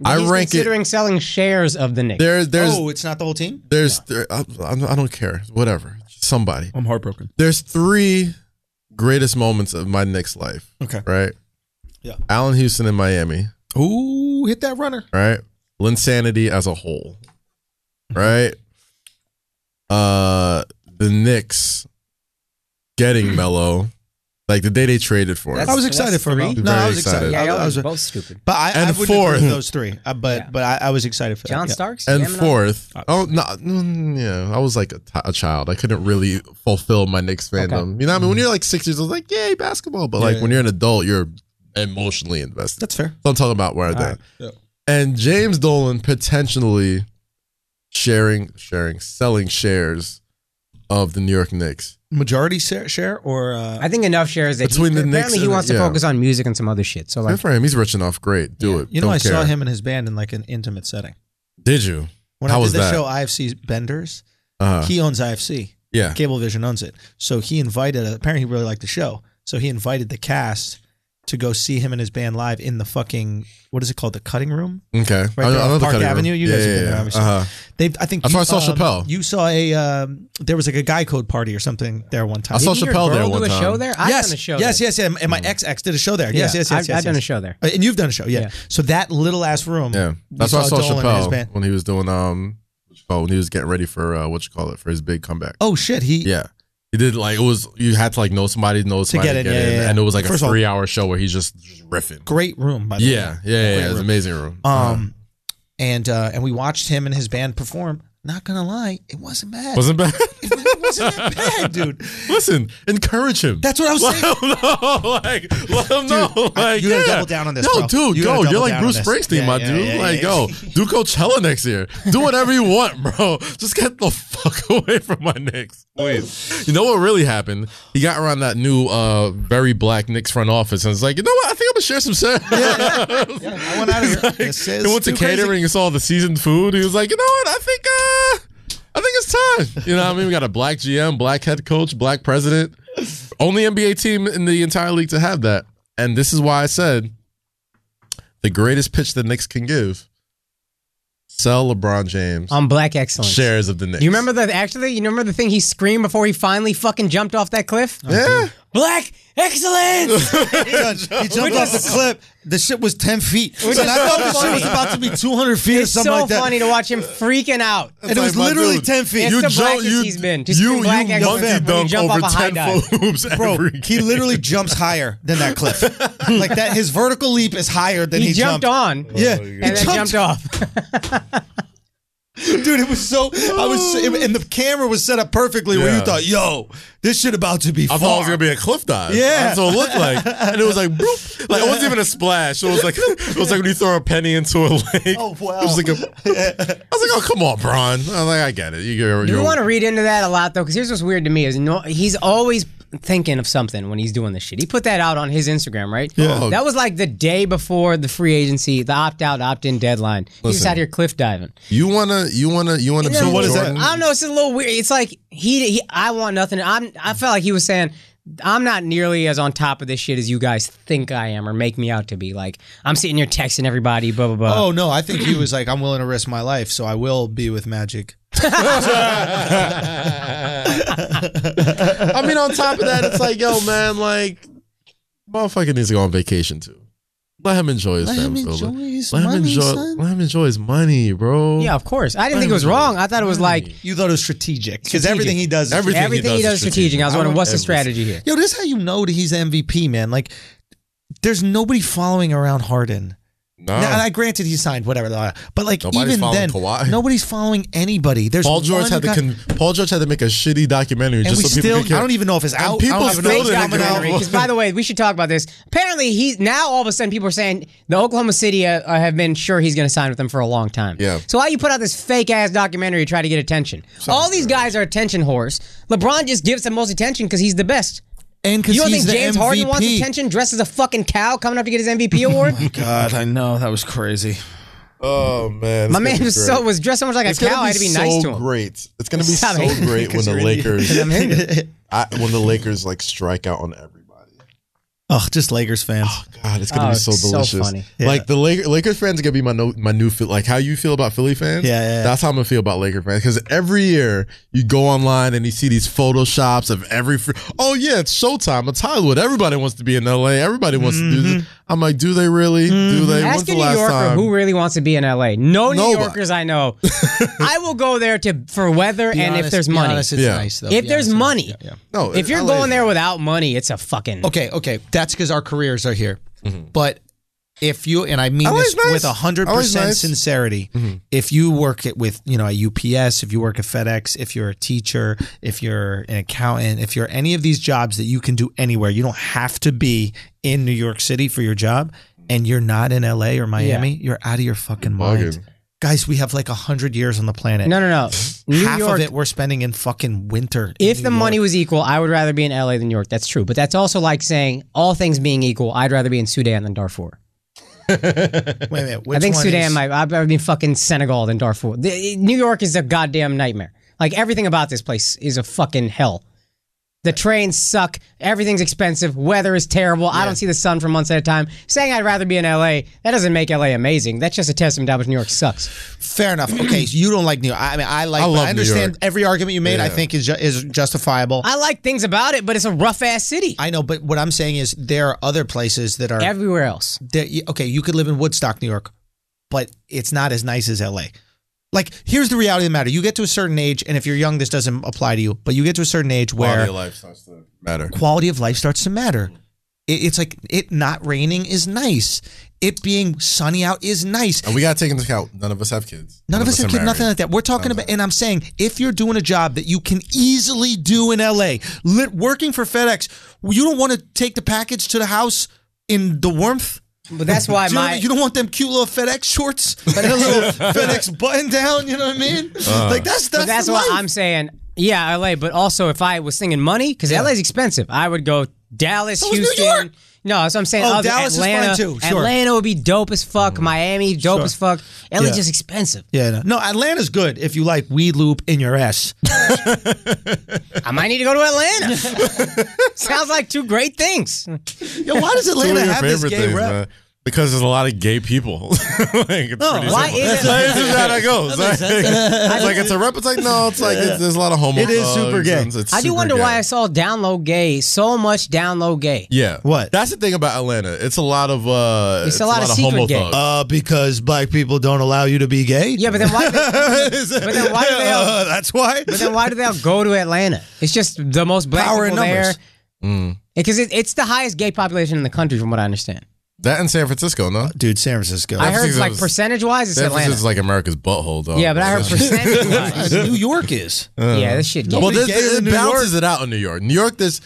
I
He's
rank it.
considering selling shares of the Knicks.
There, there's,
oh, it's not the whole team.
there's, there, I, I don't care. Whatever. Somebody.
I'm heartbroken.
there's three greatest moments of my Knicks life.
Okay.
Right?
Yeah.
Allen Houston in Miami,
Ooh, hit that runner.
right? Linsanity as a whole. Right? Uh the Knicks getting mellow Like the day they traded for him.
I was excited for
three?
him.
You're
No,
very
I was
excited.
excited.
Yeah,
I,
y'all
I was,
are both stupid.
but I, I
And
wouldn't agree with
fourth.
those three. Uh, but but I, I was excited for that.
John
yeah.
Starks
And
jamming on-
fourth,
Uh,
oh no, mm, yeah, I was like a ti- a child. I couldn't really fulfill my Knicks fandom. You know, what I mean, when you're like six years old, like yay basketball, but like when you're an adult, you're emotionally invested.
That's fair.
So I'm talking about where I think.
Yeah.
And James Dolan potentially sharing, sharing, selling shares of the New York Knicks.
Majority share, share or uh,
I think enough shares that
Between
he,
the Knicks
apparently he
and-
wants to
yeah.
focus on music and some other shit. So
Good
like,
for him. He's rich enough. Great, do it.
you know
Don't
I saw
care.
him and his band in like an intimate setting.
Did you?
When
How
I did
was
the
that?
show IFC Benders,
Uh-huh.
he owns IFC.
yeah.
Cablevision owns it. So he invited. Apparently, he really liked the show. So he invited the cast to go see him and his band live in the fucking what is it called? The cutting room.
Okay.
Right
I- I
there on
know the
Park
cutting room.
Avenue. You
yeah,
guys have
yeah,
been there,
yeah.
obviously.
Uh-huh.
They, I think
I
you,
saw- I saw
um,
Chappelle.
You saw a um, there was like a Guy Code party or something there one time.
I saw Mm.
didn't your
Chappelle there
girl
one
do a
time.
show there? I've
yes,
done a show.
yes,
there.
yes, yeah. And my ex ex did a show there. Yes,
Yeah,
yes, yes,
I've,
yes.
I've done a
yes.
show there.
Uh, And you've done a show, yeah.
Yeah.
So that little ass room.
Yeah,
you
that's why I saw
Dolan and his
Chappelle
band.
when he was doing um, what you call it, when he was getting ready for uh, what you call it for his big comeback.
Oh shit, he.
Yeah, he did like it was you had to like know somebody, know somebody
get in, yeah, yeah, yeah.
and it was like
First
a
of all-
three hour show where he's just, just riffing.
Great room, by the way.
Yeah, yeah, yeah, yeah.
Great
It's
room.
amazing room. Uh-huh.
Um, and uh, and we watched him and his band perform. Not gonna lie, it wasn't bad.
wasn't bad.
it wasn't that bad, dude.
Listen, encourage him.
That's what I was
let
saying.
him know, like let him know.
I-
Like
you gotta
yeah.
double down on this,
No,
bro.
dude,
You gotta
go. You're
double
like
down
Bruce
on this.
Springsteen,
Yeah,
my
yeah,
dude.
yeah,
like,
yeah.
go do Coachella next year. Do whatever you want, bro. Just get the fuck away from my Knicks. Wait, you know what really happened? He got around that new, uh, very black Knicks front office, and it's like, you know what? I think I'm gonna share some shit.
I went out of here. this is
He went to
too crazy.
catering and saw the seasoned food. He was like, you know what? I think uh I think it's time. You know what I mean? We got a black GM, black head coach, black president. Only NBA team in the entire league to have that. And this is why I said the greatest pitch the Knicks can give. Sell LeBron James
On Black Excellence.
shares of the Knicks.
You remember the actually? You remember the thing he screamed before he finally fucking jumped off that cliff?
Yeah.
Black excellence.
He jumped off the clip. The shit was ten feet. And I
is
thought
so
the shit was
funny.
about to be two hundred feet or
it's so
something like that.
funny to watch him freaking out.
And it was
Like, my
literally
dude,
ten feet.
It's
you
the
jump,
blackest
you,
he's been. Just
you,
scream
you
black excellence when
monkey
you
dunk
jump
over
off a high
10
dive.
foot hoops every
Bro,
game.
he literally jumps higher than that cliff. like that, his vertical leap is higher than
He,
he,
jumped, on.
Yeah, he
And then jumped off.
dude. It was so. I was, so- it- and the camera was set up perfectly where
Yeah.
you thought, "Yo, this shit about to be."
I thought it was
far."
gonna be a cliff dive.
Yeah.
that's what it looked like, and it was like, boop. like it wasn't even a splash. It was like it was like when you throw a penny into a lake.
Oh, wow.
It was like a, I was like, oh come on, Bron. I was like, I get it. You, you're,
Do
you're
we want to read into that a lot though? Because here's what's weird to me is no, he's always thinking of something when he's doing this shit. He put that out on his Instagram, right?
Yeah. Oh.
That was like the day before the free agency, the opt out, opt in deadline. He's just
Listen.
out here cliff diving.
you wanna you wanna you wanna.
And
be
then-
Jordan?
I don't know. It's a little weird. It's like he, he I want nothing. I'm. I felt like he was saying. I'm not nearly as on top of this shit as you guys think I am or make me out to be. Like, I'm sitting here texting everybody, blah, blah, blah.
Oh no, I think he was like, "I'm willing to risk my life, so I will be with Magic."
I mean, on top of that, it's like, yo, man, like, motherfucker needs to go on vacation too. Let him enjoy his
Let him
family.
enjoy
Let
his
him
money,
enjoy.
son.
Let him enjoy his money, bro.
Yeah, of course. I didn't think it was wrong. I thought it was like
You thought it was strategic because
Strategic.
everything he does. Is
Everything he
everything
does
he
is
does, is strategic. I was
strategic.
wondering, what's the
Everything.
strategy here?
Yo, this is how you know that he's the MVP, man. Like, there's nobody following around Harden.
No.
Now, and I granted he signed whatever, blah, blah, but like
Nobody's
even
following
then,
Kawhi.
nobody's following anybody. There's
Paul George
one
had to
guy-
con- Paul George had to make a shitty documentary
and
just
we
so
still.
people could
I don't even know if it's out. I
people
don't even know
still
if it's
didn't
coming out.
agree.
Because by the way, we should talk about this. Apparently, he's now all of a sudden people are saying the Oklahoma City uh, uh, have been sure he's going to sign with them for a long time.
Yeah.
So why you put out this fake ass documentary to try to get attention? all these guys are attention whores. LeBron just gives the most attention because he's the best.
And because
You don't
he's
think
the
James
MVP.
Harden wants attention? Dressed as a fucking cow, coming up to get his MVP award.
God, I know that was crazy.
Oh man,
My man was so was dressed so much like a cow. I had to be
so
nice to him.
great. It's gonna be
Stop
so
it.
great when the Lakers,
I'm into it.
I, when the Lakers like strike out on everybody.
Oh, just Lakers fans.
God, it's gonna
Oh,
be so
it's so
delicious.
funny.
Like the Laker, Lakers fans are gonna be my no, my new feel. Like how you feel about Philly fans.
Yeah, yeah, yeah.
that's how I'm gonna feel about Laker fans. Because every year you go online and you see these photoshops of every. Fr- oh yeah, it's Showtime. It's Hollywood. Everybody wants to be in LA. Everybody wants to do this. I'm like, do they really? Do they? When's
Mm-hmm. Ask
the
a New
last
Yorker
time?
who really wants to be in LA. No New
Nobody.
Yorkers I know. I will go there to for weather
Be
and if
honest-
there's
be
money.
honest, it's
Yeah.
nice, though.
if
Be
there's
honest,
money.
yeah, yeah.
no,
If you're
LA
going there
is-
without money, it's a fucking
Okay, okay. That's because our careers are here. But if you and I mean
Mm-hmm. Always
this
nice.
with a hundred
Always
percent
nice. Mm-hmm.
sincerity, if you work at with you know at UPS, if you work at FedEx, if you're a teacher, if you're an accountant, if you're any of these jobs that you can do anywhere, you don't have to be in New York City for your job, and you're not in LA or Miami, you're out of your fucking mind.
bugging.
Guys, we have like a hundred years on the planet.
No, no, no. New
Half
York
of it we're spending in fucking winter. in
If
New
the
York.
money was equal, I would rather be in LA than New York. That's true. But that's also like saying, all things being equal, I'd rather be in Sudan than Darfur.
Wait a minute,
I
which
think
one
Sudan
is-
might, I'd rather be in fucking Senegal than Darfur. The- New York is a goddamn nightmare. Like everything about this place is a fucking hell. The trains suck. Everything's expensive. Weather is terrible. I don't see the sun for months at a time. Saying I'd rather be in LA, that doesn't make LA amazing. That's just a testament to how much New York sucks.
Fair enough. Okay, so you don't like New York. I mean, I like.
I
I,
love New
understand
York.
every argument you made. I
Yeah.
think is ju- is justifiable. I,
I like things about it, but it's a rough ass city.
know, but what I'm saying is there are other places that are.
Everywhere else.
that you- okay, you could live in Woodstock, New York, but it's not as nice as L.A. Like, here's the reality of the matter: you get to a certain age, and if you're young, this doesn't apply to you. But you get to a certain age
Quality
where
of life Mm. starts to matter.
quality of life starts to matter. It, it's like it not raining is nice. It being sunny out is nice.
And we gotta take into account none of us have kids.
None of us have
are
kid, nothing
married.
like that. We're talking about, and I'm saying, if you're doing a job that you can easily do in LA, lit, working for FedEx, you don't want to take the package to the house in the warmth.
But that's why
Do you, know what I
my
mean? You don't want them cute little FedEx shorts and a little FedEx button down. You know what I mean?
Uh.
like that's that's,
But that's
the
what
life.
I'm saying. Yeah, LA, but also if I was thinking money, because LA's expensive, I would go Dallas,
is New
Houston.
York.
No, that's what I'm saying.
Oh,
Other-
Dallas is fine
Atlanta,
too, sure. Mm.
Atlanta would be dope as fuck. Miami, dope as fuck. LA's
Yeah.
just expensive.
Yeah, no. no, Atlanta's good if you like weed loop in your ass.
I might need to go to Atlanta. Sounds like two great things.
Yo, why does
Two
Atlanta
of your
have this
favorite
gay
things,
rep?
man. Because there's a lot of gay people. like, it's pretty
why
simple.
is it-
Like, it's just how that goes. Like, it's like it's a rep. It's like no. It's like it's, there's a lot of homo.
It is super
thugs
gay.
and it's
I do
super
wonder
gay.
why I saw down low gay so much down low gay.
Yeah.
What?
That's the thing about Atlanta. It's a lot of uh
It's a lot of secret
homo
gay.
thugs.
Uh, because black people don't allow you to be gay.
Yeah, but then why? but then why do they all-
Uh, that's why.
But then why do they all go to Atlanta? It's just the most black
Power in
people there.
numbers.
Because it, it's the highest gay population in the country, from what I understand.
that in San Francisco, no?
Dude, San Francisco.
I heard
Francisco's-
like percentage wise, it's
San
Atlanta.
Francisco's like America's butthole, though.
yeah, but I heard percentage wise.
New York is.
yeah, this shit. Gay.
Well, this,
Nobody gay
it
in New
balances it out in New York. New York, this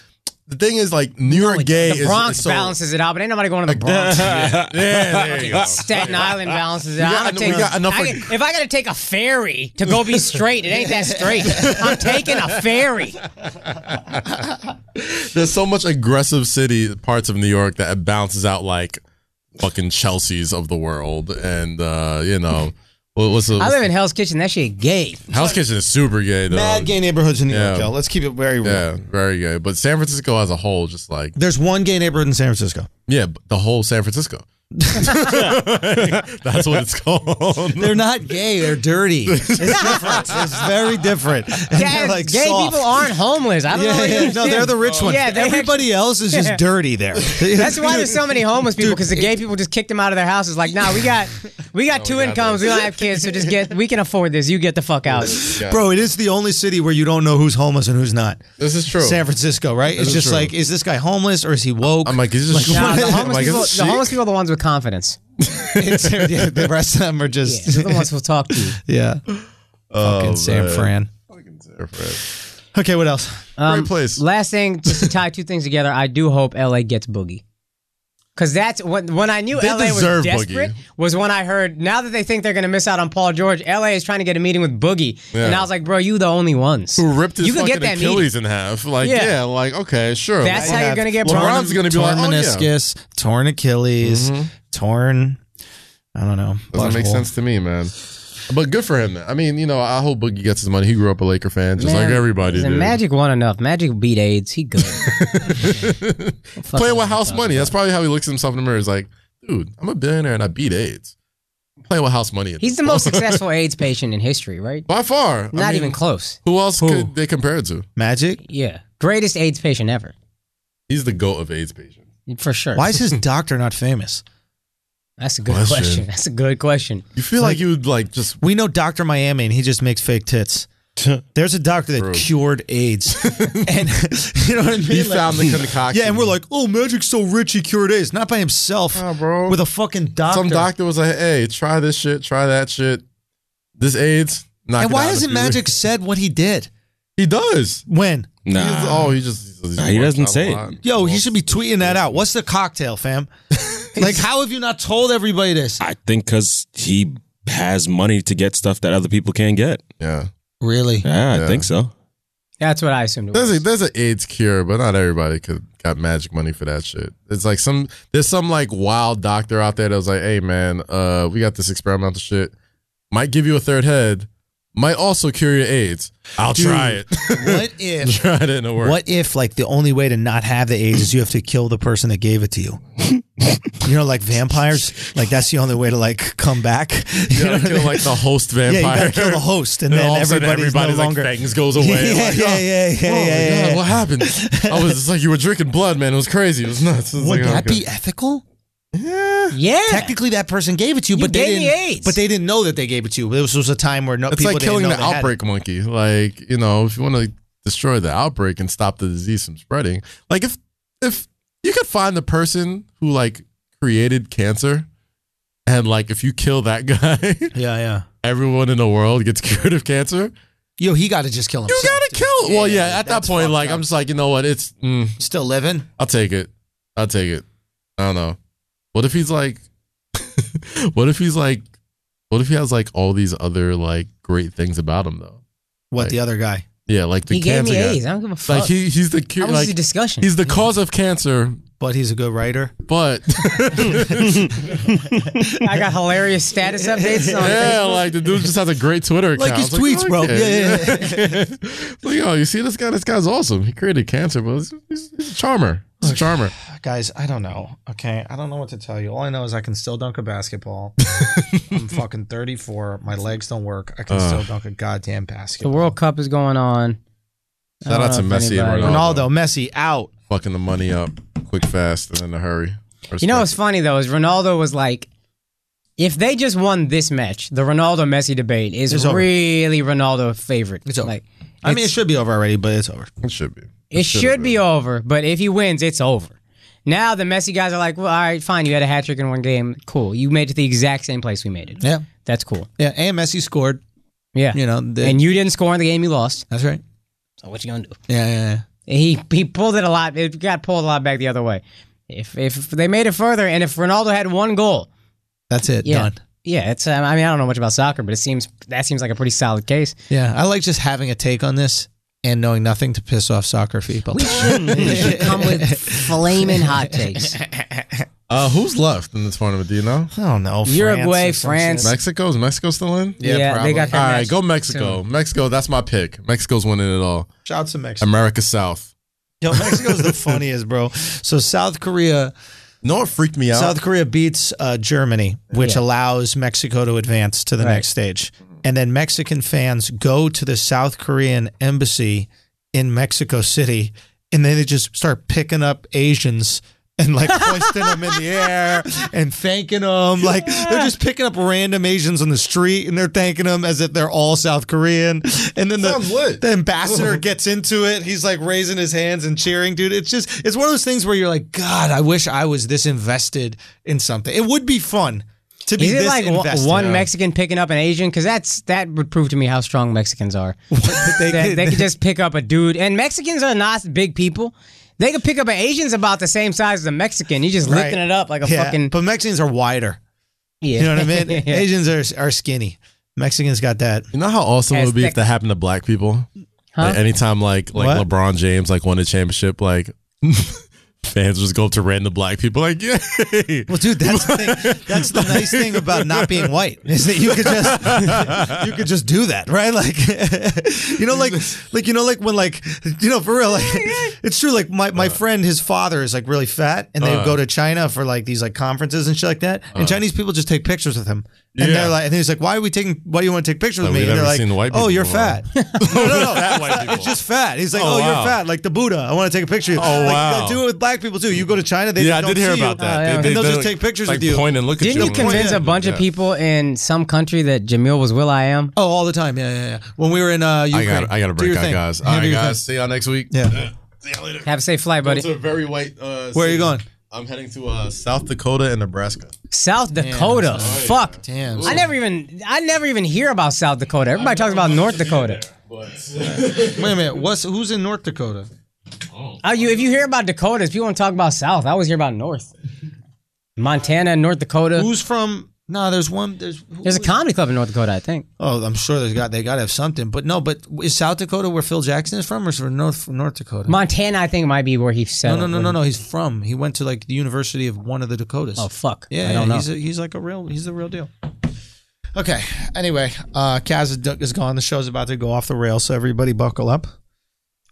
the thing is like New York gay
the
is
Bronx
is so,
balances it out, but ain't nobody going to the Bronx.
Yeah, there you go.
Staten Island balances it
We
out.
got
I'm
en- we
taking,
got enough
I
for-
get- if I got to take a ferry to go be straight, it ain't that straight. I'm taking a ferry.
There's so much aggressive city parts of New York that it balances out like fucking Chelsea's of the world, and uh, you know, what- what's the
I live in Hell's Kitchen. That shit gay.
House Kitchen is super gay though.
Bad gay neighborhoods in New
Um, yeah.
York, yo. Let's keep it very real.
Yeah, very gay. But San Francisco as a whole, just like
There's one gay neighborhood in San Francisco.
yeah, but the whole San Francisco. That's what it's called.
They're not gay. They're dirty. It's different. It's very different. And
Yeah,
they're like
gay
soft.
people aren't homeless. I don't know.
Yeah,
what you
yeah. No, they're the rich ones.
Yeah, they
Everybody else is just dirty there.
That's why there's so many homeless people because the gay people just kicked them out of their houses. Like, nah, we got we got two incomes. We don't have kids, so just get we can afford this. You get the fuck out.
Bro, it is the only city where you don't know who's homeless and who's not.
This is true.
San Francisco, right? it's
is
just
true.
like, is this guy homeless or is he woke?
I'm like, is this
Nah, the,
I'm
homeless
like, is
people,
this
the homeless
chic?
people are the ones with confidence.
It's- yeah, the rest of them are
Yeah,
just,
they're the ones who'll talk to you.
yeah. Fucking San
Oh, man.
Fran.
Fucking San Fran.
Okay, what else?
Um,
place.
Last thing, just to tie two things together, I do hope LA gets Boogie. Cause that's when when I knew
They
LA was
deserve
desperate
Boogie.
was when I heard now that they think they're gonna miss out on Paul George, LA is trying to get a meeting with Boogie. And I was like, bro, you the only ones.
Who ripped his
you could
fucking
get that meeting.
Achilles in half? Like,
Yeah.
yeah. like okay, sure.
That's how you're gonna get
LeBron's
Bronx.
Bron's gonna be
torn
like, oh, yeah. Mm-hmm.
meniscus, torn Achilles, torn. I don't know.
Doesn't make
butthole.
sense to me, man. But good for him. I mean, you know, I hope Boogie gets his money. He grew up a Laker fan, just like
Man,
everybody
listen,
did.
Magic won enough. Magic beat AIDS. He good.
Playing with house money. That's probably how he looks at himself in the mirror. He's like, dude, I'm a billionaire and I beat AIDS. I'm playing with house money.
He's the most successful AIDS patient in history, right?
by far. I
Not
mean,
even close.
Who else could they compare it to?
Magic?
Yeah. Greatest AIDS patient ever.
He's the goat of AIDS patients.
for sure.
Why is his doctor not famous?
That's a good
Question.
question. That's a good question.
You feel like, you would like just
We know Dr. Miami and he just makes fake tits. There's a doctor that
True.
cured AIDS. and you know what I mean?
he found the concoction.
Yeah, and we're like, oh, Magic's so rich he cured AIDS. Not by himself.
bro.
With a fucking doctor.
some doctor was like, "Hey, try this shit, try that shit. This AIDS." knock
And
it
why
out in a
hasn't
few weeks."
Magic said what he did?
He does.
When?
Nah.
He's- oh, he just. he's- he's
Nah, he doesn't
worked
say it.
out a lot.
Yo, he should be tweeting that out. What's the cocktail, fam? like, how have you not told everybody this?
I think because he has money to get stuff that other people can't get.
Yeah,
Really?
Yeah, I
Yeah.
think so.
That's what I assumed. It
there's
was.
a there's an AIDS cure, but not everybody could got magic money for that shit. It's like some there's some like wild doctor out there that was like, "Hey, man, uh, we got this experimental shit. Might give you a third head." Might also cure your AIDS. I'll try it.
What if?
try it and it worked.
What if like the only way to not have the AIDS is you have to kill the person that gave it to you? you know, like vampires. Like that's the only way to like come back. You
You
know
gotta
what I
kill
mean?
like the host vampire.
yeah, you gotta kill the host, and
And
then
all of a sudden
everybody's,
everybody's
no
like
longer.
fangs goes away.
yeah,
Like,
yeah,
oh,
yeah, yeah,
oh my
yeah,
God,
yeah.
What happened? I was just like, you were drinking blood, man. It was crazy. It was nuts. It was
Would
like,
that
okay.
be ethical?
yeah.
Technically, that person gave it to you,
You
but they
gave me
didn't.
AIDS.
But they didn't know that they gave it to you. This was a time where no
It's
people
like
didn't
killing
know
the
they had it.
outbreak monkey. Like you know, if you want to destroy the outbreak and stop the disease from spreading, like if if you could find the person who like created cancer, and like if you kill that guy,
Yeah, yeah.
everyone in the world gets cured of cancer.
Yo, he got to just kill himself.
You gotta
dude.
kill. well, yeah. At that
that's
point,
fucked
like
up.
I'm just like, you know what? It's. Mm,
Still living.
I'll take it. I'll take it. I don't know. What if he's like what if he's like what if he has like all these other like great things about him though?
What
Like-
the other guy?
Yeah, like the
he gave
cancer
me
guy.
AIDS. I don't give a fuck.
Like he he's the
How
cure
was
like
the discussion?
he's the cause of cancer,
But he's a good writer.
but
I got hilarious status updates on
yeah,
Facebook.
like the dude just has a great Twitter account.
Like his
I was
tweets, bro.
okay. like, oh, you see this guy? This guy's awesome. He created cancer, but he's, he's, he's a charmer. He's a charmer.
Guys, I don't know. Okay, I don't know what to tell you. All I know is I can still dunk a basketball. I'm fucking 34. My legs don't work. I can still dunk a goddamn
The
basketball.
World Cup is going on. I
Shout
don't
out to
know if
Messi and
anybody-
Ronaldo, Messi out.
Fucking the money up quick, fast, and in a hurry.
You know what's
Respect.
funny though is Ronaldo was like, if they just won this match, the Ronaldo Messi debate is
It's over.
really Ronaldo favorite.
It's over.
Like,
I mean, it should be over already, but it's over.
it should be.
it should be over, but if he wins, it's over. Now the Messi guys are like, well, all right, fine, you had a hat trick in one game, cool. You made it to the exact same place we made it.
Yeah,
That's cool.
yeah. And Messi scored.
Yeah,
You know, the,
and you didn't score in the game you lost.
that's right.
So what you gonna do?
Yeah, yeah, yeah.
He he pulled it a lot. It got pulled a lot back the other way. If if they made it further, and if Ronaldo had one goal,
That's it.
yeah,
Done.
yeah. It's um, I mean I don't know much about soccer, but it seems that seems like a pretty solid case.
Yeah, I like just having a take on this and knowing nothing to piss off soccer people.
we should come with flaming hot takes.
Uh, who's left in this tournament? Do you know?
I don't know.
Uruguay,
or some
France.
shit.
Mexico is Mexico still in?
Yeah, they got
All
that
right,
match
go Mexico. Mexico, that's my pick. Mexico's winning it all.
Shout out to Mexico.
America South.
Yo, Mexico's the funniest, bro. So South Korea,
You know what freaked me out?
South Korea beats uh, Germany, which
Yeah.
allows Mexico to advance to the
Right.
next stage. And then Mexican fans go to the South Korean embassy in Mexico City, and then they just start picking up Asians. And like hoisting them in the air and thanking them. Like they're just picking up random Asians on the street and they're thanking them as if they're all South Korean. And then
Sounds
the,
lit.
the ambassador gets into it. He's like raising his hands and cheering, dude. It's just, it's one of those things where you're like, God, I wish I was this invested in something. It would be fun to be
Is it
this
like one-
invested.
one Mexican picking up an Asian? Because that's that would prove to me how strong Mexicans are.
they,
that they
could-
could just pick up a dude. And Mexicans are not big people. They could pick up an Asian's about the same size as a Mexican. You just
Right.
lifting it up like a
yeah,
fucking.
but Mexicans are wider.
Yeah.
You know what I mean? Asians are are skinny. Mexicans got that.
you know how awesome it would be if
Aztec.
that happened to black people?
Huh?
Like, anytime like like
What?
LeBron James like won a championship, like fans just go up to random black people like, yay.
Well, dude, that's the thing. That's the nice thing about not being white is that you could just you could just do that, right? Like, you know, like like you know, like when like you know for real, like it's true. Like my,
Uh.
my friend, his father is like really fat, and they go to China for like these like conferences and shit like that. And Chinese people just take pictures with him, And
Uh. Yeah.
they're like, and he's like, why are we taking, why do you want to take pictures
Like,
with me?
we've
And they're
never
like,
seen white
oh,
people
you're
before."
fat. no, no, no.
Fat white people.
It's just fat. He's like,
Oh,
oh,
wow.
you're fat, like the Buddha. I want to take a picture of you.
Oh,
like,
wow.
Do it with black people too. You go to China, they
yeah, I
don't
did hear
see you.
about that.
Oh, yeah.
And they'll just take pictures
like,
with you.
Point and look at
Didn't
you.
you convince a bunch of
Yeah.
people in some country that Jamil was Will I Am?
Oh, all the time. Yeah, yeah, yeah. When we were in uh,
I
Ukraine.
got. I got to
Do
break
your
out,
thing.
guys.
Yeah,
All
do
right,
your
guys.
thing.
See y'all next week.
Yeah.
See y'all later.
Have a safe flight, buddy.
It's a very white. Uh,
Where are you
city.
going?
I'm heading to uh, South Dakota and Nebraska.
South Dakota. Fuck.
Damn.
I never even I never even hear about South Dakota. Everybody talks about North Dakota.
Wait a minute. What's who's in North Dakota?
Oh, you if you hear about Dakotas, people don't talk about South. I always hear about North. Montana, North Dakota.
Who's from? No, there's one. There's who-
There's a comedy club in North Dakota, I think.
oh, I'm sure there's got they got to have something. But no, but is South Dakota where Phil Jackson is from, or is from North North Dakota?
Montana, I think, might be where he
no,
settled.
no, no, no, no. He's from. He went to like the University of one of the Dakotas.
Oh fuck.
yeah,
I don't
yeah,
know.
He's, a, he's like a real. He's the real deal. Okay. Anyway, uh, Kaz is d- is gone. The show's about to go off the rails, so everybody buckle up.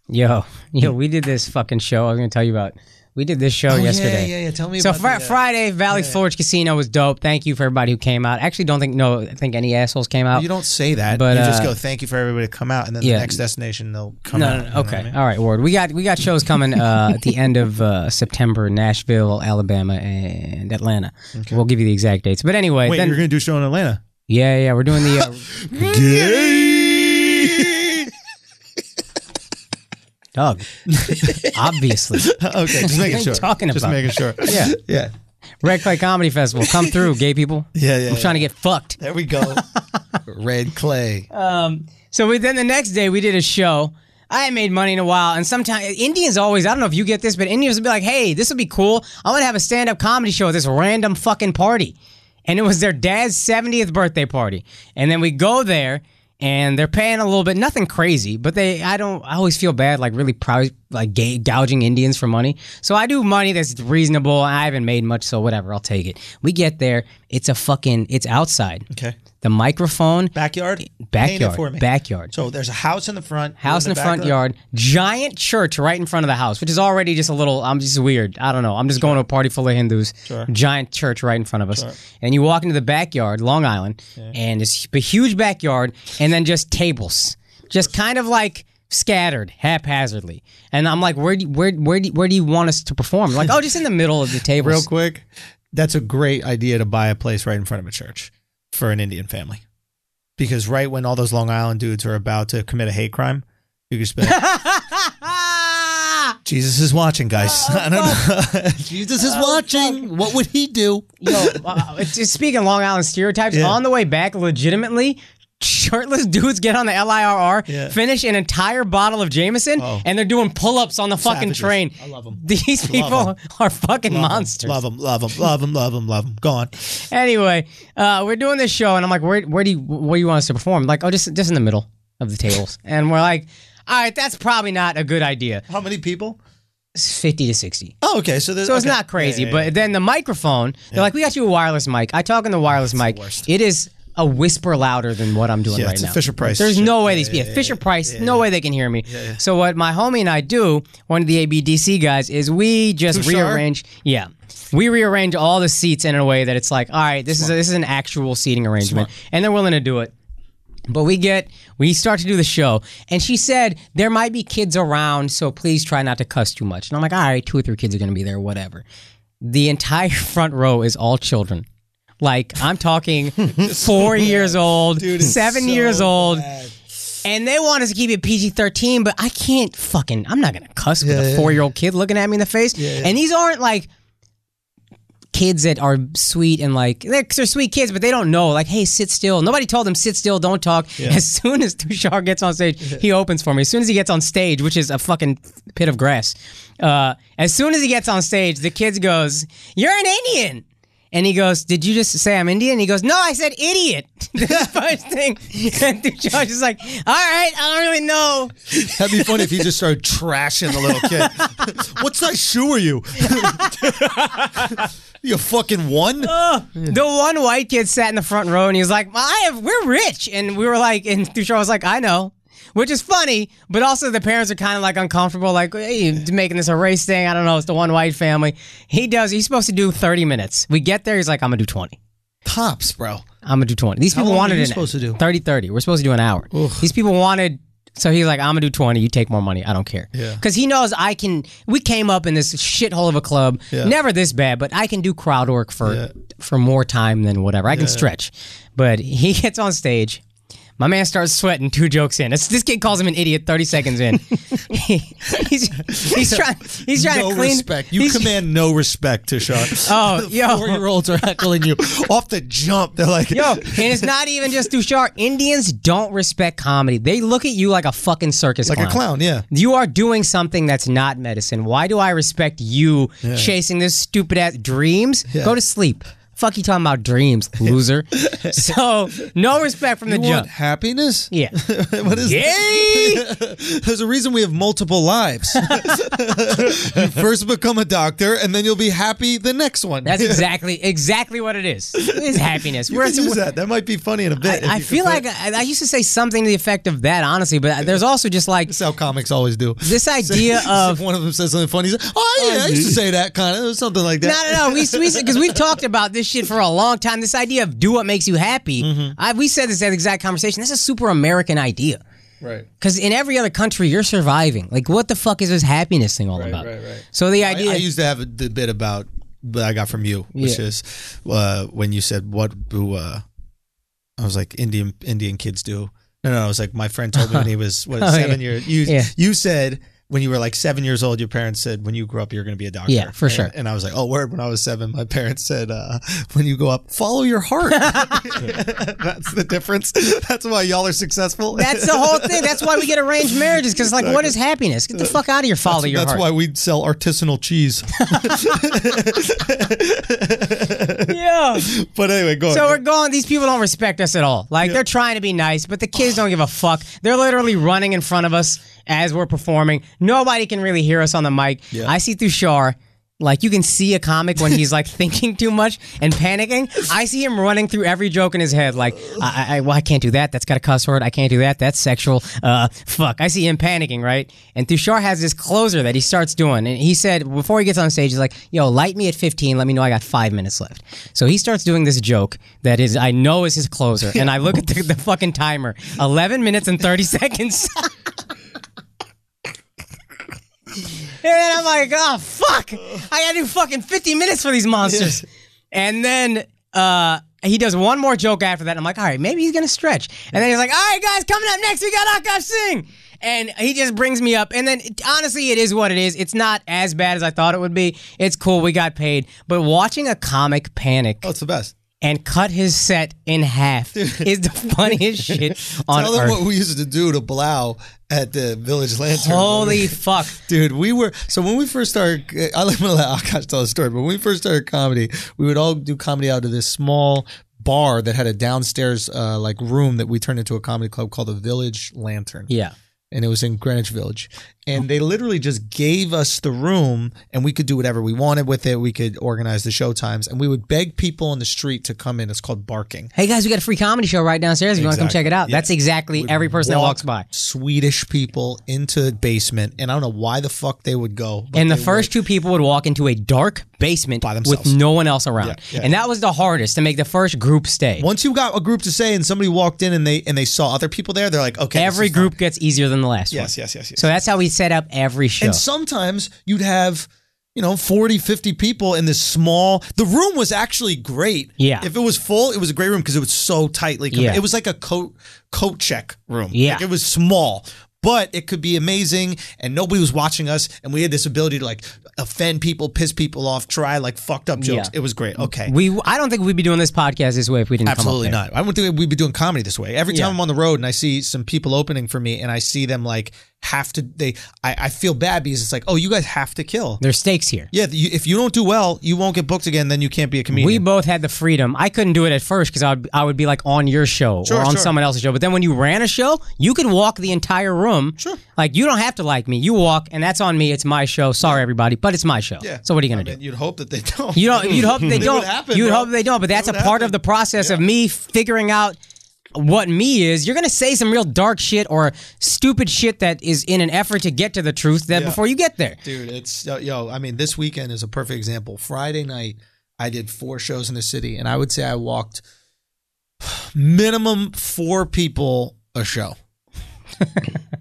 Yo, yo, we did this fucking show. I was gonna tell you about. We did this show
Oh, yeah,
yesterday.
yeah, yeah. Tell me
So
about
Fri-
the, uh,
Friday, Valley Forge Casino was dope. Thank you for everybody who came out. Actually, don't think no, I think any assholes came out.
You don't say that.
But,
you just
uh,
go. Thank you for everybody to come out, and then
yeah.
the next destination they'll come
No,
out.
no,
you
no,
know what
okay,
I mean?
all right, Ward. We got we got shows coming uh, at the end of uh, September, Nashville, Alabama, and Atlanta. We'll give you the exact dates. But anyway,
Wait,
then,
you're gonna do a show in Atlanta?
yeah, yeah, we're doing the. Uh, Doug, obviously,
okay, just making
What are you
sure.
talking
just
about?
making sure. Yeah, yeah,
Red Clay Comedy Festival, come through, gay people.
yeah, yeah.
I'm trying to get fucked.
There we go. Red clay.
Um, So we, then the next day we did a show. I hadn't made money in a while, and sometimes Indians always. I don't know if you get this, but Indians would be like, "Hey, this would be cool. I want to have a stand-up comedy show at this random fucking party," and it was their dad's seventieth birthday party. And then we go there, and they're paying a little bit, nothing crazy, but they. I don't. I always feel bad, like really proud, like ga- gouging Indians for money. So I do money that's reasonable. and I haven't made much, so whatever. I'll take it. We get there. It's a fucking. It's outside.
Okay.
The microphone.
Backyard. Paint
Backyard.
it for me.
Backyard.
So there's a house in the front.
House in the, front
backyard.
yard, giant church right in front of the house, which is already just a little. I'm just weird. I don't know. I'm just going to a party full of Hindus. Giant church right in front of us, and you walk into the backyard, Long Island, and it's a huge backyard, and then just tables, just kind of like scattered haphazardly. And I'm like, where do you, where where do you, where do you want us to perform? Like, oh, just in the middle of the tables.
Real quick, that's a great idea to buy a place right in front of a church for an Indian family, because right when all those Long Island dudes are about to commit a hate crime, you could spend. Jesus is watching, guys.
Oh,
I don't know. Oh, Jesus is watching. What would he do?
Yo, uh, just speaking Long Island stereotypes,
Yeah.
on the way back, legitimately, shirtless dudes get on the LIRR,
Yeah.
finish an entire bottle of Jameson,
Oh.
and they're doing pull ups on the fucking
Savages.
train.
I love 'em.
These people
Love
are fucking
Love 'em,
monsters.
Love him, love him, love him, love him, love him. Go on.
Anyway, uh, we're doing this show, and I'm like, where, where do you where do you want us to perform? Like, oh, just just in the middle of the tables. and we're like, all right, that's probably not a good idea.
How many people?
It's 50 to 60.
Oh, okay. So, there's,
So it's
okay.
not crazy,
Yeah, yeah,
but then the microphone, they're like, we got you a wireless mic. I talk on the wireless mic. It is a whisper louder than what I'm doing
Yeah,
right
it's a
now.
Fisher-Price
There's
shit.
no way these people, Fisher Price, no way they can hear me. So what my homie and I do, one of the ABDC guys, is we just
Tushar?
rearrange. Yeah. We rearrange all the seats in a way that it's like, all right, this is a, this is an actual seating arrangement, and they're willing to do it. But we get, we start to do the show, and she said there might be kids around, so please try not to cuss too much. And I'm like, all right, two or three kids are gonna be there, whatever. The entire front row is all children. Like I'm talking four years old, seven years old, and they want us to keep it PG-13, but I can't fucking. I'm not gonna cuss with a four-year-old kid looking at me in the face. And these aren't like kids that are sweet and like they're, they're sweet kids, but they don't know. Like, hey, sit still. Nobody told them sit still, don't talk. As soon as Tushar gets on stage, he opens for me. As soon as he gets on stage, which is a fucking pit of grass, uh, as soon as he gets on stage, the kid goes, "You're an Indian." And he goes, "Did you just say I'm Indian?" He goes, "No, I said idiot." this first thing, and Tushar is like, "All right, I don't really know."
That'd be funny if he just started trashing the little kid. what size shoe are you? you fucking one?
The one white kid sat in the front row and he was like, "I have, we're rich," and we were like, and Duchar was like, "I know," which is funny, but also the parents are kind of like uncomfortable, like hey, you're making this a race thing. I don't know. It's the one white family. He does. He's supposed to do thirty minutes. We get there. He's like, "I'm gonna do 20.
tops, bro.
I'm gonna do 20. These
How
people
long
wanted
are you
an-
supposed to do?
30 30. We're supposed to do an hour. These people wanted so he's like, I'm gonna do 20. You take more money. I don't care. Yeah. Because he knows I can. We came up in this shithole of a club. Never this bad, but I can do crowd work for for more time than whatever. I can stretch. But he gets on stage. My man starts sweating two jokes in. This, this kid calls him an idiot 30 seconds in. he's, he's trying, he's trying
no
to clean.
respect. You
he's-
command no respect, Tishon.
Oh, yo.
Four year olds are heckling you off the jump. They're like,
Yo, and it's not even just Dushar. Indians don't respect comedy. They look at you like a fucking circus
like
clown.
a clown. Yeah.
You are doing something that's not medicine. Why do I respect you chasing this stupid ass dreams? Go to sleep. Fuck you talking about dreams, loser. so no respect from the
You want
jump.
happiness?
Yeah.
What is
Yay!
There's a reason we have multiple lives. you first become a doctor, and then you'll be happy the next one.
That's exactly exactly what it is. It is happiness.
you
We're-
can use that. That might be funny in a bit. if
I
you
feel
compare-
like I, I used to say something to the effect of that, honestly, but there's also just like
that's how comics always do.
this idea of
if one of them says something funny, he's like, "Oh yeah, I used to say that kind of something like that."
No, no, no. We we because we've talked about this shit for a long time. This idea of do what makes you happy.
Mm-hmm.
I, we said this at the exact conversation. That's a super American idea.
Right.
Because in every other country, you're surviving. Like, what the fuck is this happiness thing all about?
right, right.
So the
I,
idea.
I used to have a the bit about that I got from you, which
Yeah.
is uh, when you said what do uh, I was like Indian Indian kids do. No, no, I was like my friend told me when he was what,
Oh,
seven
yeah.
years. You
Yeah.
you said when you were like seven years old, your parents said when you grow up you're going to be a doctor.
Yeah, for
And-
sure.
And I was like, oh word. When I was seven, my parents said uh, when you go up, follow your heart. That's the difference. That's why y'all are successful.
that's the whole thing. That's why we get arranged marriages. Because like, what is happiness? Get the fuck out of here. Follow
that's,
your
that's
heart.
why we sell artisanal cheese.
yeah.
but anyway, go
So we're
on.
going. These people don't respect us at all. Like they're trying to be nice, but the kids don't give a fuck. They're literally running in front of us as we're performing. Nobody can really hear us on the mic. I see through Shar. Like you can see a comic when he's like thinking too much and panicking. I see him running through every joke in his head. Like I, I, I well, I can't do that. That's got a cuss word. I can't do that. That's sexual. Uh, fuck. I see him panicking, right? And Thushar has this closer that he starts doing, and he said before he gets on stage, he's like, "Yo, light me at 15. Let me know I got five minutes left." So he starts doing this joke that is, I know is his closer, and I look at the, the fucking timer, 11 minutes and 30 seconds. and then I'm like, "Oh fuck, I gotta do fucking 50 minutes for these monsters." And then uh, he does one more joke after that. And I'm like, all right, maybe he's gonna stretch. And then he's like, all right, guys, coming up next, we got Akash Singh. And he just brings me up. And then honestly, it is what it is. It's not as bad as I thought it would be. It's cool. We got paid. But watching a comic panic
Oh, it's the best.
and cut his set in half is the funniest shit on
Tell them
earth.
what we used to do to Blau at the Village Lantern.
Holy fuck.
Dude, we were so when we first started. I like to let Akash tell the story, but when we first started comedy, we would all do comedy out of this small bar that had a downstairs uh, like room that we turned into a comedy club called the Village Lantern.
Yeah.
and it was in Greenwich Village. And they literally just gave us the room and we could do whatever we wanted with it. We could organize the show times and we would beg people on the street to come in. It's called barking.
Hey guys, we got a free comedy show right downstairs. If you want to come
Exactly.
check it out,
Yeah.
that's exactly every person that
walk
walks by.
Swedish people into the basement and I don't know why the fuck they would go. but
and the
they
first two people would walk into a dark basement
By
with
themselves.
no one else around.
yeah.
And that was the hardest to make the first group stay.
would. once you got a group to say and somebody walked in and they and they saw other people there, they're like, okay, this
Every
is fun.
group gets easier than the last
Yes,
one.
yes, yes, yes.
So that's how we set up every show.
And sometimes you'd have, you know, 40, 50 people in this small. The room was actually great.
Yeah.
If it was full, it was a great room because it was so tightly. com-
Yeah.
It was like a coat coat check room.
Yeah.
Like, it was small. But it could be amazing, and nobody was watching us, and we had this ability to like offend people, piss people off, try like fucked up jokes.
Yeah.
It was great. Okay,
we I don't think we'd be doing this podcast this way if we didn't
Absolutely
come up
not. I wouldn't think we'd be doing comedy this way. Every time
Yeah.
I'm on the road and I see some people opening for me and I see them like have to, they, I, I feel bad because it's like, oh, you guys have to kill.
There's stakes here.
Yeah, you, if you don't do well, you won't get booked again. Then you can't be a comedian.
We both had the freedom. I couldn't do it at first because I would, I would be like on your show or on
sure.
someone else's show. But then when you ran a show, you could walk the entire room. Sure. Like you don't have to like me. You walk, and that's on me. It's my show. Sorry, everybody, but it's my show.
Yeah.
So what are you gonna do?
And you'd hope that they don't.
You don't. You'd hope they
Hmm. It
don't.
would happen,
you'd
bro.
hope they don't. But that's a
would
part of
happen.
the process of me figuring out what me is. You're gonna say some real dark shit or stupid shit that is in an effort to get to the truth. That before you get there,
Dude, it's yo, yo. I mean, this weekend is a perfect example. Friday night, I did four shows in the city, and I would say I walked minimum four people a show.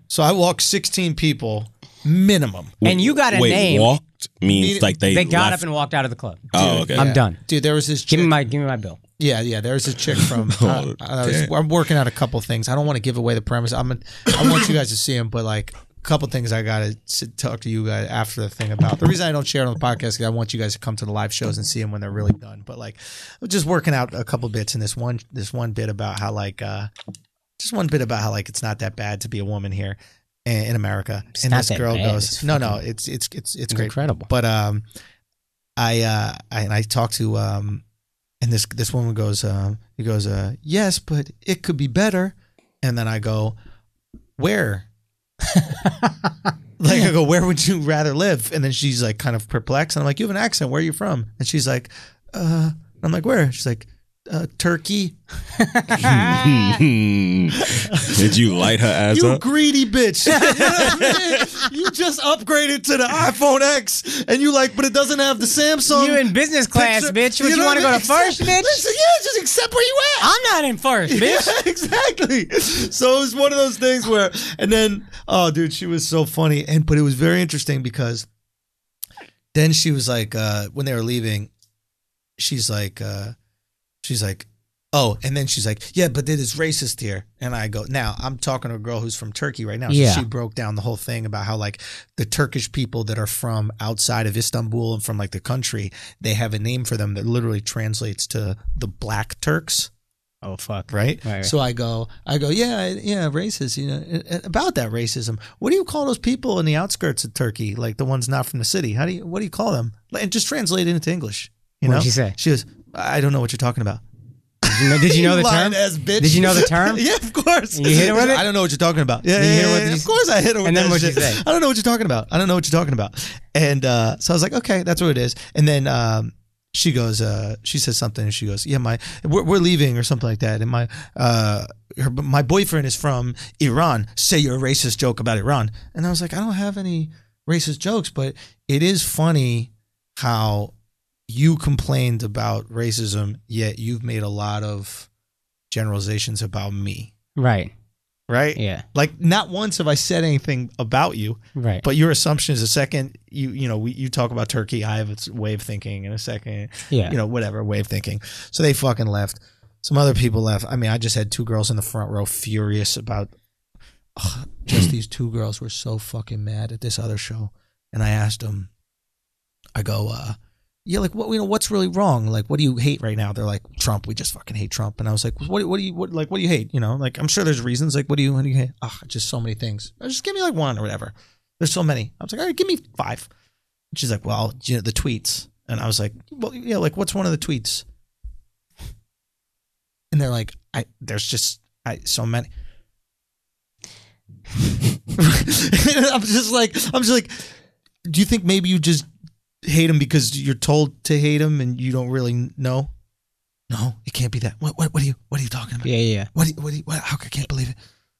so I walked 16 people minimum.
And you got a
Wait,
name.
walked means like they
They got
left.
up and walked out of the club.
Oh, okay.
I'm done.
Dude, there was this chick.
Give me my give me my bill.
yeah, yeah. There was a chick from. uh, I was, I'm working out a couple things. I don't want to give away the premise. I'm. A, I want you guys to see them, but like a couple things I gotta sit, talk to you guys after the thing about. The reason I don't share it on the podcast is I want you guys to come to the live shows and see them when they're really done. But like, I'm just working out a couple bits in this one. This one bit about how like. uh just one bit about how like it's not that bad to be a woman here in in America. and
not
this
that
girl
bad.
goes,
It's
no, no, it's it's it's it's
It's
great.
incredible.
But um, I uh, I and I talked to um, and this this woman goes, um, he goes, uh, yes, but it could be better. And then I go, where? like I go, where would you rather live? And then she's like, kind of perplexed. And I'm like, you have an accent. Where are you from? And she's like, uh, and I'm like, where? She's like, uh, Turkey.
Did you light her ass
You
up?
greedy bitch. you, know what I mean? You just upgraded to the iPhone X and you like, but it doesn't have the Samsung.
You in business class,
picture.
bitch. What you,
know
want to
what I
go
mean?
to first,
Accept-
bitch?
Listen, yeah, just accept where you at.
I'm not in first, bitch.
Yeah, exactly. So it was one of those things where, and then, oh, dude, she was so funny, and but it was very interesting because then she was like, uh, when they were leaving, she's like, uh, she's like, oh, and then she's like, yeah, but it is racist here, and I go, now I'm talking to a girl who's from Turkey right now. So
Yeah.
she broke down the whole thing about how like the Turkish people that are from outside of Istanbul and from like the country, they have a name for them that literally translates to the Black Turks
Oh fuck.
right?
Right, right.
So I go, I go, yeah, yeah, racist. You know, a- a- about that racism. What do you call those people in the outskirts of Turkey, like the ones not from the city? How do you, what do you call them? Like, And just translate it into English. You
What'd
know,
she say?
She goes, I don't know what you're talking about.
Did you know, did you know the term?
Lying-ass bitch.
Did you know the term?
yeah, of course.
And you hit her with it?
I don't know what you're talking about. Yeah,
Did you
yeah,
hit her
yeah,
with
yeah,
these-
of course I hit her with
And then
that
what'd
shit.
you say?
I don't know what you're talking about. I don't know what you're talking about. And uh, so I was like, okay, that's what it is. And then um, she goes, uh, she says something, and she goes, yeah, my we're, we're leaving or something like that. And my uh, her, my boyfriend is from Iran. Say your racist joke about Iran. And I was like, I don't have any racist jokes, but it is funny how you complained about racism, yet you've made a lot of generalizations about me,
Right.
right?
Yeah.
Like not once have I said anything about you,
Right.
but your assumption is a second you you know we, you talk about Turkey, I have a way of thinking, and a second
yeah.
you know whatever way of thinking. So they fucking left. Some other people left. I mean, I just had two girls in the front row furious about. Ugh, just these two girls were so fucking mad at this other show, and I asked them, I go, uh, yeah, like what you know, what's really wrong? Like, what do you hate right now? They're like Trump. We just fucking hate Trump. And I was like, what, what do you, what, like, what do you hate? You know, like I'm sure there's reasons. Like, what do you, what do you hate? Ah, just so many things. Uh, Just give me like one or whatever. There's so many. I was like, all right, give me five. And she's like, well, you know, the tweets. And I was like, well, yeah, like what's one of the tweets? And they're like, I there's just I so many. And I'm just like, I'm just like, do you think maybe you just hate him because you're told to hate him and you don't really know? No, it can't be that. What what what are you what are you talking about?
yeah. Yeah.
What do you- what do you, what how I can't believe it.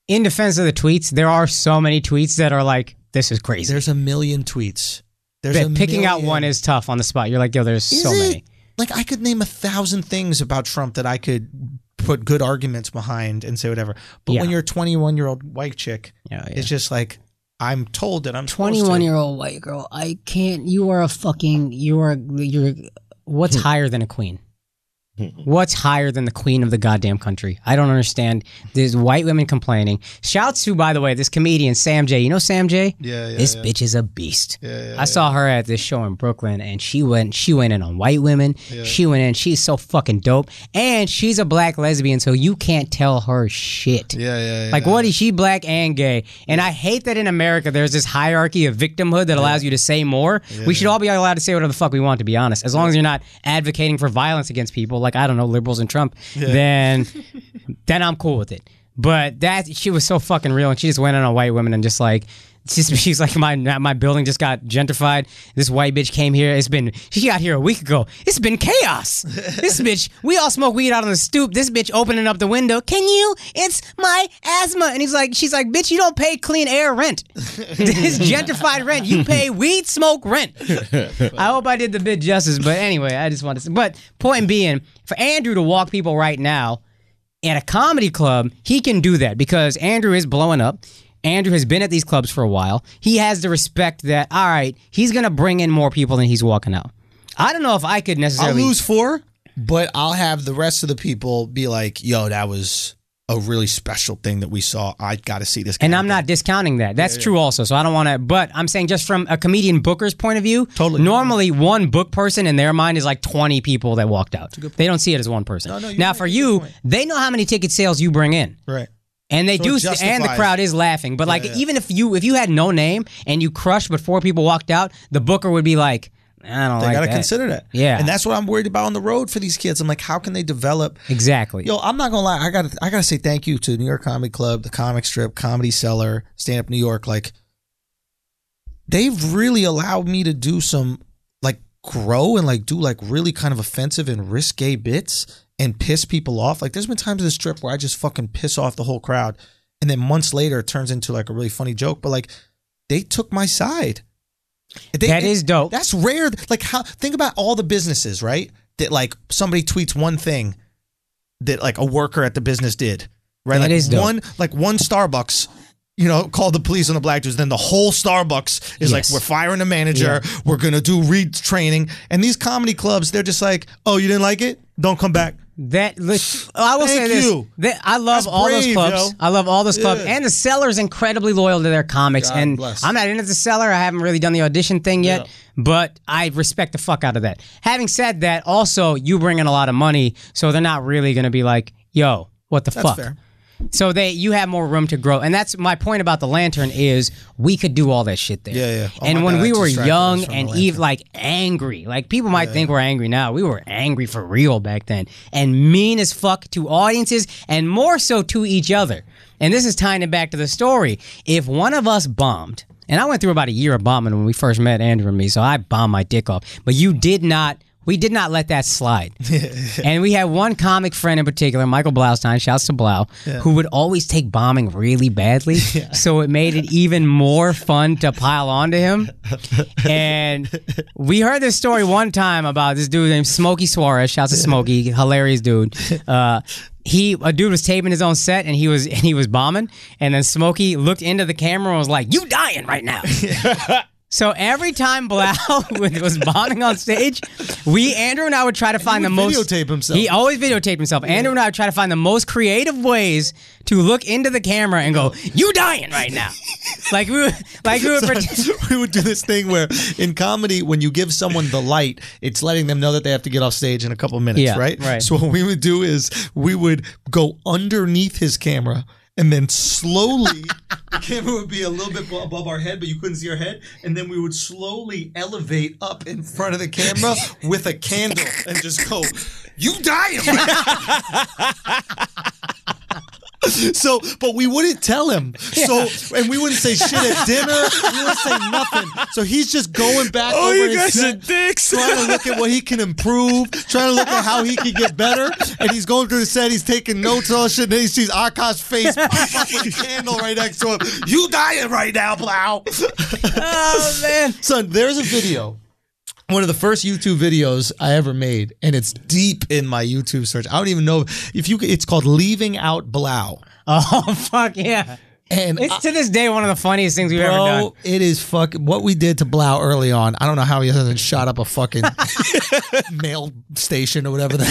In defense of the tweets, there are so many tweets that are like, this is crazy.
There's a million tweets. There's a
But picking out
million.
one is tough on the spot. You're like, yo, there's
Is
so
it?
many.
Like I could name a thousand things about Trump that I could put good arguments behind and say whatever. But when
Yeah.
you're a 21 year old white chick,
Yeah.
it's just like I'm told that I'm supposed to.
21 year old white girl. I can't. You are a fucking. You are. You're.
What's higher than a queen?
Hmm.
What's higher than the queen of the goddamn country? I don't understand. There's white women complaining. Shouts to, by the way, this comedian, Sam J. You know Sam J?
Yeah, yeah.
this bitch is a beast. I saw her at this show in Brooklyn, and she went she went in on white women. She went in. She's so fucking dope, and she's a black lesbian, so you can't tell her shit.
Yeah, yeah,
Like, what is she black and gay? And I hate that in America there's this hierarchy of victimhood that allows you to say more. we should all be allowed to say whatever the fuck we want, to be honest. As long as you're not advocating for violence against people, like I don't know, liberals and Trump, then then I'm cool with it. But that she was so fucking real, and she just went on a white woman and just like she's, she's like my my building just got gentrified. This white bitch came here. It's been she got here a week ago. It's been chaos. this bitch, we all smoke weed out on the stoop. This bitch opening up the window. Can you? It's my asthma. And he's like, she's like, bitch, you don't pay clean air rent. this gentrified rent. You pay weed smoke rent. I hope I did the bit justice. But anyway, I just wanted to. Say, but point being, for Andrew to walk people right now at a comedy club, he can do that because Andrew is blowing up. Andrew has been at these clubs for a while. He has the respect that, all right, he's going to bring in more people than he's walking out. I don't know if I could
I'll
necessarily.
lose four, but I'll have the rest of the people be like, "Yo, that was a really special thing that we saw. I got to see this."
And I'm not discounting that. That's true also. So I don't want to, but I'm saying just from a comedian booker's point of view,
Totally.
Normally, one book person in their mind is like 20 people that walked out. They don't see it as one person.
no, you're
now
right,
for
good
you, they know how many ticket sales you bring in.
right.
And they
So
do,
it justifies-
and the crowd is laughing. But like, even if you if you had no name and you crushed, but four people walked out, the booker would be like, "I don't
They
like
got to
that."
consider that.
Yeah.
And that's what I'm worried about on the road for these kids. I'm like, how can they develop?
exactly.
Yo, I'm not gonna lie. I got to I got to say thank you to New York Comedy Club, the Comic Strip, Comedy Cellar, Stand Up New York. Like, they've really allowed me to do some like grow and like do like really kind of offensive and risque bits and piss people off. Like, there's been times in this strip where I just fucking piss off the whole crowd, and then months later it turns into like a really funny joke. But like, they took my side. They,
That is dope.
That's rare. Like, how think about all the businesses, right? That like somebody tweets one thing that like a worker at the business did. Right?
That
like
is dope.
one like one Starbucks, you know, called the police on the black dudes, then the whole Starbucks is like,
Yes.
We're firing the manager, we're gonna do retraining. And these comedy clubs, they're just like, Oh, you didn't like it? Don't come back.
That look, I will
Thank
say this.
you.
That- I love
That's
all those
brave, yo.
clubs. I love all those clubs, and the seller's incredibly loyal to their comics. and
bless.
I'm not into the seller. I haven't really done the audition thing yet, but I respect the fuck out of that. Having said that, also you bring in a lot of money, so they're not really going to be like, "Yo, what the fuck."
fair.
So they, you have more room to grow, and that's my point about the lantern is we could do all that shit there.
Yeah, yeah. Oh
and
my
when
God,
we
that's
were
distracting
young
us from
and
the
even like angry, like people might think we're angry now, we were angry for real back then, and mean as fuck to audiences, and more so to each other. And this is tying it back to the story. If one of us bombed, and I went through about a year of bombing when we first met Andrew and me, so I bombed my dick off, but you did not. We did not let that slide. and we had one comic friend in particular, Michael Blaustein, shouts to Blau, who would always take bombing really badly. So it made it even more fun to pile onto him. And we heard this story one time about this dude named Smokey Suarez. Shouts to Smokey, hilarious dude. Uh, he a dude was taping his own set and he was and he was bombing. And then Smokey looked into the camera and was like, "You dying right now." So every time Blau was bombing on stage, we Andrew and I would try to find the most
videotape himself.
He always videotaped himself. Andrew and I would try to find the most creative ways to look into the camera and go, "You dying right now?" like we would, like we would pretend.
we would do this thing where in comedy, when you give someone the light, it's letting them know that they have to get off stage in a couple minutes,
Yeah,
right?
right.
So what we would do is we would go underneath his camera and then slowly the camera would be a little bit bo- above our head, but you couldn't see our head. And then we would slowly elevate up in front of the camera with a candle and just go, You dying. So, but we wouldn't tell him. So, and we wouldn't say shit at dinner. We wouldn't say nothing. So he's just going back
Oh,
over
you
his
guys are
set,
dicks.
trying to look at what he can improve, trying to look at how he can get better. And he's going through the set. He's taking notes and all shit. And then he sees Akash's face pop up with a candle right next to him. You dying right now, Plow.
Oh man!
Son, there's a video. One of the first YouTube videos I ever made, and it's deep in my YouTube search. I don't even know if you. It's called "Leaving Out Blau,"
Oh fuck yeah!
and
It's to this day one of the funniest things we've ever
Bro,
done.
it is fucking what we did to Blau early on. I don't know how he hasn't shot up a fucking mail station or whatever that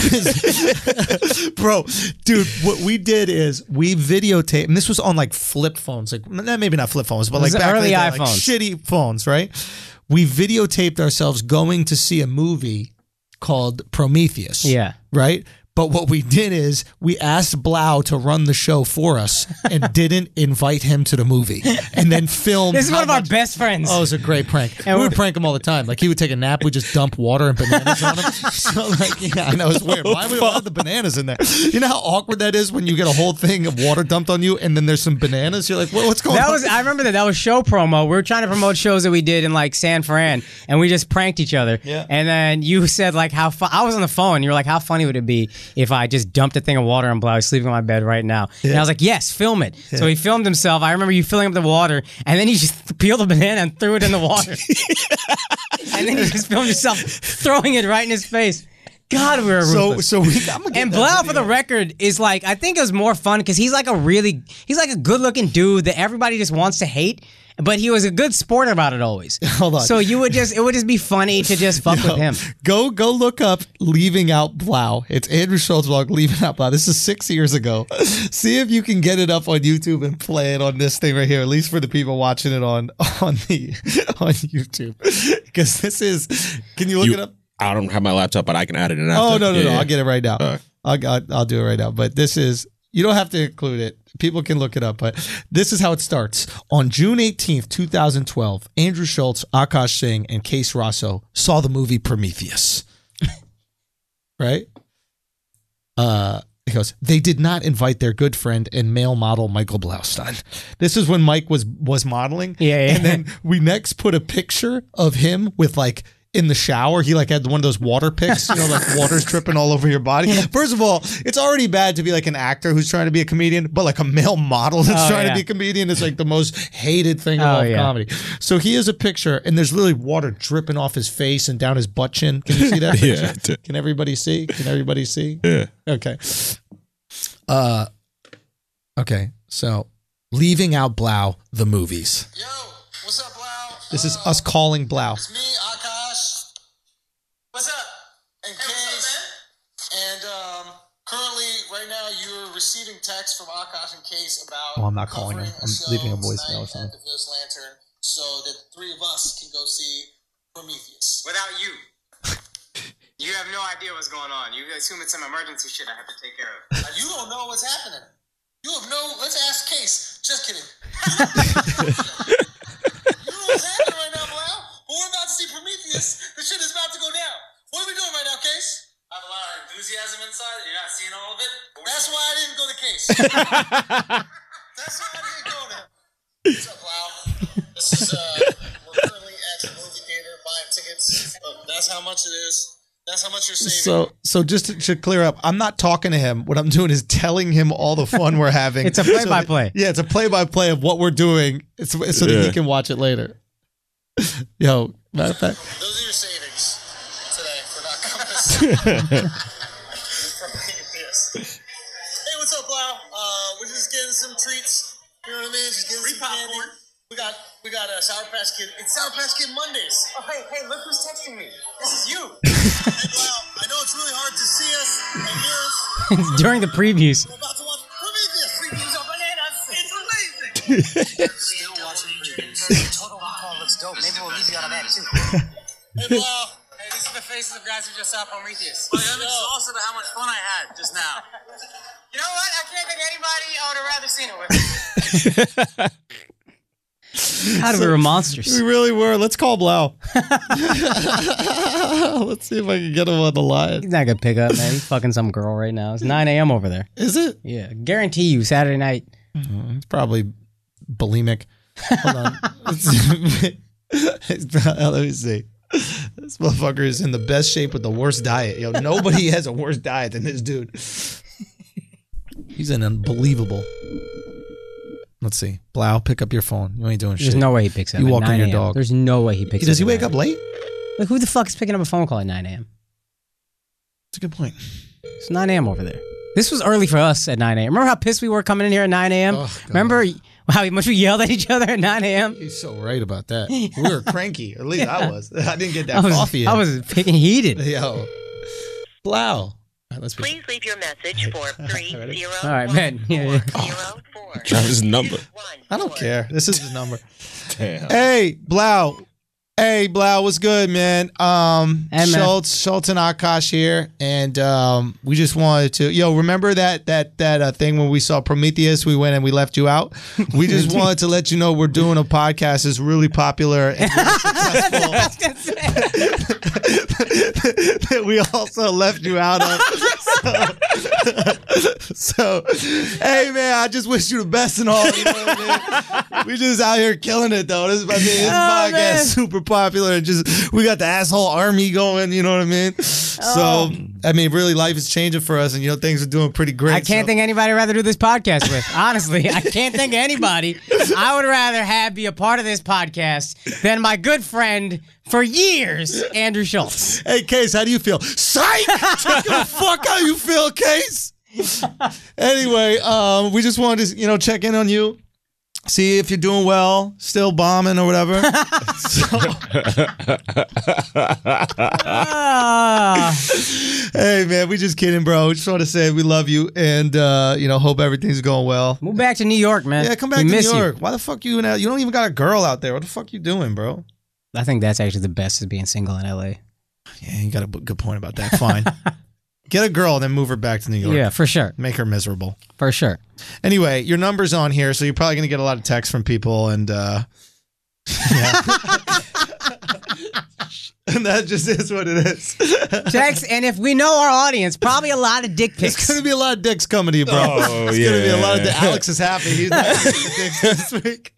is. Bro, dude, what we did is we videotaped, and this was on like flip phones, like n- maybe not flip phones, but like
was
back in
early
the day, like,
iPhones.
shitty phones, right? We videotaped ourselves going to see a movie called Prometheus.
Yeah.
Right? But what we did is we asked Blau to run the show for us and didn't invite him to the movie and then film.
This is
how
one of our
much-
best friends.
Oh, it was a great prank. we would prank him all the time. Like he would take a nap, we would just dump water and bananas on him. So like, yeah, I know it's weird. Why would we have the bananas in there? You know how awkward that is when you get a whole thing of water dumped on you and then there's some bananas. You're like, well, what's going
That
on?
was I remember that that was show promo. We were trying to promote shows that we did in like San Fran, and we just pranked each other. Yeah. And then you said like how fu- I was on the phone. You were like, how funny would it be if I just dumped a thing of water on Blau? He's sleeping on my bed right now. And I was like, yes, film it. So he filmed himself. I remember you filling up the water, and then he just peeled a banana and threw it in the water. and then you just filmed yourself throwing it right in his face. God, we were
So,
ruthless.
so we, I'm gonna get
And
that
Blau, for
video.
the record, is like I think it was more fun because he's like a really he's like a good looking dude that everybody just wants to hate. But he was a good sport about it always.
Hold on.
So you would just it would just be funny to just fuck with him.
Go go look up leaving out Blau. It's Andrew Schultz blog leaving out Blau. This is six years ago. See if you can get it up on YouTube and play it on this thing right here. At least for the people watching it on on the on YouTube, because this is. Can you look it
You,
up?
I don't have my laptop, but I can add it in.
Oh
after.
no no
Yeah,
no!
yeah.
I'll get it right now.
All right.
I'll, I'll I'll do it right now. But this is you don't have to include it. People can look it up. But this is how it starts. On June eighteenth, two thousand twelve, Andrew Schultz, Akash Singh, and Case Rosso saw the movie Prometheus. right. Uh. He goes, they did not invite their good friend and male model Michael Blaustein. This is when Mike was was modeling.
Yeah, yeah.
And then we next put a picture of him with like in the shower. He like had one of those water pics, you know, like water's dripping all over your body. First of all, it's already bad to be like an actor who's trying to be a comedian, but like a male model that's
Oh,
trying
yeah.
to be a comedian is like the most hated thing in
Oh,
all of
yeah.
comedy. So he has a picture and there's literally water dripping off his face and down his butt chin. Can you see that?
Yeah,
picture?
I did.
Can everybody see? Can everybody see?
Yeah.
Okay. Uh okay. So leaving out Blau the movies.
Yo, what's up, Lau?
This is us calling Blau.
It's me, Akash. What's up? And Case. And um, currently, right now, you're receiving texts from Akash and Case about.
Oh, I'm not calling
covering
him. I'm
show
leaving a voicemail or
tonight
something.
At the Village Lantern, so that the three of us can go see Prometheus.
without you. You have no idea what's going on. You assume it's some emergency shit I have to take care of.
Now, you don't know what's happening. You have no. Let's ask Case. Just kidding. you don't know what's happening right now, Blau. But we're about to see Prometheus. The shit is about to go down. What are we doing right now, Case?
I have a lot of enthusiasm inside. You're not seeing all of it.
That's why I didn't go to Case. That's why I didn't go there. What's up, Lau? This is, uh, we're currently at the movie theater buying tickets. Um, that's how much it is. That's how much you're saving.
So so just to, to clear up, I'm not talking to him. What I'm doing is telling him all the fun we're having.
It's a
So that-
play-by-play.
yeah, it's a play by play of what we're doing it's, so that he
Yeah.
can watch it later. Yo, matter of fact.
Those are your savings today for not coming to see- from Prometheus. Hey, what's up, Lau? Uh, we're just getting some treats. You know what I mean? Just getting some popcorn. We got we got a Sour Patch Kid. It's Sour Patch Kid Mondays.
Oh, hey, hey, look who's texting me. This is you.
Hey, Lau, I know it's really hard to see us and hear us.
During the previews.
We're about to watch Prometheus. Previews are bananas. It's amazing.
Still watching Total Recall looks dope. Maybe we'll leave you out of that too.
Hey, Lau.
Hey, these are the faces of guys who just saw Prometheus.
I'm exhausted
at how much fun I had just now. You know what? I can't think of anybody I would have rather seen it with.
How do we were monsters?
We really were. Let's call Blau. Let's see if I can get him on the line.
He's not gonna pick up, man. He's fucking some girl right now. It's 9 a.m. over there.
Is it?
Yeah. Guarantee you, Saturday night.
Mm, It's probably bulimic. Hold on. It's pro- Let me see. This motherfucker is in the best shape with the worst diet. Yo, nobody has a worse diet than this dude. He's an unbelievable. Let's see. Blau, pick up your phone. You ain't doing
There's
shit.
no way he picks up.
You
at
walk on
9
your
a.m..
dog.
There's no way he picks
Does he
up. at
wake up
9
late?
a.m.. Like who the fuck is picking up a phone call at 9 a.m.?
That's a good point.
It's 9 a.m. over there. This was early for us at 9 a.m. Remember how pissed we were coming in here at 9
Oh,
a.m.? Remember how much we yelled at each other at 9 a.m.?
He's so right about that. We were cranky. Or at least I was. I didn't get that
I was,
coffee. in.
I was picking heated.
Yo. Blau. All right, let's be-
leave your message for three zero
All right, man. Yeah, yeah.
zero four.
Travis' number.
One.
I don't care. This is his number.
Damn.
Hey, Blau. Hey Blau, what's good, man? Um
Hey, man.
Schultz, Schultz and Akash here. And um we just wanted to yo, remember that that that uh, thing when we saw Prometheus, we went and we left you out. We just wanted to let you know we're doing a podcast. It's really popular and really successful. That we also left you out of.
So, hey man, I just wish you the best and all. You know what I mean? We just out here killing it though. This, I mean, this podcast
Oh, man.
super popular. And just we got the asshole army going. You know what I mean?
Oh.
So, I mean, really, life is changing for us, and you know things are doing pretty great.
I can't
so-
think anybody I'd rather do this podcast with. Honestly, I can't think of anybody I would rather have be a part of this podcast than my good friend for years, Andrew Schultz.
Hey, Case, how do you feel? Psych! Check the fuck how you feel, Case.
anyway, um, we just wanted to, you know, check in on you, see if you're doing well, still bombing or whatever.
Ah.
hey, man, we just kidding, bro. Just want to say we love you and, uh, you know, hope everything's going well.
move back to New York, man.
Yeah, come
We
back to New
miss you.
York. Why the fuck you in L? You don't even got a girl out there. What the fuck you doing, bro?
I think that's actually the best is being single in LA.
Yeah, you got a b- good point about that. Fine. Get a girl, then move her back to New York.
Yeah, for sure,
Make her miserable.
for sure.
Anyway, your number's on here, so you're probably going to get a lot of texts from people and, uh, yeah. and that just is what it is.
Text, and if we know our audience, probably a lot of dick
It's
pics.
gonna be a lot of dicks coming to you, bro.
Oh,
it's gonna be a lot of
yeah.
dicks. Alex is happy. He's not getting dicks this week.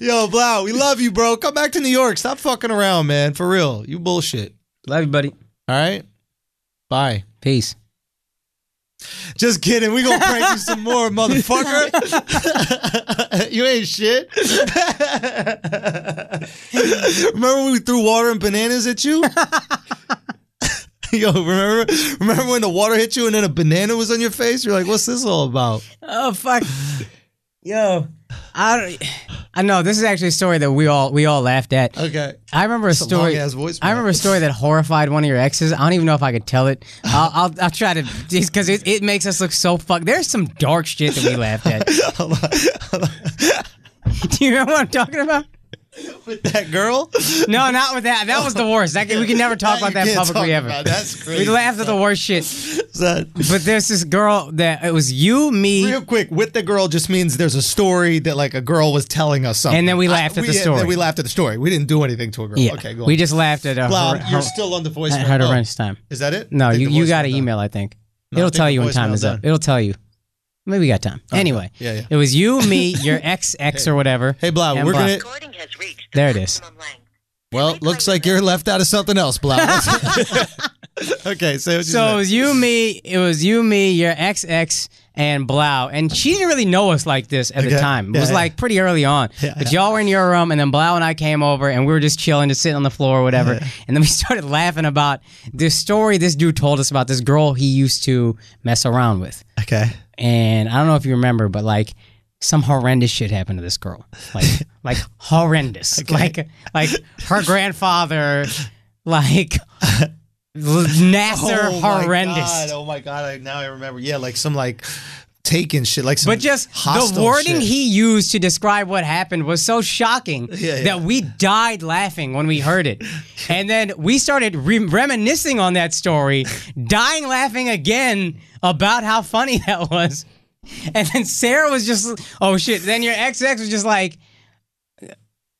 Yo, Blau, we love you, bro. Come back to New York. Stop fucking around, man. For real. You bullshit.
Love you, buddy.
All right? Bye.
Peace.
Just kidding. We gonna prank you some more, motherfucker. you ain't shit. remember when we threw water and bananas at you? Yo, remember remember when the water hit you and then a banana was on your face? You're like, what's this all about?
Oh fuck, yo, I don't. I know this is actually a story that we all we all laughed at.
Okay.
I remember a story.
long-ass voicemail.
I remember a story that horrified one of your exes. I don't even know if I could tell it. I'll I'll, I'll try to because it, it makes us look so fuck. There's some dark shit that we laughed at. Do you remember what I'm talking about?
That girl?
No, not with that. That was the worst. That, we can never talk about that
You can't
publicly
talk
ever.
about it. That's
we
crazy.
laughed at the worst shit.
Son.
But there's this girl that it was you, me,
Real quick, with the girl just means there's a story that like a girl was telling us something.
And then we laughed at the
we-
story.
Then we laughed at the story. We didn't do anything to a girl.
Yeah.
Okay, go on.
We just laughed at her.
Blau,
her,
you're
her,
still on the
at
voicemail.
her
Oh,
runs time.
Is that it?
No,
I think
you,
the
you
voicemail
got an
done.
email, I think.
I
It'll
think
tell
the
you when time
voicemail
is
done.
up. It'll tell you. Maybe got time. anyway,
Yeah, yeah.
it was you, me, your ex, ex, or whatever.
Hey, Blau,
and
we're
Blau.
gonna.
Recording has reached
There it is.
maximum length.
Well, looks like you're left out of something else, Blau. okay, so
So it was you, me. It was you, me, your ex, ex, and Blau. And she didn't really know us like this at the
Okay.
time. It
Yeah,
was
yeah.
like pretty early on. but y'all were in your room, and then Blau and I came over, and we were just chilling, just sitting on the floor or whatever. And then we started laughing about this story this dude told us about this girl he used to mess around with.
okay,
and I don't know if you remember, but like some horrendous shit happened to this girl. Like like horrendous. Like like her grandfather, like l- Nasser horrendous.
Oh my god! I, now I remember. Yeah, like some like taken shit, like some
But just the
hostile
wording
shit.
he used to describe what happened was so shocking
Yeah, yeah.
that we died laughing when we heard it. and then we started re- reminiscing on that story, dying laughing again about how funny that was. And then Sarah was just, oh shit. Then your ex ex was just like,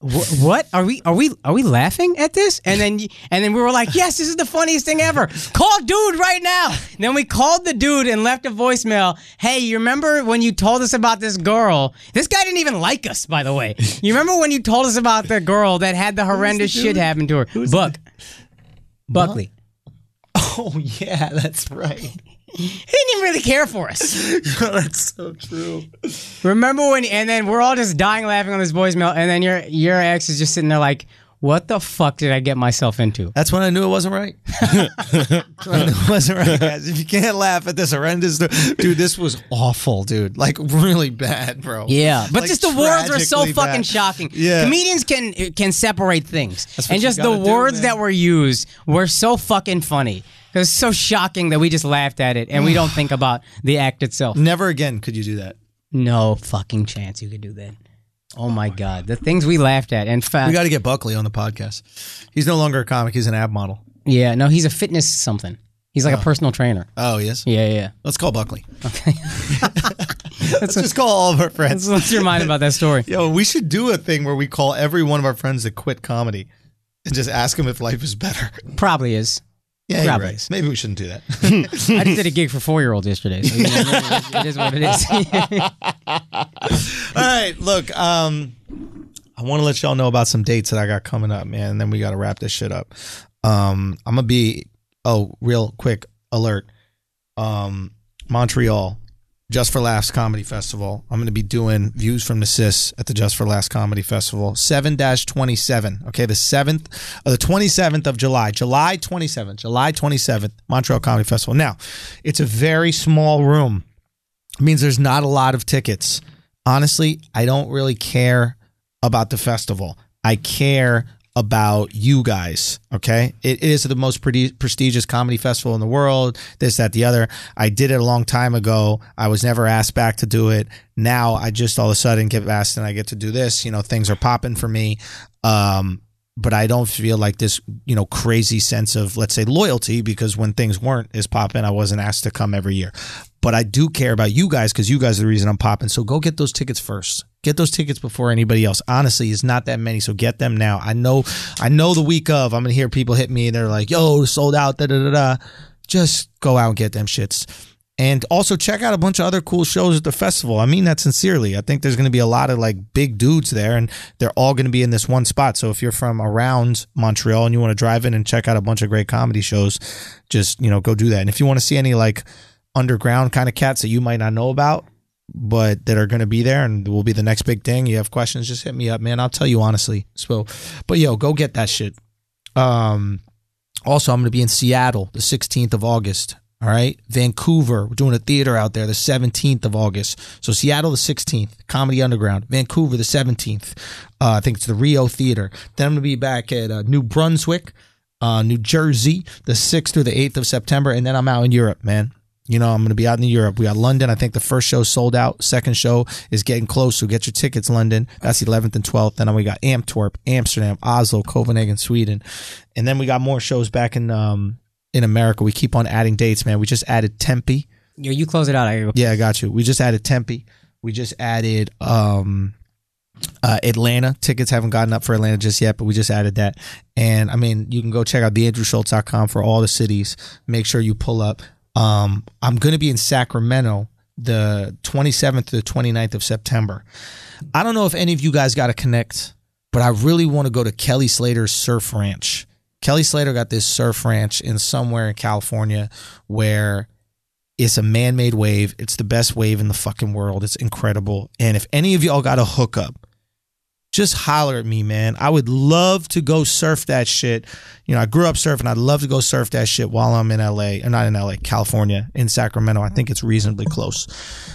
"Wh- what are we are we are we laughing at this and then y- and then we were like yes this is the funniest thing ever call dude right now And then we called the dude and left a voicemail hey you remember when you told us about this girl this guy didn't even like us by the way you remember when you told us about the girl that had the horrendous shit happen to her buck buckley
Oh yeah, that's right.
he didn't even really care for us
that's so true.
remember when and then we're all just dying laughing on this voicemail and then your your ex is just sitting there like what the fuck did i get myself into
That's when I knew it wasn't right. That's when I knew it wasn't right, guys. If you can't laugh at this horrendous, dude, this was awful, dude. Like really bad, bro.
Yeah, but
Like,
just the words were so
tragically
fucking
bad.
shocking.
Yeah.
comedians can can separate things,
That's what
and
you
just the
gotta do,
words
man.
that were used were so fucking funny. It was so shocking that we just laughed at it, and we don't think about the act itself.
Never again could you do that.
No fucking chance you could do that. Oh my God, the things we laughed at. In fact,
We got to get Buckley on the podcast. He's no longer a comic. He's an ab model.
yeah, no, he's a fitness something. He's like a personal trainer.
Oh, yes.
Yeah, yeah.
Let's call Buckley.
Let's,
Let's just call all of our friends.
let's remind about that story.
Yo, we should do a thing where we call every one of our friends that quit comedy and just ask them if life is better.
Probably is.
Yeah, you're
Probably.
right. Maybe we shouldn't do that.
I just did a gig for four year olds yesterday. So you know, it is what it is.
all right, look, um, I want to let y'all know about some dates that I got coming up, man. And then we got to wrap this shit up. Um, I'm gonna be oh, real quick alert. Um, Montreal, Just for Laughs Comedy Festival. I'm gonna be doing views from the sis at the Just for Laughs Comedy Festival. Seven twenty seven. Okay, the seventh, uh, the twenty seventh of July, July twenty seventh, July twenty seventh, Montreal Comedy Festival. Now, it's a very small room means there's not a lot of tickets. Honestly, I don't really care about the festival. I care about you guys. Okay, it is the most pre- prestigious comedy festival in the world. This, that, the other. I did it a long time ago. I was never asked back to do it. Now I just all of a sudden get asked, and I get to do this. You know, things are popping for me. Um, but I don't feel like this, you know, crazy sense of let's say loyalty because when things weren't as popping, I wasn't asked to come every year. But I do care about you guys because you guys are the reason I'm popping. So go get those tickets first. Get those tickets before anybody else. Honestly, it's not that many, so get them now. I know, I know. The week of, I'm gonna hear people hit me. They're like, "Yo, sold out." Da da da da. Just go out and get them shits. And also check out a bunch of other cool shows at the festival. I mean that sincerely. I think there's going to be a lot of like big dudes there, and they're all going to be in this one spot. So if you're from around Montreal and you want to drive in and check out a bunch of great comedy shows, just you know go do that. And if you want to see any like underground kind of cats that you might not know about, but that are going to be there and will be the next big thing, you have questions, just hit me up, man. I'll tell you honestly. So, but yo, go get that shit. Um, also, I'm going to be in Seattle the 16th of August. All right. Vancouver, we're doing a theater out there the 17th of August. So, Seattle the 16th, Comedy Underground. Vancouver the 17th. Uh, I think it's the Rio Theater. Then I'm going to be back at uh, New Brunswick, uh, New Jersey, the 6th through the 8th of September. And then I'm out in Europe, man. You know, I'm going to be out in Europe. We got London. I think the first show sold out. Second show is getting close. So get your tickets, London. That's the 11th and 12th. Then we got Antwerp, Amsterdam, Oslo, Copenhagen, Sweden. And then we got more shows back in um, in America. We keep on adding dates, man. We just added Tempe.
You, you close it out. I,
Yeah, I got you. We just added Tempe. We just added um, uh, Atlanta. Tickets haven't gotten up for Atlanta just yet, but we just added that. And I mean, you can go check out theandrewschultz.com for all the cities. Make sure you pull up. Um, I'm going to be in Sacramento the 27th to the 29th of September. I don't know if any of you guys got to connect, but I really want to go to Kelly Slater's surf ranch. Kelly Slater got this surf ranch in somewhere in California where it's a man-made wave. It's the best wave in the fucking world. It's incredible. And if any of y'all got a hookup, just holler at me, man. I would love to go surf that shit. You know, I grew up surfing. I'd love to go surf that shit while I'm in LA, or not in LA, California, in Sacramento. I think it's reasonably close.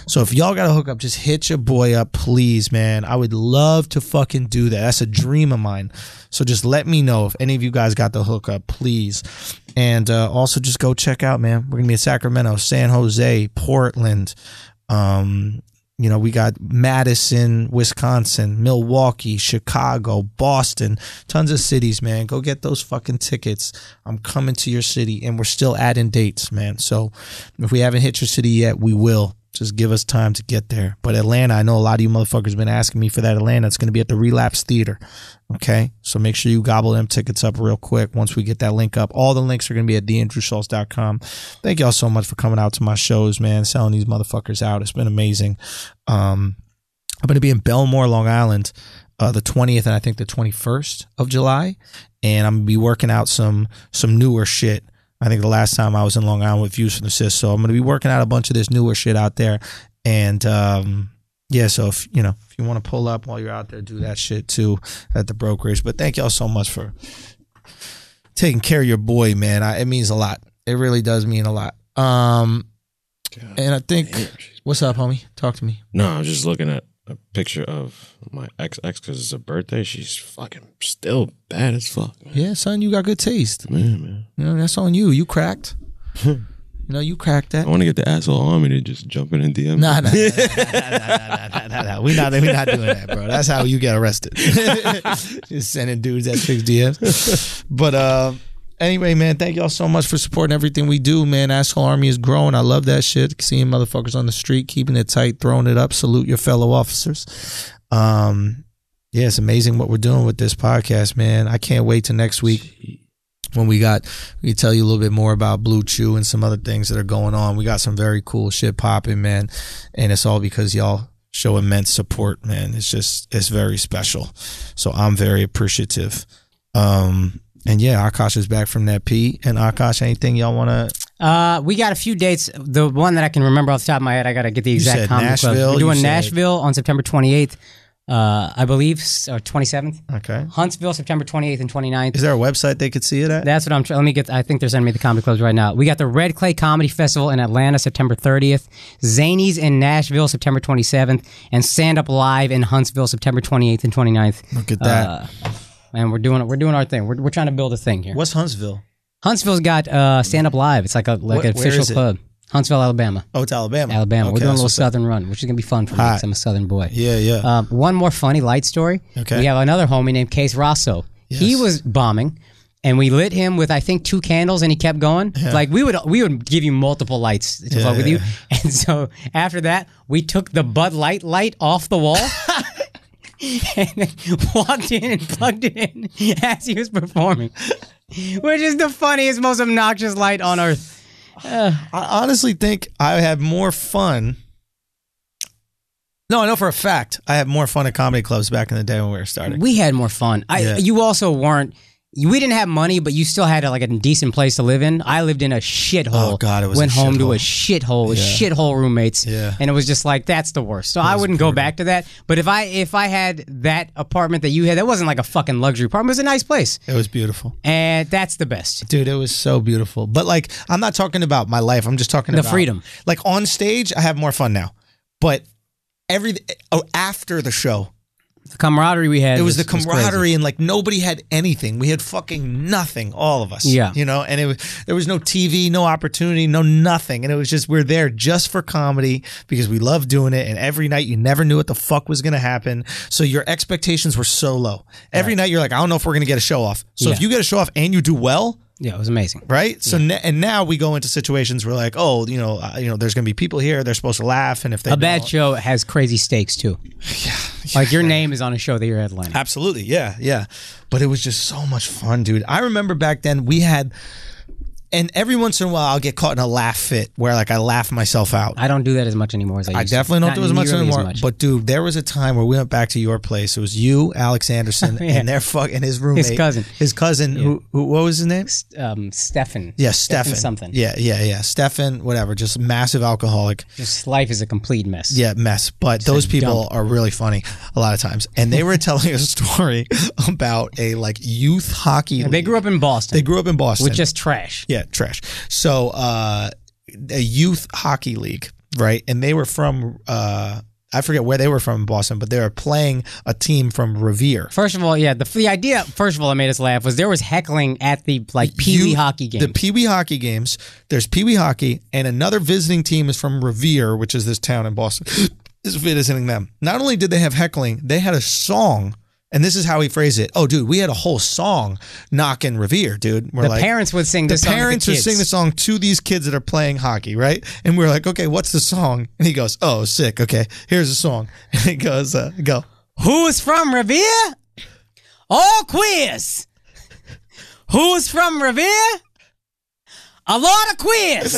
So if y'all got a hookup, just hit your boy up, please, man. I would love to fucking do that. That's a dream of mine. So just let me know if any of you guys got the hookup, please. And uh, also just go check out, man. We're gonna be in Sacramento, San Jose, Portland. Um, you know, we got Madison, Wisconsin, Milwaukee, Chicago, Boston, tons of cities, man. Go get those fucking tickets. I'm coming to your city and we're still adding dates, man. So if we haven't hit your city yet, we will. Just give us time to get there. But Atlanta, I know a lot of you motherfuckers been asking me for that Atlanta. It's going to be at the Relapse Theater. Okay. So make sure you gobble them tickets up real quick once we get that link up. All the links are going to be at theandrewschultz.com. Thank y'all so much for coming out to my shows, man, selling these motherfuckers out. It's been amazing. Um, I'm going to be in Belmore, Long Island, uh, the 20th and I think the 21st of July, and I'm going to be working out some some newer shit. I think the last time I was in Long Island with Views from the Sis, so I'm going to be working out a bunch of this newer shit out there, and um, yeah, so if you know if you want to pull up while you're out there, do that shit too at the brokerage. But thank y'all so much for taking care of your boy, man. I, it means a lot. It really does mean a lot. Um, and I think what's up, homie? Talk to me.
No, I'm just looking at a picture of my ex ex because it's her birthday. She's fucking still bad as fuck. Man,
Yeah, son, you got good taste.
man. man.
You know, that's on you. You cracked. you No, you cracked that.
I want to get the asshole army to just jump in and DM.
No, no, no, no, no, no, no, no, no. We not we not doing that, bro. That's how you get arrested. Just sending dudes at six DMs. But uh, anyway, man, thank y'all so much for supporting everything we do, man. Asshole Army is growing. I love that shit. Seeing motherfuckers on the street, keeping it tight, throwing it up. Salute your fellow officers. Um, yeah, it's amazing what we're doing with this podcast, man. I can't wait to next week when we got we tell you a little bit more about Blue Chew and some other things that are going on. We got some very cool shit popping, man, and it's all because y'all show immense support, man. It's just it's very special. So I'm very appreciative. Um and yeah, Akash is back from that P. And Akash, anything y'all want to?
Uh, we got a few dates. The one that I can remember off the top of my head, I got to get the exact
said
comedy club.
Nashville,
We're
you
doing
said-
Nashville on September 28th, uh, I believe, s- or 27th.
Okay,
Huntsville, September 28th and 29th.
is there a website they could see it at?
That's what I'm trying. Let me get. I think they're sending me the comedy clubs right now. We got the Red Clay Comedy Festival in Atlanta, September 30th. Zanies in Nashville, September 27th, and Stand Up Live in Huntsville, September 28th and 29th.
Look at that.
Uh, and we're doing we're doing our thing. We're, we're trying to build a thing here.
What's Huntsville?
Huntsville's got uh, Stand Up Live. It's like a like
What-
an
where
official
is it?
club. Huntsville, Alabama.
Oh, it's Alabama.
Alabama.
Okay,
we're doing a
that's
little
what's up.
Southern run, which is gonna be fun for me
Hot.
because I'm a Southern boy.
Yeah, yeah.
Um, one more funny light story.
Okay.
We have another homie named Case Rosso. He
Yes.
was bombing, and we lit him with I think two candles, and he kept going. Like we would we would give you multiple lights to fuck with you. And so after that, we took the Bud Light light off the wall. And then walked in and plugged it in as he was performing, which is the funniest, most obnoxious light on earth.
I honestly think I had more fun. No, I know for a fact I had more fun at comedy clubs back in the day when we were starting.
We had more fun. I,
Yeah.
You also weren't. you- We didn't have money, but you still had a, like a decent place to live in. I lived in a shithole.
Oh, God, it was a
went home to a shithole with shithole roommates,
Yeah.
and it was just like that's the worst. So I wouldn't go back to that. But if I if I had that apartment that you had, that wasn't like a fucking luxury apartment. It was a nice place,
It was beautiful.
and that's the best.
Dude, it was so beautiful. But like, I'm not talking about my life. I'm just talking
The
about
freedom.
Like on stage, I have more fun now. But every oh, after the show,
The camaraderie we had.
it was the
crazy.
camaraderie and like nobody had anything. We had fucking nothing, all of us.
Yeah.
you know, and it was there was no TV, no opportunity, no nothing, and it was just we're there just for comedy because we love doing it. And every night you never knew what the fuck was gonna happen, so your expectations were so low. Every night you're like, I don't know if we're gonna get a show off. So if
Yeah.
you get a show off and you do well,
Yeah, it was amazing.
right? So na- and now we go into situations where like, oh, you know, uh, you know, there's gonna be people here. They're supposed to laugh, and if they
A bad
don't-
show has crazy stakes too. Like your name is on a show that you're headlining.
Absolutely. Yeah. Yeah. But it was just so much fun, dude. I remember back then we had, and every once in a while I'll get caught in a laugh fit where like I laugh myself out.
I don't do that as much anymore as I used
I
to.
definitely don't
Not
do as much
nearly
anymore. But dude, there was a time where we went back to your place. It was you, Alex Anderson,
Yeah.
and their fuck and his roommate,
cousin.
his cousin. Who, who? What was his name?
um, Stefan.
Yeah, Stefan.
Something.
Yeah, yeah, yeah. Stefan. Whatever. Just massive alcoholic.
Just life is a complete mess.
Yeah, mess. But those people are really funny a lot of times. And they were telling a story about a like youth hockey.
They
league.
grew up in Boston,
They grew up in Boston.
with just trash.
yeah, trash. So uh, a youth hockey league, right? And they were from uh, I forget where they were from in Boston, but they were playing a team from Revere.
First of all, yeah, the, the idea, first of all, that made us laugh was there was heckling at the like Pee Wee
You-
hockey game.
The Pee Wee hockey games. There's Pee Wee hockey, and another visiting team is from Revere, which is this town in Boston. is visiting them. Not only did they have heckling, they had a song, and this is how he phrased it. Oh, dude, we had a whole song knocking Revere, dude. We're
The
like,
parents would sing
the
this song to
parents
the
are singing the
kids.
song to these kids that are playing hockey, right? And we're like, okay, what's the song? And he goes, oh, sick. Okay, here's the song. And he goes, uh, go.
Who's from Revere? All queers. Who's from Revere? A lot of queers.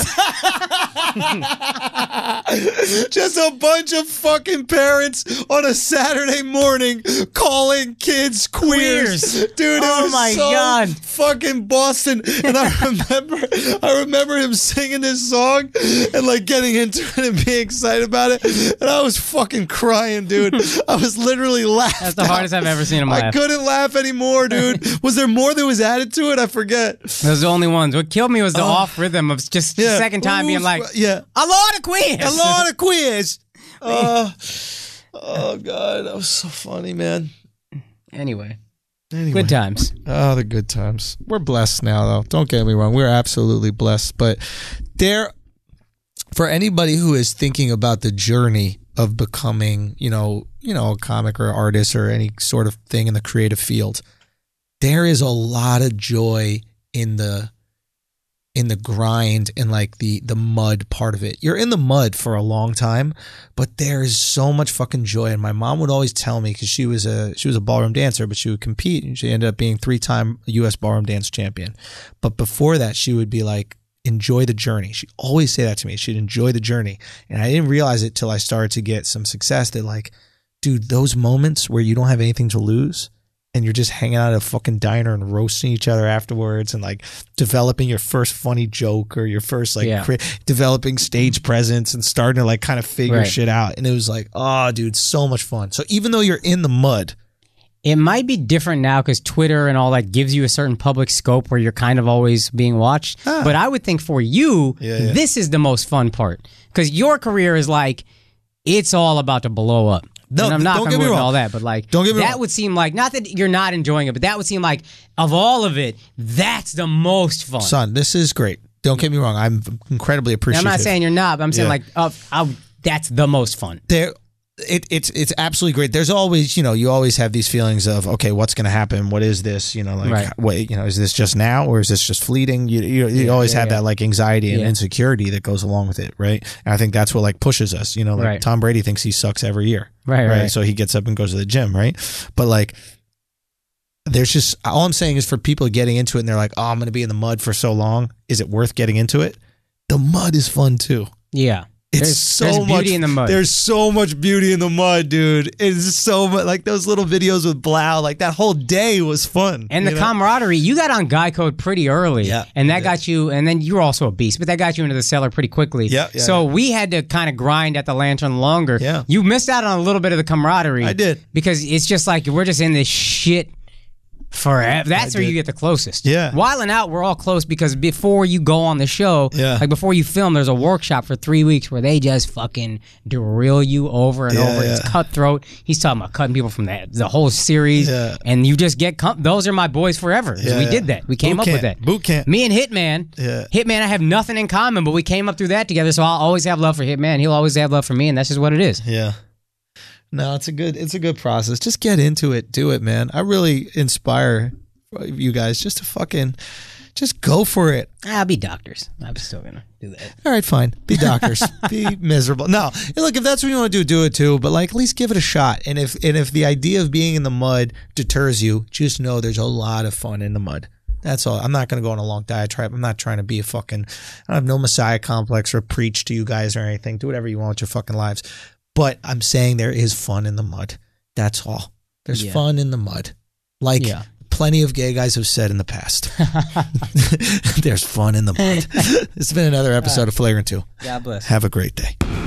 Just a bunch of fucking parents on a Saturday morning calling kids queers.
Queers.
Dude, it
Oh
was
my
so
God.
fucking Boston. And I remember I remember him singing this song and like getting into it and being excited about it. And I was fucking crying, dude. I was literally laughing.
That's the hardest I've ever seen in my
I
life.
couldn't laugh anymore, dude. Was there more that was added to it? I forget.
Those are the only ones. What killed me was the off rhythm of just the second time being
Uh, Who's-
like,
yeah.
a lot of queers.
a lot of quiz. Uh, oh God, that was so funny, man.
Anyway,
Anyway.
good times.
Oh, the good times. We're blessed now, though. Don't get me wrong. We're absolutely blessed, but there for anybody who is thinking about the journey of becoming, you know, you know, a comic or artist or any sort of thing in the creative field, there is a lot of joy in the in the grind and like the the mud part of it. You're in the mud for a long time, but there is so much fucking joy. And my mom would always tell me because she was a she was a ballroom dancer, but she would compete and she ended up being three time U.S. ballroom dance champion. But before that, she would be like. Enjoy the journey. She always say that to me. She'd enjoy the journey, and I didn't realize it till I started to get some success. That like, dude, those moments where you don't have anything to lose, and you're just hanging out at a fucking diner and roasting each other afterwards and like developing your first funny joke or your first like
Yeah.
cre- developing stage presence and starting to like kind of figure
Right.
shit out and it was like oh dude so much fun so even though you're in the mud
It might be different now because Twitter and all that gives you a certain public scope where you're kind of always being watched.
Ah.
But I would think for you, this is the most fun part because your career is like it's all about to blow up.
No,
and I'm not
don't
gonna
get me
ruin
wrong.
all that, but like
Don't get me
that
wrong.
would seem like not that you're not enjoying it, but that would seem like of all of it, that's the most fun.
son this is great don't get me wrong i'm incredibly
Now, I'm
appreciative
not saying you're not, but I'm saying
Yeah.
like uh, I, that's the most fun.
there it, it's it's absolutely great. There's always you know you always have these feelings of okay what's going to happen what is this you know like
Right.
wait you know is this just now or is this just fleeting you you, you always
yeah,
have
yeah.
that like anxiety and
Yeah.
insecurity that goes along with it right and I think that's what like pushes us you know like
Right.
Tom Brady thinks he sucks every year
Right, right.
so he gets up and goes to the gym right but like there's just all I'm saying is for people getting into it and they're like oh I'm going to be in the mud for so long is it worth getting into it the mud is fun too
Yeah,
it's
There's-
so
there's
much
beauty in the mud.
There's so much beauty in the mud, dude. It's so much like those little videos with Blau. Like that whole day was fun.
And the
Mm-hmm. you know?
camaraderie, you got on Guy Code pretty early.
Yeah.
And that got you, and then you were also a beast, but that got you into the cellar pretty quickly.
Yeah, yeah,
so we had to kind of grind at the lantern longer.
Yeah.
You missed out on a little bit of the camaraderie.
I did.
Because it's just like we're just in this shit forever. That's where you get the closest.
Yeah.
While and out, we're all close because before you go on the show,
Yeah.
like before you film, there's a workshop for three weeks where they just fucking drill you over and
Yeah,
over. It's
yeah.
cutthroat. He's talking about cutting people from the, the whole series.
Yeah.
And you just get com- those are my boys forever. 'Cause
Yeah,
we
yeah.
did that. We came
Boot
up with
camp.
that.
Boot camp.
Me and Hitman.
Yeah.
Hitman, I have nothing in common, but we came up through that together. So I'll always have love for Hitman. He'll always have love for me, and that's just what it is.
Yeah. No, it's a good it's a good process. Just get into it. Do it, man. I really inspire you guys just to fucll just go for it.
I'll be doctors. I'm still gonna do that.
All right, fine. Be doctors. Be miserable. No, and look, if that's what you want to do, do it too. But like, at least give it a shot. And if and if the idea of being in the mud deters you, just know there's a lot of fun in the mud. That's all. I'm not going to go on a long diatribe. I'm not trying to be a fucking. I have no messiah complex or preach to you guys or anything. Do whatever you want with your fucking lives. But I'm saying there is fun in the mud. That's all. There's
Yeah.
fun in the mud. Like
Yeah.
plenty of gay guys have said in the past. There's fun in the mud. it's been another episode of Flagrant 2.
God bless.
Have a great day.